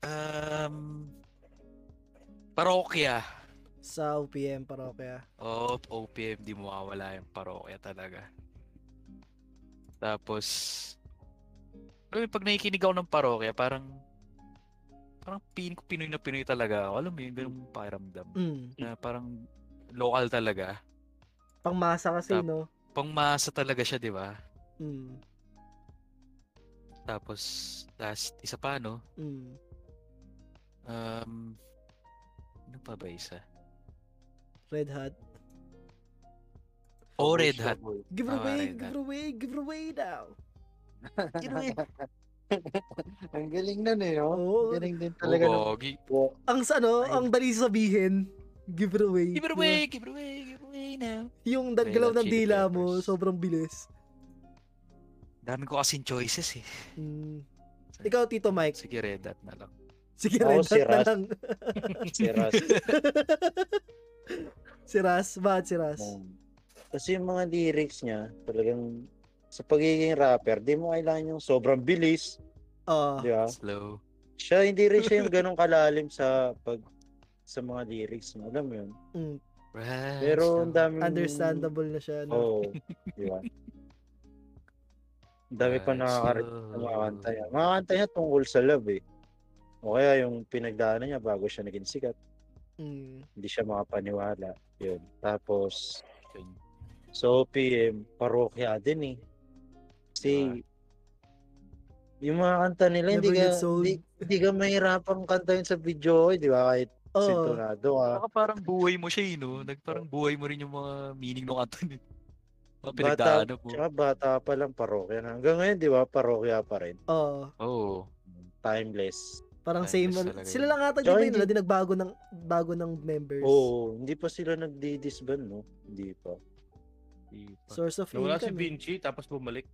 [SPEAKER 1] Um, parokya.
[SPEAKER 2] sa OPM parokya.
[SPEAKER 1] Oo, OPM, di mawawala yung parokya talaga. Tapos, alam mo, pag nakikinig ako ng parokya, parang, parang pin, Pinoy na Pinoy talaga ako. Alam mo yun, ganun pakiramdam.
[SPEAKER 2] Mm.
[SPEAKER 1] Na parang local talaga.
[SPEAKER 2] Pangmasa kasi,
[SPEAKER 1] Tap-
[SPEAKER 2] no?
[SPEAKER 1] Pangmasa talaga siya, di ba?
[SPEAKER 2] Mm.
[SPEAKER 1] Tapos, last, isa pa, no?
[SPEAKER 2] Mm.
[SPEAKER 1] Um, ano pa ba isa?
[SPEAKER 2] Red Hat.
[SPEAKER 1] Oh, Red Hat.
[SPEAKER 2] Give
[SPEAKER 1] Tama,
[SPEAKER 2] away,
[SPEAKER 1] Red
[SPEAKER 2] give
[SPEAKER 1] Hat.
[SPEAKER 2] away, give away now. Give away.
[SPEAKER 3] Ang galing na eh, no?
[SPEAKER 2] Oo.
[SPEAKER 3] Ang galing din talaga. ng-
[SPEAKER 1] Oh, gi-
[SPEAKER 2] *laughs* ang sa ano,
[SPEAKER 3] Ayun.
[SPEAKER 2] ang dali sabihin, give it away.
[SPEAKER 1] give it away, give it away, give it away now.
[SPEAKER 2] Yung
[SPEAKER 1] Red
[SPEAKER 2] daggalaw
[SPEAKER 1] Hot
[SPEAKER 2] ng
[SPEAKER 1] Chili
[SPEAKER 2] dila mo,
[SPEAKER 1] Peppers.
[SPEAKER 2] sobrang bilis.
[SPEAKER 1] Dami ko kasing choices eh.
[SPEAKER 2] Mm. Ikaw, Tito Mike.
[SPEAKER 1] Sige, Red Hat na lang.
[SPEAKER 2] Sige, Red
[SPEAKER 3] Ako, si
[SPEAKER 2] Hot na
[SPEAKER 3] Ras.
[SPEAKER 2] lang. *laughs*
[SPEAKER 3] Si Ras.
[SPEAKER 2] si Ras, bakit si Ras?
[SPEAKER 3] Um, Kasi yung mga lyrics niya, talagang sa pagiging rapper, di mo kailangan yung sobrang bilis,
[SPEAKER 2] Ah,
[SPEAKER 3] di ba?
[SPEAKER 1] Slow.
[SPEAKER 3] Siya, hindi rin siya yung ganong kalalim sa pag sa mga lyrics mo, alam mo yun.
[SPEAKER 2] mm,
[SPEAKER 1] Right,
[SPEAKER 3] Pero
[SPEAKER 1] slow.
[SPEAKER 3] ang daming...
[SPEAKER 2] understandable na siya. No?
[SPEAKER 3] *laughs* Oo, di ba? Ang dami pa
[SPEAKER 1] Right,
[SPEAKER 3] nakaka-relate
[SPEAKER 1] slow.
[SPEAKER 3] sa mga kanta niya. Mga kanta niya tungkol sa love eh. O kaya yung pinagdaanan niya bago siya naging sikat,
[SPEAKER 2] Mm.
[SPEAKER 3] hindi siya makapaniwala. Yun. Tapos,
[SPEAKER 1] Yun.
[SPEAKER 3] So, PM, parokya din eh. Kasi, yung mga kanta nila, hindi
[SPEAKER 2] Never
[SPEAKER 3] ka,
[SPEAKER 2] gets old.
[SPEAKER 3] hindi, hindi ka mahirapang kantahin sa video, eh, di ba? Kahit
[SPEAKER 2] Oh,
[SPEAKER 3] sintonado ka.
[SPEAKER 1] Baka parang buhay mo siya eh, no? Nag, parang buhay mo rin yung mga meaning ng kanta niya. *laughs* Mga
[SPEAKER 3] Bata,
[SPEAKER 1] pinagdaanan mo.
[SPEAKER 3] tsaka bata pa lang parokya na. Hanggang ngayon, di ba, parokya pa rin.
[SPEAKER 2] oh,
[SPEAKER 1] Oo.
[SPEAKER 3] Timeless.
[SPEAKER 2] parang
[SPEAKER 1] Timeless
[SPEAKER 2] same.
[SPEAKER 1] talaga
[SPEAKER 2] Sila
[SPEAKER 1] yun.
[SPEAKER 2] lang ata, di
[SPEAKER 3] Tsaka
[SPEAKER 2] ba yun?
[SPEAKER 3] hindi-
[SPEAKER 2] Wala din nagbago ng, bago ng members.
[SPEAKER 3] Oo, hindi pa sila nagdi-disband, no? Hindi pa.
[SPEAKER 2] Source of
[SPEAKER 7] Nawala si
[SPEAKER 2] income. eh.
[SPEAKER 7] Vinci, tapos bumalik.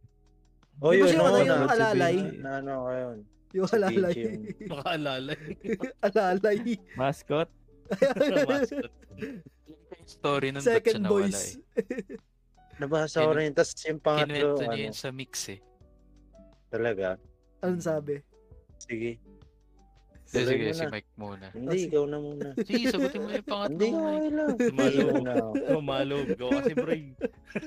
[SPEAKER 3] Oh,
[SPEAKER 2] Di ba
[SPEAKER 3] yun,
[SPEAKER 2] siya ano,
[SPEAKER 3] no,
[SPEAKER 2] yung
[SPEAKER 3] na,
[SPEAKER 2] alalay?
[SPEAKER 3] na, ano ko yun.
[SPEAKER 2] eh. *laughs* Yung
[SPEAKER 3] Si
[SPEAKER 2] alalay.
[SPEAKER 3] Vinci yung-
[SPEAKER 7] *laughs* Makaalala.
[SPEAKER 1] *laughs*
[SPEAKER 2] alalay.
[SPEAKER 6] Mascot?
[SPEAKER 7] Mascot.
[SPEAKER 1] Story ng ba't siya
[SPEAKER 2] Second
[SPEAKER 1] nawala
[SPEAKER 2] voice.
[SPEAKER 1] eh.
[SPEAKER 3] Nabasa ko
[SPEAKER 1] Kin-
[SPEAKER 3] rin. Tapos yung pangatlo,
[SPEAKER 1] Kinuwento niya
[SPEAKER 3] ano,
[SPEAKER 1] yun sa mix eh.
[SPEAKER 3] talaga.
[SPEAKER 2] Anong sabi?
[SPEAKER 3] Sige.
[SPEAKER 1] Sige,
[SPEAKER 3] Tuloy
[SPEAKER 1] sige,
[SPEAKER 3] mo
[SPEAKER 1] si
[SPEAKER 3] na.
[SPEAKER 1] Mike muna.
[SPEAKER 3] Hindi,
[SPEAKER 2] sige.
[SPEAKER 3] ikaw na muna.
[SPEAKER 1] Sige, sagutin mo
[SPEAKER 3] *laughs*
[SPEAKER 1] yung pangatlo
[SPEAKER 3] Hindi,
[SPEAKER 1] mo, Mike.
[SPEAKER 3] okay lang.
[SPEAKER 7] Malo.
[SPEAKER 3] Ano,
[SPEAKER 7] Mamalo. Go kasi bro. eh.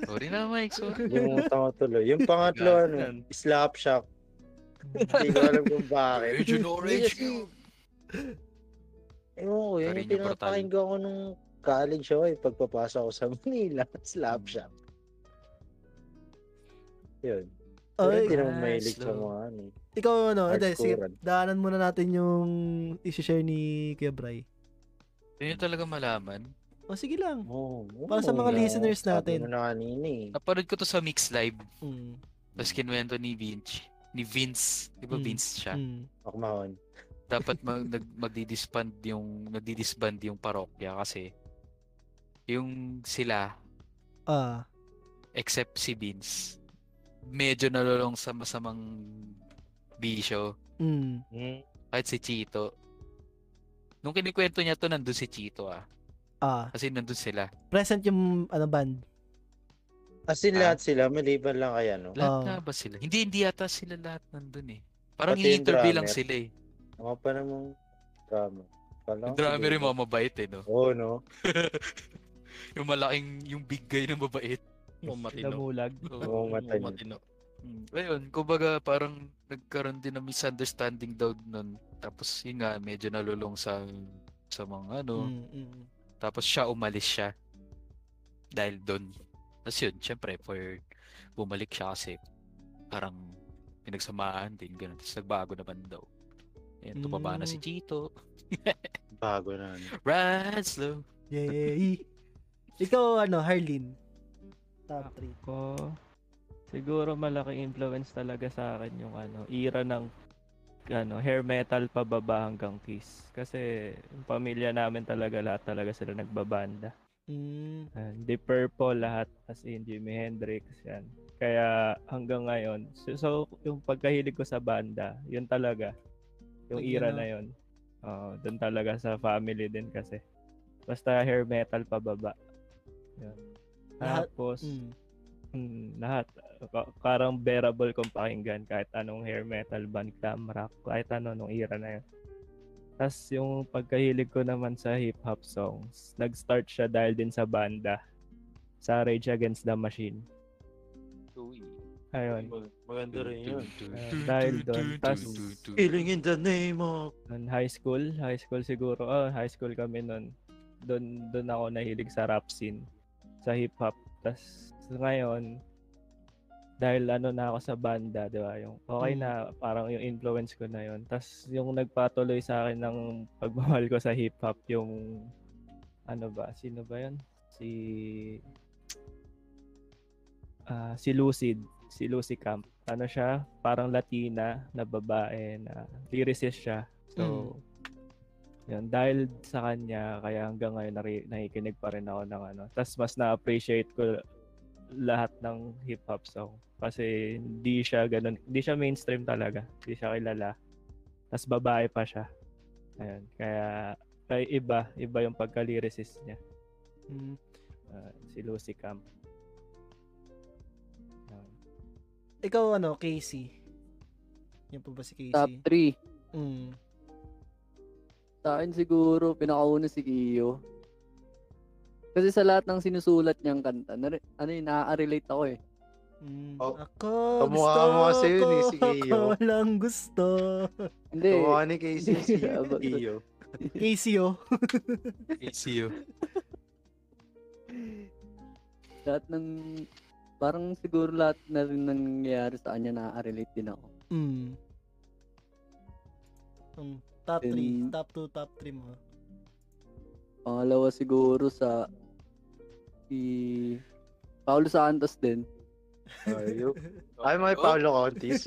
[SPEAKER 1] Sorry na, Mike. Sorry.
[SPEAKER 3] Limutan ko tuloy. Yung pangatlo, ano,
[SPEAKER 7] Yan.
[SPEAKER 3] slap shock. Hindi ko alam kung bakit.
[SPEAKER 1] Virgin Orange.
[SPEAKER 3] Hindi Ewan ko, yun yung
[SPEAKER 1] Carino Portal.
[SPEAKER 3] pinapakinggan ko nung college ako eh, pagpapasok ko sa *laughs* Manila, slap shock. Yun. Pero
[SPEAKER 2] Ay,
[SPEAKER 3] hindi naman
[SPEAKER 1] Nice,
[SPEAKER 3] mahilig sa
[SPEAKER 1] no. Oh,
[SPEAKER 3] mga ano. eh.
[SPEAKER 2] Ikaw ano, hindi, sige,
[SPEAKER 3] Hardcore.
[SPEAKER 2] daanan muna natin yung isi-share ni Kuya Bray.
[SPEAKER 1] Yun yung talaga malaman.
[SPEAKER 2] O sige lang.
[SPEAKER 3] Oo, oo,
[SPEAKER 2] Para sa mga
[SPEAKER 3] na-
[SPEAKER 2] listeners natin.
[SPEAKER 3] Sabi mo na kanina eh.
[SPEAKER 1] Napanood ko to sa Mix Live.
[SPEAKER 2] Mm,
[SPEAKER 1] Tapos kinuwento ni Vince. Ni Vince. Di ba
[SPEAKER 2] Mm.
[SPEAKER 1] Vince siya?
[SPEAKER 2] mm.
[SPEAKER 3] Akmahon.
[SPEAKER 1] Dapat mag, nag, magdi-disband yung, magdi-disband yung parokya kasi Yung sila,
[SPEAKER 2] Ah,
[SPEAKER 1] except si Beans, medyo nalulong sa masamang bisyo.
[SPEAKER 2] mm,
[SPEAKER 3] Hmm.
[SPEAKER 7] Mm.
[SPEAKER 1] Kahit si Chito. Nung kinikwento niya to, nandun si Chito ah.
[SPEAKER 2] ah.
[SPEAKER 1] Kasi nandun sila.
[SPEAKER 2] Present yung ano band.
[SPEAKER 3] As in
[SPEAKER 1] Ah.
[SPEAKER 3] lahat sila, maliban lang ano. kaya, no?
[SPEAKER 1] Lahat
[SPEAKER 2] Oo.
[SPEAKER 1] na ba sila? Hindi, hindi yata sila lahat nandun eh. Parang
[SPEAKER 3] Pati yung
[SPEAKER 1] i-interview lang
[SPEAKER 3] drummer.
[SPEAKER 1] sila eh.
[SPEAKER 3] Ako pa namang drama. Kala
[SPEAKER 1] Yung
[SPEAKER 3] ko
[SPEAKER 1] drummer
[SPEAKER 3] siguro-
[SPEAKER 1] yung mamabait eh, no? *laughs*
[SPEAKER 3] Oo, no?
[SPEAKER 1] yung malaking, yung big guy na mabait.
[SPEAKER 7] Yung matino.
[SPEAKER 6] Namulag.
[SPEAKER 1] Oo.
[SPEAKER 3] Oo,
[SPEAKER 7] Yung
[SPEAKER 3] matino.
[SPEAKER 7] matino.
[SPEAKER 3] Hmm.
[SPEAKER 1] Mm. Ayun, kumbaga parang nagkaroon din ng misunderstanding daw nun. Tapos yun nga, medyo nalulong sa sa mga ano.
[SPEAKER 3] Hmm.
[SPEAKER 2] Mm, mm.
[SPEAKER 1] Tapos siya umalis siya dahil doon. Tapos yun, syempre, for bumalik siya kasi parang pinagsamaan din, ganun. Tapos nagbago naman daw. Ayan, tumaba na si
[SPEAKER 3] Hmm.
[SPEAKER 2] Mm.
[SPEAKER 1] Chito.
[SPEAKER 3] Bago na. ano.
[SPEAKER 2] Eh.
[SPEAKER 1] Ride slow.
[SPEAKER 2] Yay. Ikaw ano, Harleen. Top 3.
[SPEAKER 6] Ko, siguro malaki influence talaga sa akin yung ano, era ng ano, hair metal pababa hanggang Kiss. Kasi yung pamilya namin talaga lahat talaga sila nagbabanda.
[SPEAKER 2] Mm.
[SPEAKER 6] Ayan, The Purple lahat as in Jimi Hendrix yan. Kaya hanggang ngayon. So, so, yung pagkahilig ko sa banda, yun talaga. Yung
[SPEAKER 2] Pag
[SPEAKER 6] era
[SPEAKER 2] ano.
[SPEAKER 6] na yun. Oo, doon talaga sa family din kasi. Basta hair metal pababa. Yun.
[SPEAKER 2] Lahat-
[SPEAKER 6] Tapos, mm.
[SPEAKER 2] Mm.
[SPEAKER 6] lahat. Ka- Parang bearable kong pakinggan kahit anong hair metal band, glam rock, kahit ano nung era na yun. Tapos yung pagkahilig ko naman sa hip-hop songs, nag-start siya dahil din sa banda, sa Rage Against the Machine. Ayun.
[SPEAKER 3] Mag- Maganda rin yun.
[SPEAKER 6] Ayun, dahil doon. Tapos,
[SPEAKER 3] Killing in the name of...
[SPEAKER 6] noon high school, high school siguro, oh, high school kami noon. Doon, doon ako nahilig sa rap scene, sa hip-hop. Tapos ngayon, dahil ano na ako sa banda, di ba? Yung okay
[SPEAKER 2] Mm.
[SPEAKER 6] na, parang yung influence ko na yun. Tapos yung nagpatuloy sa akin ng pagmamahal ko sa hip-hop, yung ano ba, sino ba yun? Si ah, si Lucid, si Lucy Camp. Ano siya? Parang Latina na babae na lyricist siya. So, yun. Dahil sa kanya, kaya hanggang ngayon nari- nakikinig pa rin ako ng ano. Tapos mas na-appreciate ko lahat ng hip-hop song. Kasi hindi siya ganun, hindi siya mainstream talaga. Hindi siya kilala. Tapos babae pa siya. Ayun. Kaya, kaya iba, iba yung pagka-lyricist niya.
[SPEAKER 2] Mm.
[SPEAKER 6] Ah, si Lucy Camp. Ayun.
[SPEAKER 2] Ikaw ano, Casey. Yan po ba si
[SPEAKER 5] Top
[SPEAKER 2] Casey?
[SPEAKER 5] 3.
[SPEAKER 2] Mm.
[SPEAKER 5] Sa akin siguro, pinakauna si Kiyo. Kasi sa lahat ng sinusulat niyang kanta, nare- ano yun, nakaka-relate ako eh.
[SPEAKER 2] Mm.
[SPEAKER 3] Oh,
[SPEAKER 2] ako,
[SPEAKER 3] kamukha
[SPEAKER 2] gusto
[SPEAKER 3] mo kasi yun eh, si
[SPEAKER 2] ko,
[SPEAKER 3] Kiyo.
[SPEAKER 2] Ako lang gusto.
[SPEAKER 5] Hindi,
[SPEAKER 3] Tumawa ni Casey si
[SPEAKER 2] *laughs*
[SPEAKER 5] Abang-
[SPEAKER 3] Iyo.
[SPEAKER 2] Casey, oh.
[SPEAKER 1] See you.
[SPEAKER 5] lahat ng, parang siguro lahat na rin nangyayari sa kanya, nakaka-relate din ako.
[SPEAKER 2] Mm. Mm. Top 3,
[SPEAKER 5] Then-
[SPEAKER 2] top 2, top 3 mo.
[SPEAKER 5] Pangalawa siguro sa, si Paolo Santos din.
[SPEAKER 2] *laughs*
[SPEAKER 3] Ayup. Ay, may
[SPEAKER 1] Oh.
[SPEAKER 3] Paolo Contis.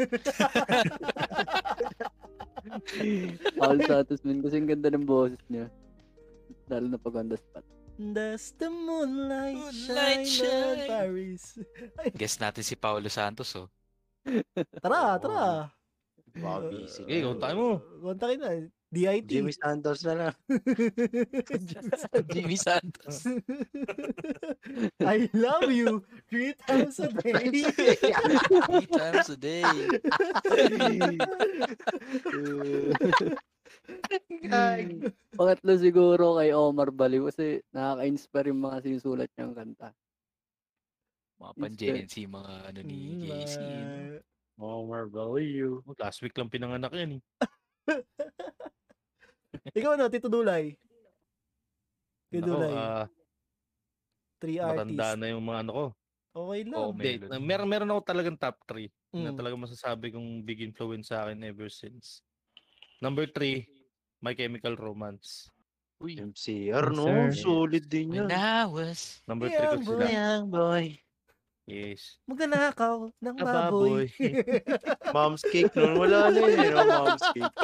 [SPEAKER 5] Paolo Santos din, kasi ang ganda ng boses niya. Lalo na pag on the spot.
[SPEAKER 2] Does the moonlight,
[SPEAKER 1] Moonlight
[SPEAKER 2] shine, on
[SPEAKER 1] shine.
[SPEAKER 2] Paris?
[SPEAKER 1] Guess natin si Paolo Santos, oh. *laughs*
[SPEAKER 7] Oh.
[SPEAKER 2] Tara, tara. Eh,
[SPEAKER 3] Bobby,
[SPEAKER 7] Sige, kontakin mo.
[SPEAKER 2] Kontakin na. DIT.
[SPEAKER 3] Jimmy Santos na lang.
[SPEAKER 1] Jimmy Santos.
[SPEAKER 2] *laughs* I love you. Three times a
[SPEAKER 7] *laughs* Iya,
[SPEAKER 2] day.
[SPEAKER 1] Three times a day.
[SPEAKER 7] iya.
[SPEAKER 5] Pangatlo siguro kay Omar Baliw kasi nakaka-inspire yung mga sinusulat niyang kanta.
[SPEAKER 1] Mga pan-JNC, mga ano
[SPEAKER 2] Hmm,
[SPEAKER 1] ni Casey. no?
[SPEAKER 2] Mm,
[SPEAKER 3] Homer Value.
[SPEAKER 7] Last week lang pinanganak yan eh.
[SPEAKER 2] eh, Ikaw ano, Tito Dulay? Tito
[SPEAKER 7] Ako,
[SPEAKER 2] Dulay,
[SPEAKER 7] ah,
[SPEAKER 2] three
[SPEAKER 7] matanda
[SPEAKER 2] artists.
[SPEAKER 7] na yung mga ano ko.
[SPEAKER 2] Okay lang.
[SPEAKER 1] Oh,
[SPEAKER 7] Hindi, na- meron, meron ako talagang top 3
[SPEAKER 2] Mm.
[SPEAKER 7] na talagang masasabi kong big influence sa akin ever since. Number 3, My Chemical Romance.
[SPEAKER 1] Uy.
[SPEAKER 3] MCR,
[SPEAKER 6] Yes,
[SPEAKER 3] no?
[SPEAKER 6] sir.
[SPEAKER 3] Solid din yan.
[SPEAKER 1] When I was...
[SPEAKER 7] Number 3
[SPEAKER 2] Yeah,
[SPEAKER 7] ko sila.
[SPEAKER 3] Ayan, boy.
[SPEAKER 7] Yes.
[SPEAKER 2] Magnanakaw ng baboy. *laughs*
[SPEAKER 7] Kababoy.
[SPEAKER 3] Mom's cake nun. Wala na yun, eh, no? Mom's
[SPEAKER 2] *laughs*
[SPEAKER 3] cake.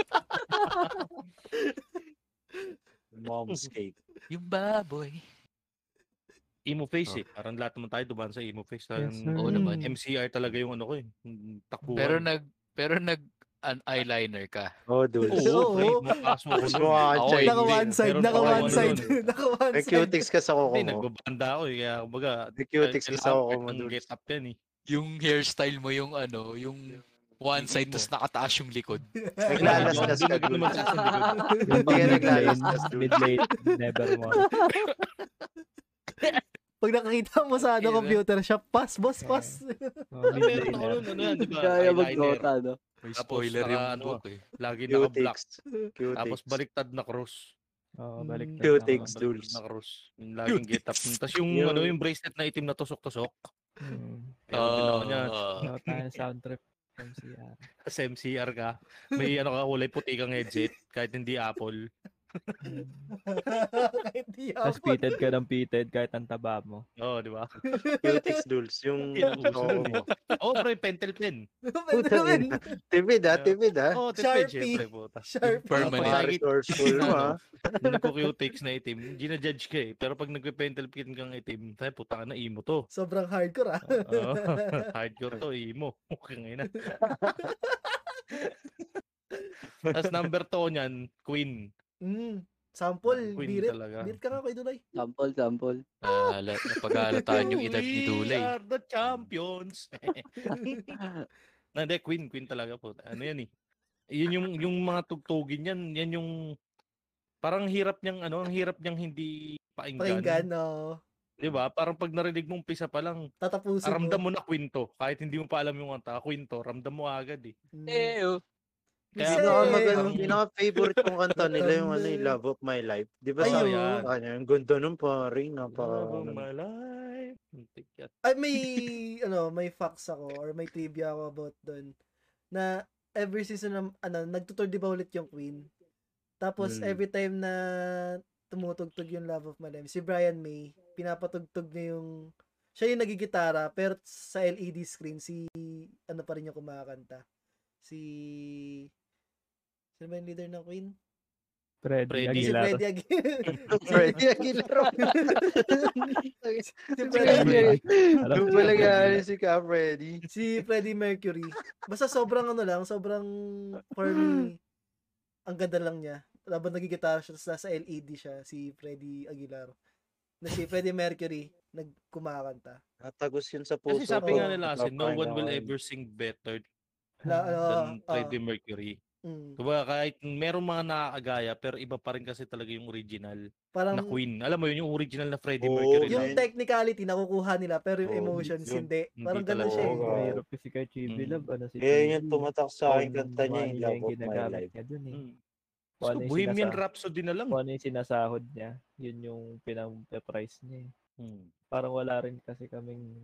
[SPEAKER 3] Mom's cake.
[SPEAKER 1] Yung baboy.
[SPEAKER 7] emo
[SPEAKER 3] Oh.
[SPEAKER 7] face eh. Parang lahat naman tayo dumaan sa emo face. Parang
[SPEAKER 6] Yes, sir.
[SPEAKER 1] Oo naman.
[SPEAKER 7] MCR talaga yung ano ko eh. yung Takbuhan.
[SPEAKER 1] Pero nag pero nag an eyeliner ka.
[SPEAKER 2] *laughs*
[SPEAKER 3] Oh, *laughs* dude.
[SPEAKER 7] Oo,
[SPEAKER 2] Oo.
[SPEAKER 7] pre, makaso ako
[SPEAKER 3] Mas
[SPEAKER 7] nun.
[SPEAKER 3] mukha kang
[SPEAKER 1] Ako,
[SPEAKER 3] Chinese.
[SPEAKER 2] Naka one side,
[SPEAKER 7] Meron
[SPEAKER 2] naka
[SPEAKER 7] ako
[SPEAKER 2] one
[SPEAKER 7] ano
[SPEAKER 2] side,
[SPEAKER 3] *laughs*
[SPEAKER 7] nun.
[SPEAKER 2] *laughs* naka one
[SPEAKER 3] May
[SPEAKER 2] side.
[SPEAKER 3] cutics ka sa kuko
[SPEAKER 7] Hindi,
[SPEAKER 3] mo.
[SPEAKER 7] nagbabanda ako eh. Kaya, kumbaga,
[SPEAKER 3] May cutics ka sa kuko mo,
[SPEAKER 7] Ang
[SPEAKER 3] dude.
[SPEAKER 7] get up yan eh.
[SPEAKER 1] Yung hairstyle mo yung ano, yung one side
[SPEAKER 7] mo.
[SPEAKER 1] tas nakataas yung likod.
[SPEAKER 3] Naglalaslas ka,
[SPEAKER 7] Hindi
[SPEAKER 3] dude.
[SPEAKER 7] naman sa
[SPEAKER 6] Yung
[SPEAKER 7] likod.
[SPEAKER 3] Hindi ka
[SPEAKER 6] mid-late,
[SPEAKER 3] naglalaslas, dude.
[SPEAKER 6] Mid-late, never
[SPEAKER 3] *laughs*
[SPEAKER 6] more.
[SPEAKER 2] Pag nakakita mo sa ano,
[SPEAKER 1] Ayun.
[SPEAKER 2] computer shop, pass, boss, pass.
[SPEAKER 6] Oh,
[SPEAKER 7] Ah, Meron
[SPEAKER 6] mid-late
[SPEAKER 7] ako nun,
[SPEAKER 6] never.
[SPEAKER 7] ano yan, di ba?
[SPEAKER 5] Kaya
[SPEAKER 7] Eyeliner.
[SPEAKER 5] mag-dota, no?
[SPEAKER 1] May
[SPEAKER 7] Tapos,
[SPEAKER 1] spoiler
[SPEAKER 7] saka
[SPEAKER 1] yung
[SPEAKER 7] ano,
[SPEAKER 1] book eh.
[SPEAKER 7] Lagi naka-black.
[SPEAKER 3] Cutics. Cutics.
[SPEAKER 7] Tapos baliktad na cross.
[SPEAKER 6] Oo, Oh, balik ano. na.
[SPEAKER 3] Two
[SPEAKER 6] ako.
[SPEAKER 3] takes, dude.
[SPEAKER 7] Baliktad na cross. Yung laging get up. Tapos yung,
[SPEAKER 3] Yun.
[SPEAKER 7] ano, yung bracelet na itim na tusok-tusok.
[SPEAKER 6] Mm.
[SPEAKER 7] Ayun, ginawa niya.
[SPEAKER 1] Ah.
[SPEAKER 6] Ano tayo, sound trip. MCR.
[SPEAKER 7] *laughs* Sa MCR ka. May ano ka, kulay puti kang headset. Kahit hindi Apple.
[SPEAKER 2] *laughs* Kahit di
[SPEAKER 6] Tapos
[SPEAKER 2] ako. *laughs*
[SPEAKER 6] pitted ka ng pitted kahit ang taba mo.
[SPEAKER 7] Oo, di ba?
[SPEAKER 3] Cutics, dudes.
[SPEAKER 7] *laughs*
[SPEAKER 3] Yung
[SPEAKER 7] Inuuso
[SPEAKER 3] kuko mo.
[SPEAKER 7] mo. Oo, pre, pentel pen.
[SPEAKER 2] Pwede
[SPEAKER 3] Puta
[SPEAKER 2] naman.
[SPEAKER 3] ina. Timid ah, timid ah.
[SPEAKER 7] Oo, tipid,
[SPEAKER 2] Sharpie.
[SPEAKER 7] syempre, puta.
[SPEAKER 2] Sharp.
[SPEAKER 7] *laughs*
[SPEAKER 1] Permanent.
[SPEAKER 3] Resourceful mo ah.
[SPEAKER 7] Nagko-cutex na itim. Ginajudge ka eh. Pero pag nagpe-pentel pin kang itim, tayo puta ka na imo to.
[SPEAKER 2] Sobrang hardcore ah.
[SPEAKER 7] Oo. *laughs* hardcore to, *laughs* imo. Okay ngayon ah. na. Tapos number to niyan, Queen.
[SPEAKER 2] *laughs* Mm. Sample,
[SPEAKER 7] Queen
[SPEAKER 2] birit.
[SPEAKER 7] talaga.
[SPEAKER 2] Birit ka nga kay Dunay.
[SPEAKER 5] Sample, sample.
[SPEAKER 1] Ah, la- napag-aalataan yung edad ni Dulay.
[SPEAKER 7] We are the champions. *laughs* Eh, Na, Hindi, Queen. Queen talaga po. Ano yan eh. Yun yung, yung mga tugtugin yan, yan yung parang hirap niyang ano, ang hirap niyang hindi
[SPEAKER 2] Pakinggan,
[SPEAKER 7] painggan.
[SPEAKER 2] no.
[SPEAKER 7] 'Di ba? Parang pag narinig mo umpisa pa lang,
[SPEAKER 2] Tatapusin
[SPEAKER 7] ramdam mo na kwento. Kahit hindi mo pa alam yung kanta, kwento, ramdam mo agad eh.
[SPEAKER 2] Mm.
[SPEAKER 4] Eh, oh.
[SPEAKER 7] Kaya
[SPEAKER 2] Kasi-
[SPEAKER 7] parang-
[SPEAKER 2] Pinaka-
[SPEAKER 3] Ano Pinaka-favorite kong kanta nila yung ano, yung Love of My Life. Di ba sa
[SPEAKER 7] Ayun.
[SPEAKER 2] Ayun.
[SPEAKER 3] ano, yung ganda nun pare, napaka... ano,
[SPEAKER 7] Love of my life. Tikat.
[SPEAKER 2] Ay, may, ano, may facts ako or may trivia ako about doon na every season ng, ano, nagtutour di ba ulit yung Queen? Tapos,
[SPEAKER 3] Hmm.
[SPEAKER 2] every time na tumutugtog yung Love of My Life, si Brian May, pinapatugtog niya yung, siya yung nagigitara, pero sa LED screen, si, ano pa rin yung kumakanta. Si, sino ba yung leader ng Queen?
[SPEAKER 6] Freddy,
[SPEAKER 7] Freddy.
[SPEAKER 2] Si
[SPEAKER 6] Aguilar.
[SPEAKER 2] Freddie *laughs* Aguilar.
[SPEAKER 3] Freddy Aguilar.
[SPEAKER 2] si Freddie
[SPEAKER 3] Freddy.
[SPEAKER 6] Alam
[SPEAKER 3] Doon
[SPEAKER 6] ko
[SPEAKER 3] pala
[SPEAKER 6] yun.
[SPEAKER 3] galing si Ka Freddy.
[SPEAKER 2] si Freddie Mercury. Basta sobrang ano lang, sobrang for me, ang ganda lang niya. Laban nagigitara siya, tapos nasa LED siya, si Freddie Aguilar. Na si Freddie Mercury, nagkumakanta.
[SPEAKER 3] Natagos yun sa puso.
[SPEAKER 7] Kasi sabi
[SPEAKER 2] ko,
[SPEAKER 7] nga nila kasi, no one will ever sing better
[SPEAKER 2] La,
[SPEAKER 6] *laughs*
[SPEAKER 2] ano,
[SPEAKER 7] than
[SPEAKER 2] ah,
[SPEAKER 7] Freddie Mercury.
[SPEAKER 2] mm,
[SPEAKER 7] Diba, kahit merong mga nakakagaya, pero iba pa rin kasi talaga yung original
[SPEAKER 2] parang
[SPEAKER 7] na Queen. Alam mo yun, yung original na Freddie
[SPEAKER 3] Oo,
[SPEAKER 7] Mercury.
[SPEAKER 2] Um, yung
[SPEAKER 7] Yung
[SPEAKER 3] te-
[SPEAKER 2] technicality nakukuha nila pero yung
[SPEAKER 3] Oh,
[SPEAKER 2] emotions
[SPEAKER 3] yun.
[SPEAKER 2] hindi.
[SPEAKER 7] eh. Hindi
[SPEAKER 2] Parang ganun
[SPEAKER 7] talaga.
[SPEAKER 2] siya. eh.
[SPEAKER 3] Oo,
[SPEAKER 6] Oh, May Europe si kay Chibi
[SPEAKER 7] Mm.
[SPEAKER 6] Love, ano si
[SPEAKER 3] Eh, yung
[SPEAKER 6] Chibi,
[SPEAKER 3] tumatak sa akin
[SPEAKER 6] kung
[SPEAKER 3] kanta niya,
[SPEAKER 6] ano
[SPEAKER 3] yung
[SPEAKER 6] nila
[SPEAKER 3] Love of My
[SPEAKER 6] ginagamit
[SPEAKER 3] Life. Mm.
[SPEAKER 6] niya dun eh. Kung
[SPEAKER 7] Hmm. So,
[SPEAKER 6] ano yung
[SPEAKER 7] Bohemian
[SPEAKER 6] sinasa-
[SPEAKER 7] Rhapsody na lang.
[SPEAKER 6] Kung ano yung sinasahod niya, yun yung pinang-price niya eh.
[SPEAKER 7] Hmm.
[SPEAKER 6] Parang wala rin kasi kaming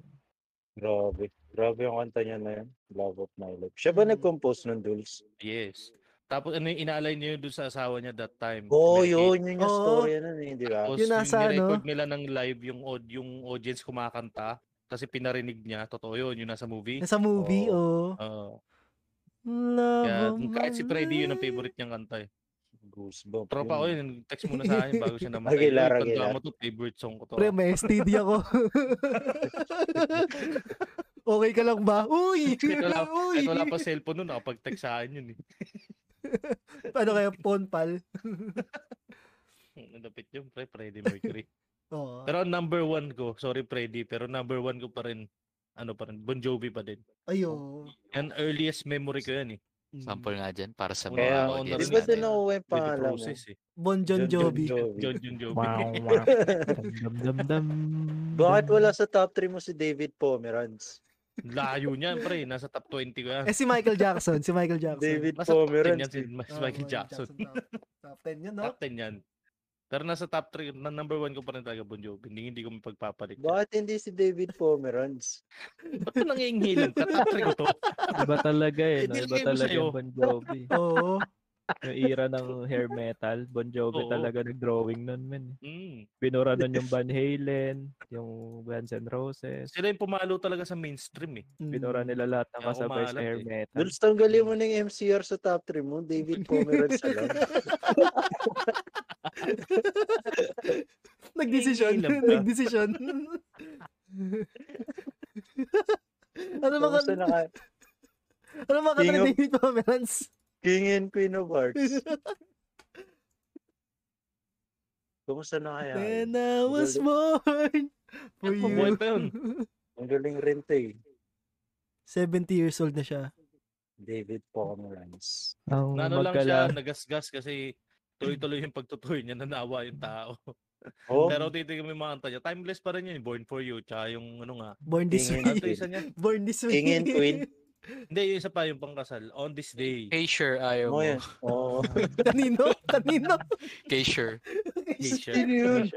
[SPEAKER 3] Grabe. Grabe yung kanta niya na yun. Love of My Life. Siya ba
[SPEAKER 7] Hmm.
[SPEAKER 2] Mm.
[SPEAKER 3] nag-compose ng Dulce?
[SPEAKER 7] Yes. Tapos ano yung inaalay niyo doon sa asawa niya that time?
[SPEAKER 3] Oo,
[SPEAKER 7] Mary Kay.
[SPEAKER 3] yun. Yun yung
[SPEAKER 2] Oo.
[SPEAKER 3] story na yun, di ba?
[SPEAKER 7] Tapos
[SPEAKER 2] Yun
[SPEAKER 7] yung
[SPEAKER 2] nasa ano?
[SPEAKER 7] nirecord nila ng live yung, aud- yung audience kumakanta kasi pinarinig niya. Totoo yun, yun nasa movie.
[SPEAKER 2] Nasa movie, oh.
[SPEAKER 7] Oo.
[SPEAKER 2] Love
[SPEAKER 7] kaya
[SPEAKER 2] of
[SPEAKER 7] kahit si
[SPEAKER 2] my
[SPEAKER 7] Freddy yun ang
[SPEAKER 2] life.
[SPEAKER 7] favorite niyang kanta eh.
[SPEAKER 3] Goosebumps.
[SPEAKER 7] Tropa ko yun, text muna sa akin
[SPEAKER 3] *laughs*
[SPEAKER 7] bago siya namatay.
[SPEAKER 3] Aguilar,
[SPEAKER 7] Uy, tanda
[SPEAKER 3] Aguilar.
[SPEAKER 7] mo to, favorite song ko to.
[SPEAKER 2] Pre, may STD ako.
[SPEAKER 7] *laughs*
[SPEAKER 2] okay ka lang ba? Uy!
[SPEAKER 7] Kahit wala,
[SPEAKER 2] Uy!
[SPEAKER 7] kahit
[SPEAKER 2] *laughs*
[SPEAKER 7] wala pa cellphone nun, nakapag-text sa akin yun eh. *laughs*
[SPEAKER 2] *laughs* ano kaya, phone pal? *laughs*
[SPEAKER 7] Ang Lapit yun, pre, Freddie Mercury.
[SPEAKER 2] Oo.
[SPEAKER 7] Pero ang number one ko, sorry Freddie, pero number one ko pa rin, ano pa rin, Bon Jovi pa din.
[SPEAKER 2] Ayo.
[SPEAKER 7] Yan, earliest memory ko yan eh.
[SPEAKER 1] Sample nga dyan para sa mga
[SPEAKER 7] Kaya,
[SPEAKER 1] audience
[SPEAKER 3] Di ba doon
[SPEAKER 7] Ano
[SPEAKER 1] natin.
[SPEAKER 7] na-
[SPEAKER 3] nakuha yung
[SPEAKER 7] With the
[SPEAKER 3] pangalan mo?
[SPEAKER 7] process eh.
[SPEAKER 2] Bon John Jovi.
[SPEAKER 7] John John Jovi.
[SPEAKER 6] dam dam dam.
[SPEAKER 3] *laughs* Bakit wala sa top 3 mo si David Pomeranz?
[SPEAKER 7] *laughs* Layo niyan, pre. Nasa top 20 ko yan.
[SPEAKER 2] Eh, si Michael Jackson. Si
[SPEAKER 7] *laughs*
[SPEAKER 2] Michael Jackson.
[SPEAKER 3] David
[SPEAKER 7] Nasa top 10
[SPEAKER 3] Pomeranz.
[SPEAKER 7] yan si
[SPEAKER 3] eh.
[SPEAKER 7] Mas-
[SPEAKER 2] Ah,
[SPEAKER 7] Michael Jackson.
[SPEAKER 2] top, top 10
[SPEAKER 7] *laughs*
[SPEAKER 2] yun, no?
[SPEAKER 7] Top 10 yan. Pero nasa top 3, na number 1 ko pa rin talaga Bon Jovi. Hindi, hindi ko mapagpapalit. yan.
[SPEAKER 3] Bakit hindi si David Pomeranz?
[SPEAKER 7] Ba't ka nangingilan ka? Top 3 ko to.
[SPEAKER 6] Iba talaga eh.
[SPEAKER 7] Eh,
[SPEAKER 6] No?
[SPEAKER 7] di
[SPEAKER 6] Iba
[SPEAKER 7] lang yun
[SPEAKER 6] talaga
[SPEAKER 7] sa'yo.
[SPEAKER 6] yung Bon Jovi.
[SPEAKER 7] *laughs*
[SPEAKER 2] Oo.
[SPEAKER 6] Yung era ng hair metal, Bon Jovi
[SPEAKER 7] Oo.
[SPEAKER 6] talaga nag-drawing nun, man.
[SPEAKER 7] Mm.
[SPEAKER 6] Binura nun yung Van Halen, yung Guns N' Roses.
[SPEAKER 7] Sila yung pumalo talaga sa mainstream eh.
[SPEAKER 2] Mm.
[SPEAKER 6] Binura nila lahat ng
[SPEAKER 7] Kaya ako
[SPEAKER 6] kasabay sa
[SPEAKER 7] maalat
[SPEAKER 6] hair
[SPEAKER 7] eh.
[SPEAKER 6] metal.
[SPEAKER 3] Dulce, tanggalin mo na yung MCR sa top 3 mo.
[SPEAKER 7] *laughs* Ano
[SPEAKER 3] David Pomeranz alam.
[SPEAKER 2] *laughs* Nagdesisyon.
[SPEAKER 7] Nahihilab ka. *laughs*
[SPEAKER 2] Nagdesisyon. *laughs* ano mga
[SPEAKER 3] Kamusta na ka-
[SPEAKER 2] ano mga
[SPEAKER 3] King of-
[SPEAKER 2] David Pomerans?
[SPEAKER 3] King and Queen of Hearts?
[SPEAKER 7] *laughs*
[SPEAKER 3] Kumusta na kaya? yun?
[SPEAKER 2] When I was born for
[SPEAKER 7] Ako, buhay
[SPEAKER 2] you.
[SPEAKER 7] pa
[SPEAKER 2] *laughs*
[SPEAKER 7] yun.
[SPEAKER 3] Ang galing rin to eh.
[SPEAKER 2] 70 years old na siya.
[SPEAKER 3] David Pomeranz.
[SPEAKER 6] Ang
[SPEAKER 7] Ano lang siya,
[SPEAKER 6] magkala-
[SPEAKER 7] nagasgas kasi tuloy-tuloy yung pagtutuloy niya, nanawa yung tao.
[SPEAKER 3] Oh,
[SPEAKER 7] Pero titignan mo yung mga kanta niya, timeless pa rin yun, Born For You, tsaka yung ano nga.
[SPEAKER 2] Born this way.
[SPEAKER 3] King and
[SPEAKER 7] Ano to isa niya?
[SPEAKER 2] Born this way.
[SPEAKER 3] King and Queen.
[SPEAKER 7] Hindi, yung isa pa, yung pangkasal, On This Day.
[SPEAKER 1] Hey, sure, ayaw
[SPEAKER 3] mo
[SPEAKER 1] mo.
[SPEAKER 3] Ano yan. Oo.
[SPEAKER 2] *laughs*
[SPEAKER 7] *laughs*
[SPEAKER 2] Kanino? Kanino?
[SPEAKER 1] Kay sure.
[SPEAKER 7] Hey, sure.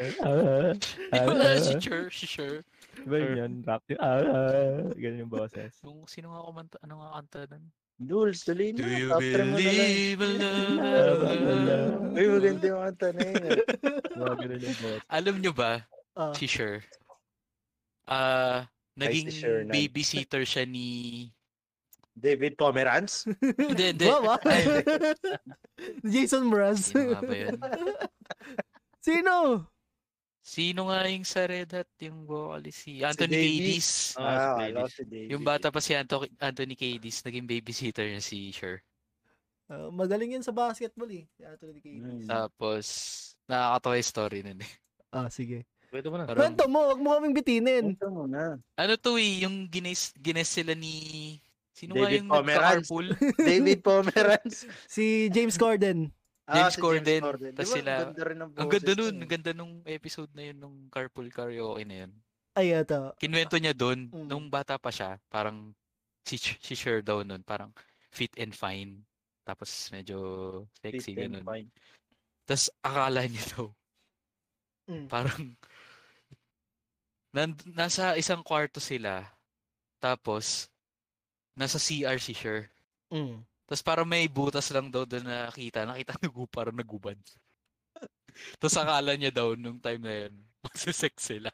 [SPEAKER 6] *laughs* Ah, ah,
[SPEAKER 1] *laughs* Wala, si
[SPEAKER 6] ah.
[SPEAKER 1] sure, si sure.
[SPEAKER 6] Ba yun yun? Rap yun? Ah, ah. Ganun yung boses.
[SPEAKER 1] Yung sino nga kumanta, ano nga kanta nun?
[SPEAKER 3] Dules, tuloy na.
[SPEAKER 1] Do you
[SPEAKER 3] After mo na lang.
[SPEAKER 1] believe in
[SPEAKER 3] *laughs*
[SPEAKER 6] Ah, ah,
[SPEAKER 1] love?
[SPEAKER 6] ah.
[SPEAKER 3] Uy, maganda yung kanta na yun. ah.
[SPEAKER 6] Mga ganun yung boses.
[SPEAKER 1] Alam nyo ba,
[SPEAKER 2] Ah.
[SPEAKER 1] si Sher, ah,
[SPEAKER 3] Ay,
[SPEAKER 1] naging
[SPEAKER 3] si Sher na.
[SPEAKER 1] babysitter siya ni...
[SPEAKER 3] *laughs* David Pomeranz?
[SPEAKER 1] Hindi, hindi.
[SPEAKER 2] Wow, ah.
[SPEAKER 1] Ay,
[SPEAKER 2] *laughs* Jason Mraz.
[SPEAKER 1] Sino nga ba yun?
[SPEAKER 2] Sino?
[SPEAKER 1] Sino nga yung sa Red Hat, yung vocalist? Si Anthony
[SPEAKER 3] Davey.
[SPEAKER 1] Cadiz.
[SPEAKER 3] Ah,
[SPEAKER 7] Ah, si
[SPEAKER 3] akala ko
[SPEAKER 7] David.
[SPEAKER 3] si David.
[SPEAKER 1] Yung bata pa si Anto- Anthony Cadiz, naging babysitter niya si Sher.
[SPEAKER 2] Ah, magaling yun sa basketball eh. Si Anthony Davis.
[SPEAKER 1] Hmm.
[SPEAKER 3] Mm.
[SPEAKER 1] Tapos, nakakatawa yung story nun eh.
[SPEAKER 2] Ah, sige.
[SPEAKER 7] Kwento mo na.
[SPEAKER 1] Parang-
[SPEAKER 2] Kwento mo, wag mo kaming bitinin.
[SPEAKER 3] Punta mo na.
[SPEAKER 1] Ano to eh, yung gines, gines sila ni... Sino nga
[SPEAKER 3] David
[SPEAKER 1] yung
[SPEAKER 3] Pomeranz.
[SPEAKER 1] nagka-carpool?
[SPEAKER 3] David Pomeranz.
[SPEAKER 2] Si James Corden.
[SPEAKER 3] Ah,
[SPEAKER 1] James
[SPEAKER 3] si
[SPEAKER 1] Corden. Tas
[SPEAKER 3] Di ba, ang
[SPEAKER 1] sila-
[SPEAKER 3] Ganda rin ang
[SPEAKER 1] Ang ganda
[SPEAKER 3] boses
[SPEAKER 1] nun,
[SPEAKER 3] niya eh.
[SPEAKER 1] ang ganda nung episode na yun, nung carpool karaoke na yun.
[SPEAKER 2] Ay, ito.
[SPEAKER 1] Kinuwento niya doon,
[SPEAKER 2] Mm.
[SPEAKER 1] nung bata pa siya, parang si, Ch- si Cher daw nun, parang fit and fine. Tapos medyo
[SPEAKER 3] eh.
[SPEAKER 1] sexy,
[SPEAKER 3] Fit
[SPEAKER 1] ganun.
[SPEAKER 3] and fine.
[SPEAKER 1] Tapos akala niya daw,
[SPEAKER 2] Mm.
[SPEAKER 1] parang *laughs* nan- nasa isang kwarto sila, tapos nasa CR si Cher. *laughs*
[SPEAKER 2] Mm. *laughs*
[SPEAKER 1] Tapos parang may butas lang daw doon nakita. Nakita nyo parang nagubad. Tapos akala niya daw nung time na yun, magsisex sila.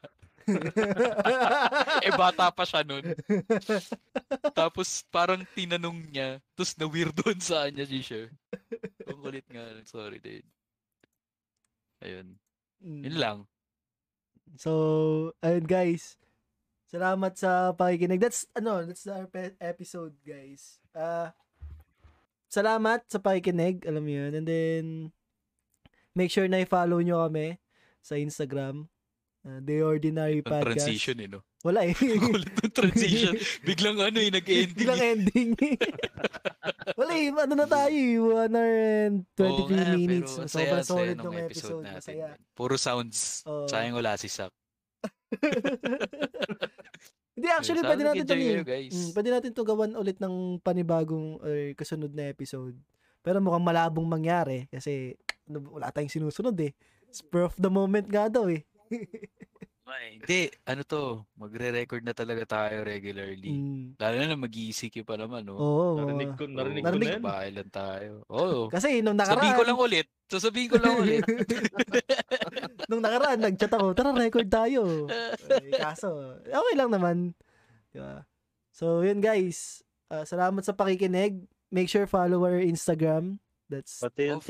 [SPEAKER 1] eh bata pa siya nun. Tapos parang tinanong niya, tapos na-weirdon sa kanya si Cher. Ang kulit nga, nun, sorry dude. Ayun,
[SPEAKER 2] Mm.
[SPEAKER 1] yun lang.
[SPEAKER 2] So, ayun guys. Salamat sa pakikinig. That's ano, that's our pe- episode, guys. Ah Salamat sa pakikinig, alam mo 'yun. And then make sure na i-follow nyo kami sa Instagram. ah, The Ordinary
[SPEAKER 1] Ang
[SPEAKER 2] Podcast.
[SPEAKER 1] transition eh, no?
[SPEAKER 2] Wala eh.
[SPEAKER 1] *laughs* Ang kulit ng transition.
[SPEAKER 2] *laughs*
[SPEAKER 1] Biglang ano eh, nag-ending.
[SPEAKER 2] Bilang *laughs*
[SPEAKER 1] eh.
[SPEAKER 2] ending. Wala eh, ano na tayo eh, 1 hour and 23
[SPEAKER 1] Oo nga, pero
[SPEAKER 2] minutes.
[SPEAKER 1] ang saya,
[SPEAKER 2] Sobrang
[SPEAKER 1] ang saya
[SPEAKER 2] solid
[SPEAKER 1] nung
[SPEAKER 2] ng episode. Masaya. *laughs*
[SPEAKER 1] Puro sounds.
[SPEAKER 2] Oo.
[SPEAKER 1] Sayang wala si Sak.
[SPEAKER 2] Hindi, actually,
[SPEAKER 1] Sana
[SPEAKER 2] pwede natin ito
[SPEAKER 1] nag-enjoy
[SPEAKER 2] ni...
[SPEAKER 1] kayo, guys.
[SPEAKER 2] Mm, pwede natin to gawan ulit ng panibagong or kasunod na episode. Pero mukhang malabong mangyari kasi ano, wala tayong sinusunod eh. Spur of the moment nga daw eh.
[SPEAKER 1] Ay, Hindi, ano to, magre-record na talaga tayo regularly.
[SPEAKER 2] Mm.
[SPEAKER 1] Lalo na mag-ECQ pa naman, no?
[SPEAKER 2] Oo.
[SPEAKER 7] Oh, Narinig ko,
[SPEAKER 1] Oo,
[SPEAKER 7] narinig
[SPEAKER 2] Oh.
[SPEAKER 7] ko
[SPEAKER 2] Narinig-
[SPEAKER 7] na yan.
[SPEAKER 1] Bahay lang tayo.
[SPEAKER 2] *laughs*
[SPEAKER 1] Oo.
[SPEAKER 2] Kasi nung
[SPEAKER 1] Sabihin
[SPEAKER 2] nakaraan,
[SPEAKER 1] ko lang ulit. Sasabihin ko lang ulit.
[SPEAKER 2] nung nakaraan, nag-chat ako, tara *laughs* record
[SPEAKER 1] *laughs*
[SPEAKER 2] tayo. Eh, kaso, okay lang naman. Di ba? So, yun guys. Ah, salamat sa pakikinig. Make sure follow our Instagram. That's
[SPEAKER 3] Pati yung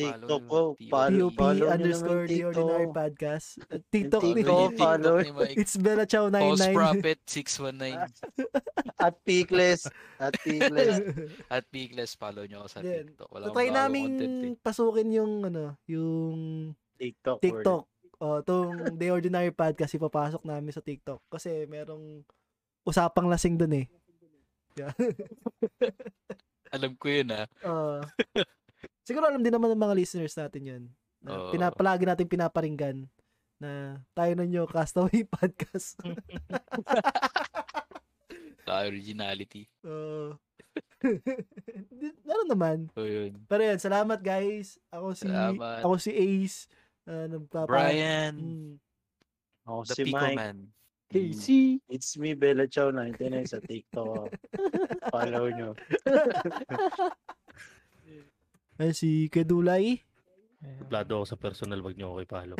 [SPEAKER 1] Oh, follow yung
[SPEAKER 3] TikTok ko.
[SPEAKER 1] TOP
[SPEAKER 3] Follow,
[SPEAKER 2] POP
[SPEAKER 3] follow nyo
[SPEAKER 2] underscore
[SPEAKER 3] naman
[SPEAKER 2] the ordinary
[SPEAKER 3] TikTok.
[SPEAKER 2] podcast. At Tiktok
[SPEAKER 1] Follow
[SPEAKER 2] ni
[SPEAKER 3] TikTok.
[SPEAKER 1] yung
[SPEAKER 3] follow.
[SPEAKER 1] ni Mike.
[SPEAKER 2] It's Bella Chow
[SPEAKER 1] Post
[SPEAKER 2] *laughs* 99.
[SPEAKER 1] Prophet 619
[SPEAKER 3] At Peakless. At Peakless.
[SPEAKER 1] at Bigless follow nyo ako sa
[SPEAKER 2] Yan.
[SPEAKER 1] TikTok. Wala
[SPEAKER 2] So,
[SPEAKER 1] akong
[SPEAKER 2] try
[SPEAKER 1] bagong
[SPEAKER 2] namin
[SPEAKER 1] content eh.
[SPEAKER 2] pasukin yung ano, yung
[SPEAKER 3] TikTok.
[SPEAKER 2] TikTok. O, tong The Ordinary Podcast ipapasok namin sa TikTok kasi merong usapang lasing dun eh. Yeah. *laughs*
[SPEAKER 1] Alam ko yun ah.
[SPEAKER 2] Oo. siguro alam din naman ng mga listeners natin yun. Na
[SPEAKER 1] Oo.
[SPEAKER 2] pinapalagi natin pinaparinggan na tayo na nyo Castaway *laughs* Podcast.
[SPEAKER 1] Hmm. Sa originality.
[SPEAKER 2] *laughs* Oo. ano naman.
[SPEAKER 1] So yun.
[SPEAKER 2] Pero yun, salamat guys. Ako si
[SPEAKER 1] Salamat.
[SPEAKER 2] ako si Ace. Uh, nagpapa-
[SPEAKER 1] Brian,
[SPEAKER 2] *laughs* Mm.
[SPEAKER 3] Ako
[SPEAKER 1] the
[SPEAKER 3] Oh, si
[SPEAKER 1] Pico
[SPEAKER 3] Mike.
[SPEAKER 1] Man.
[SPEAKER 6] *laughs*
[SPEAKER 5] KC!
[SPEAKER 3] It's me, Bella Chow 99 sa TikTok. Oh, Follow nyo.
[SPEAKER 2] Ayun, si Kedulay. *laughs*
[SPEAKER 7] Plado ako sa personal, wag niyo ako ipalo.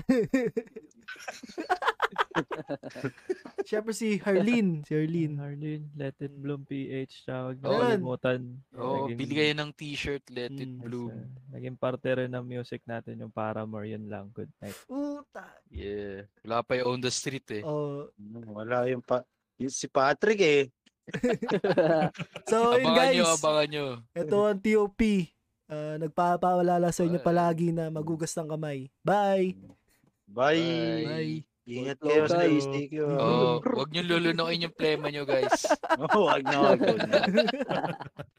[SPEAKER 2] Siyempre si Harleen. Si Harleen.
[SPEAKER 6] Harleen, Let It Bloom PH, tawag na
[SPEAKER 1] Ayun.
[SPEAKER 6] kalimutan.
[SPEAKER 1] Oo,
[SPEAKER 6] Naging-
[SPEAKER 1] bili kayo ng t-shirt, let it
[SPEAKER 2] Mm.
[SPEAKER 1] bloom.
[SPEAKER 6] Naging parte rin ng music natin yung Paramore, yun lang. Good night.
[SPEAKER 2] Puta.
[SPEAKER 1] Yeah. Wala pa yung on the street eh.
[SPEAKER 2] Oh.
[SPEAKER 3] Mm, Wala yung pa... yung si Patrick eh.
[SPEAKER 2] So, Oh, yun
[SPEAKER 1] Abangan nyo,
[SPEAKER 2] guys.
[SPEAKER 1] abangan
[SPEAKER 2] *laughs*
[SPEAKER 1] nyo.
[SPEAKER 2] Ito ang TOP. Ah, nagpapaalala sa inyo palagi na magugas ng kamay. Bye!
[SPEAKER 3] Bye.
[SPEAKER 1] Bye.
[SPEAKER 3] Ingat
[SPEAKER 5] Outlaw
[SPEAKER 3] kayo sa
[SPEAKER 5] tayo.
[SPEAKER 3] STQ. *laughs*
[SPEAKER 1] Oh, wag nyo lulunukin yung plema nyo, guys.
[SPEAKER 3] Oh, wag na wag. wag na.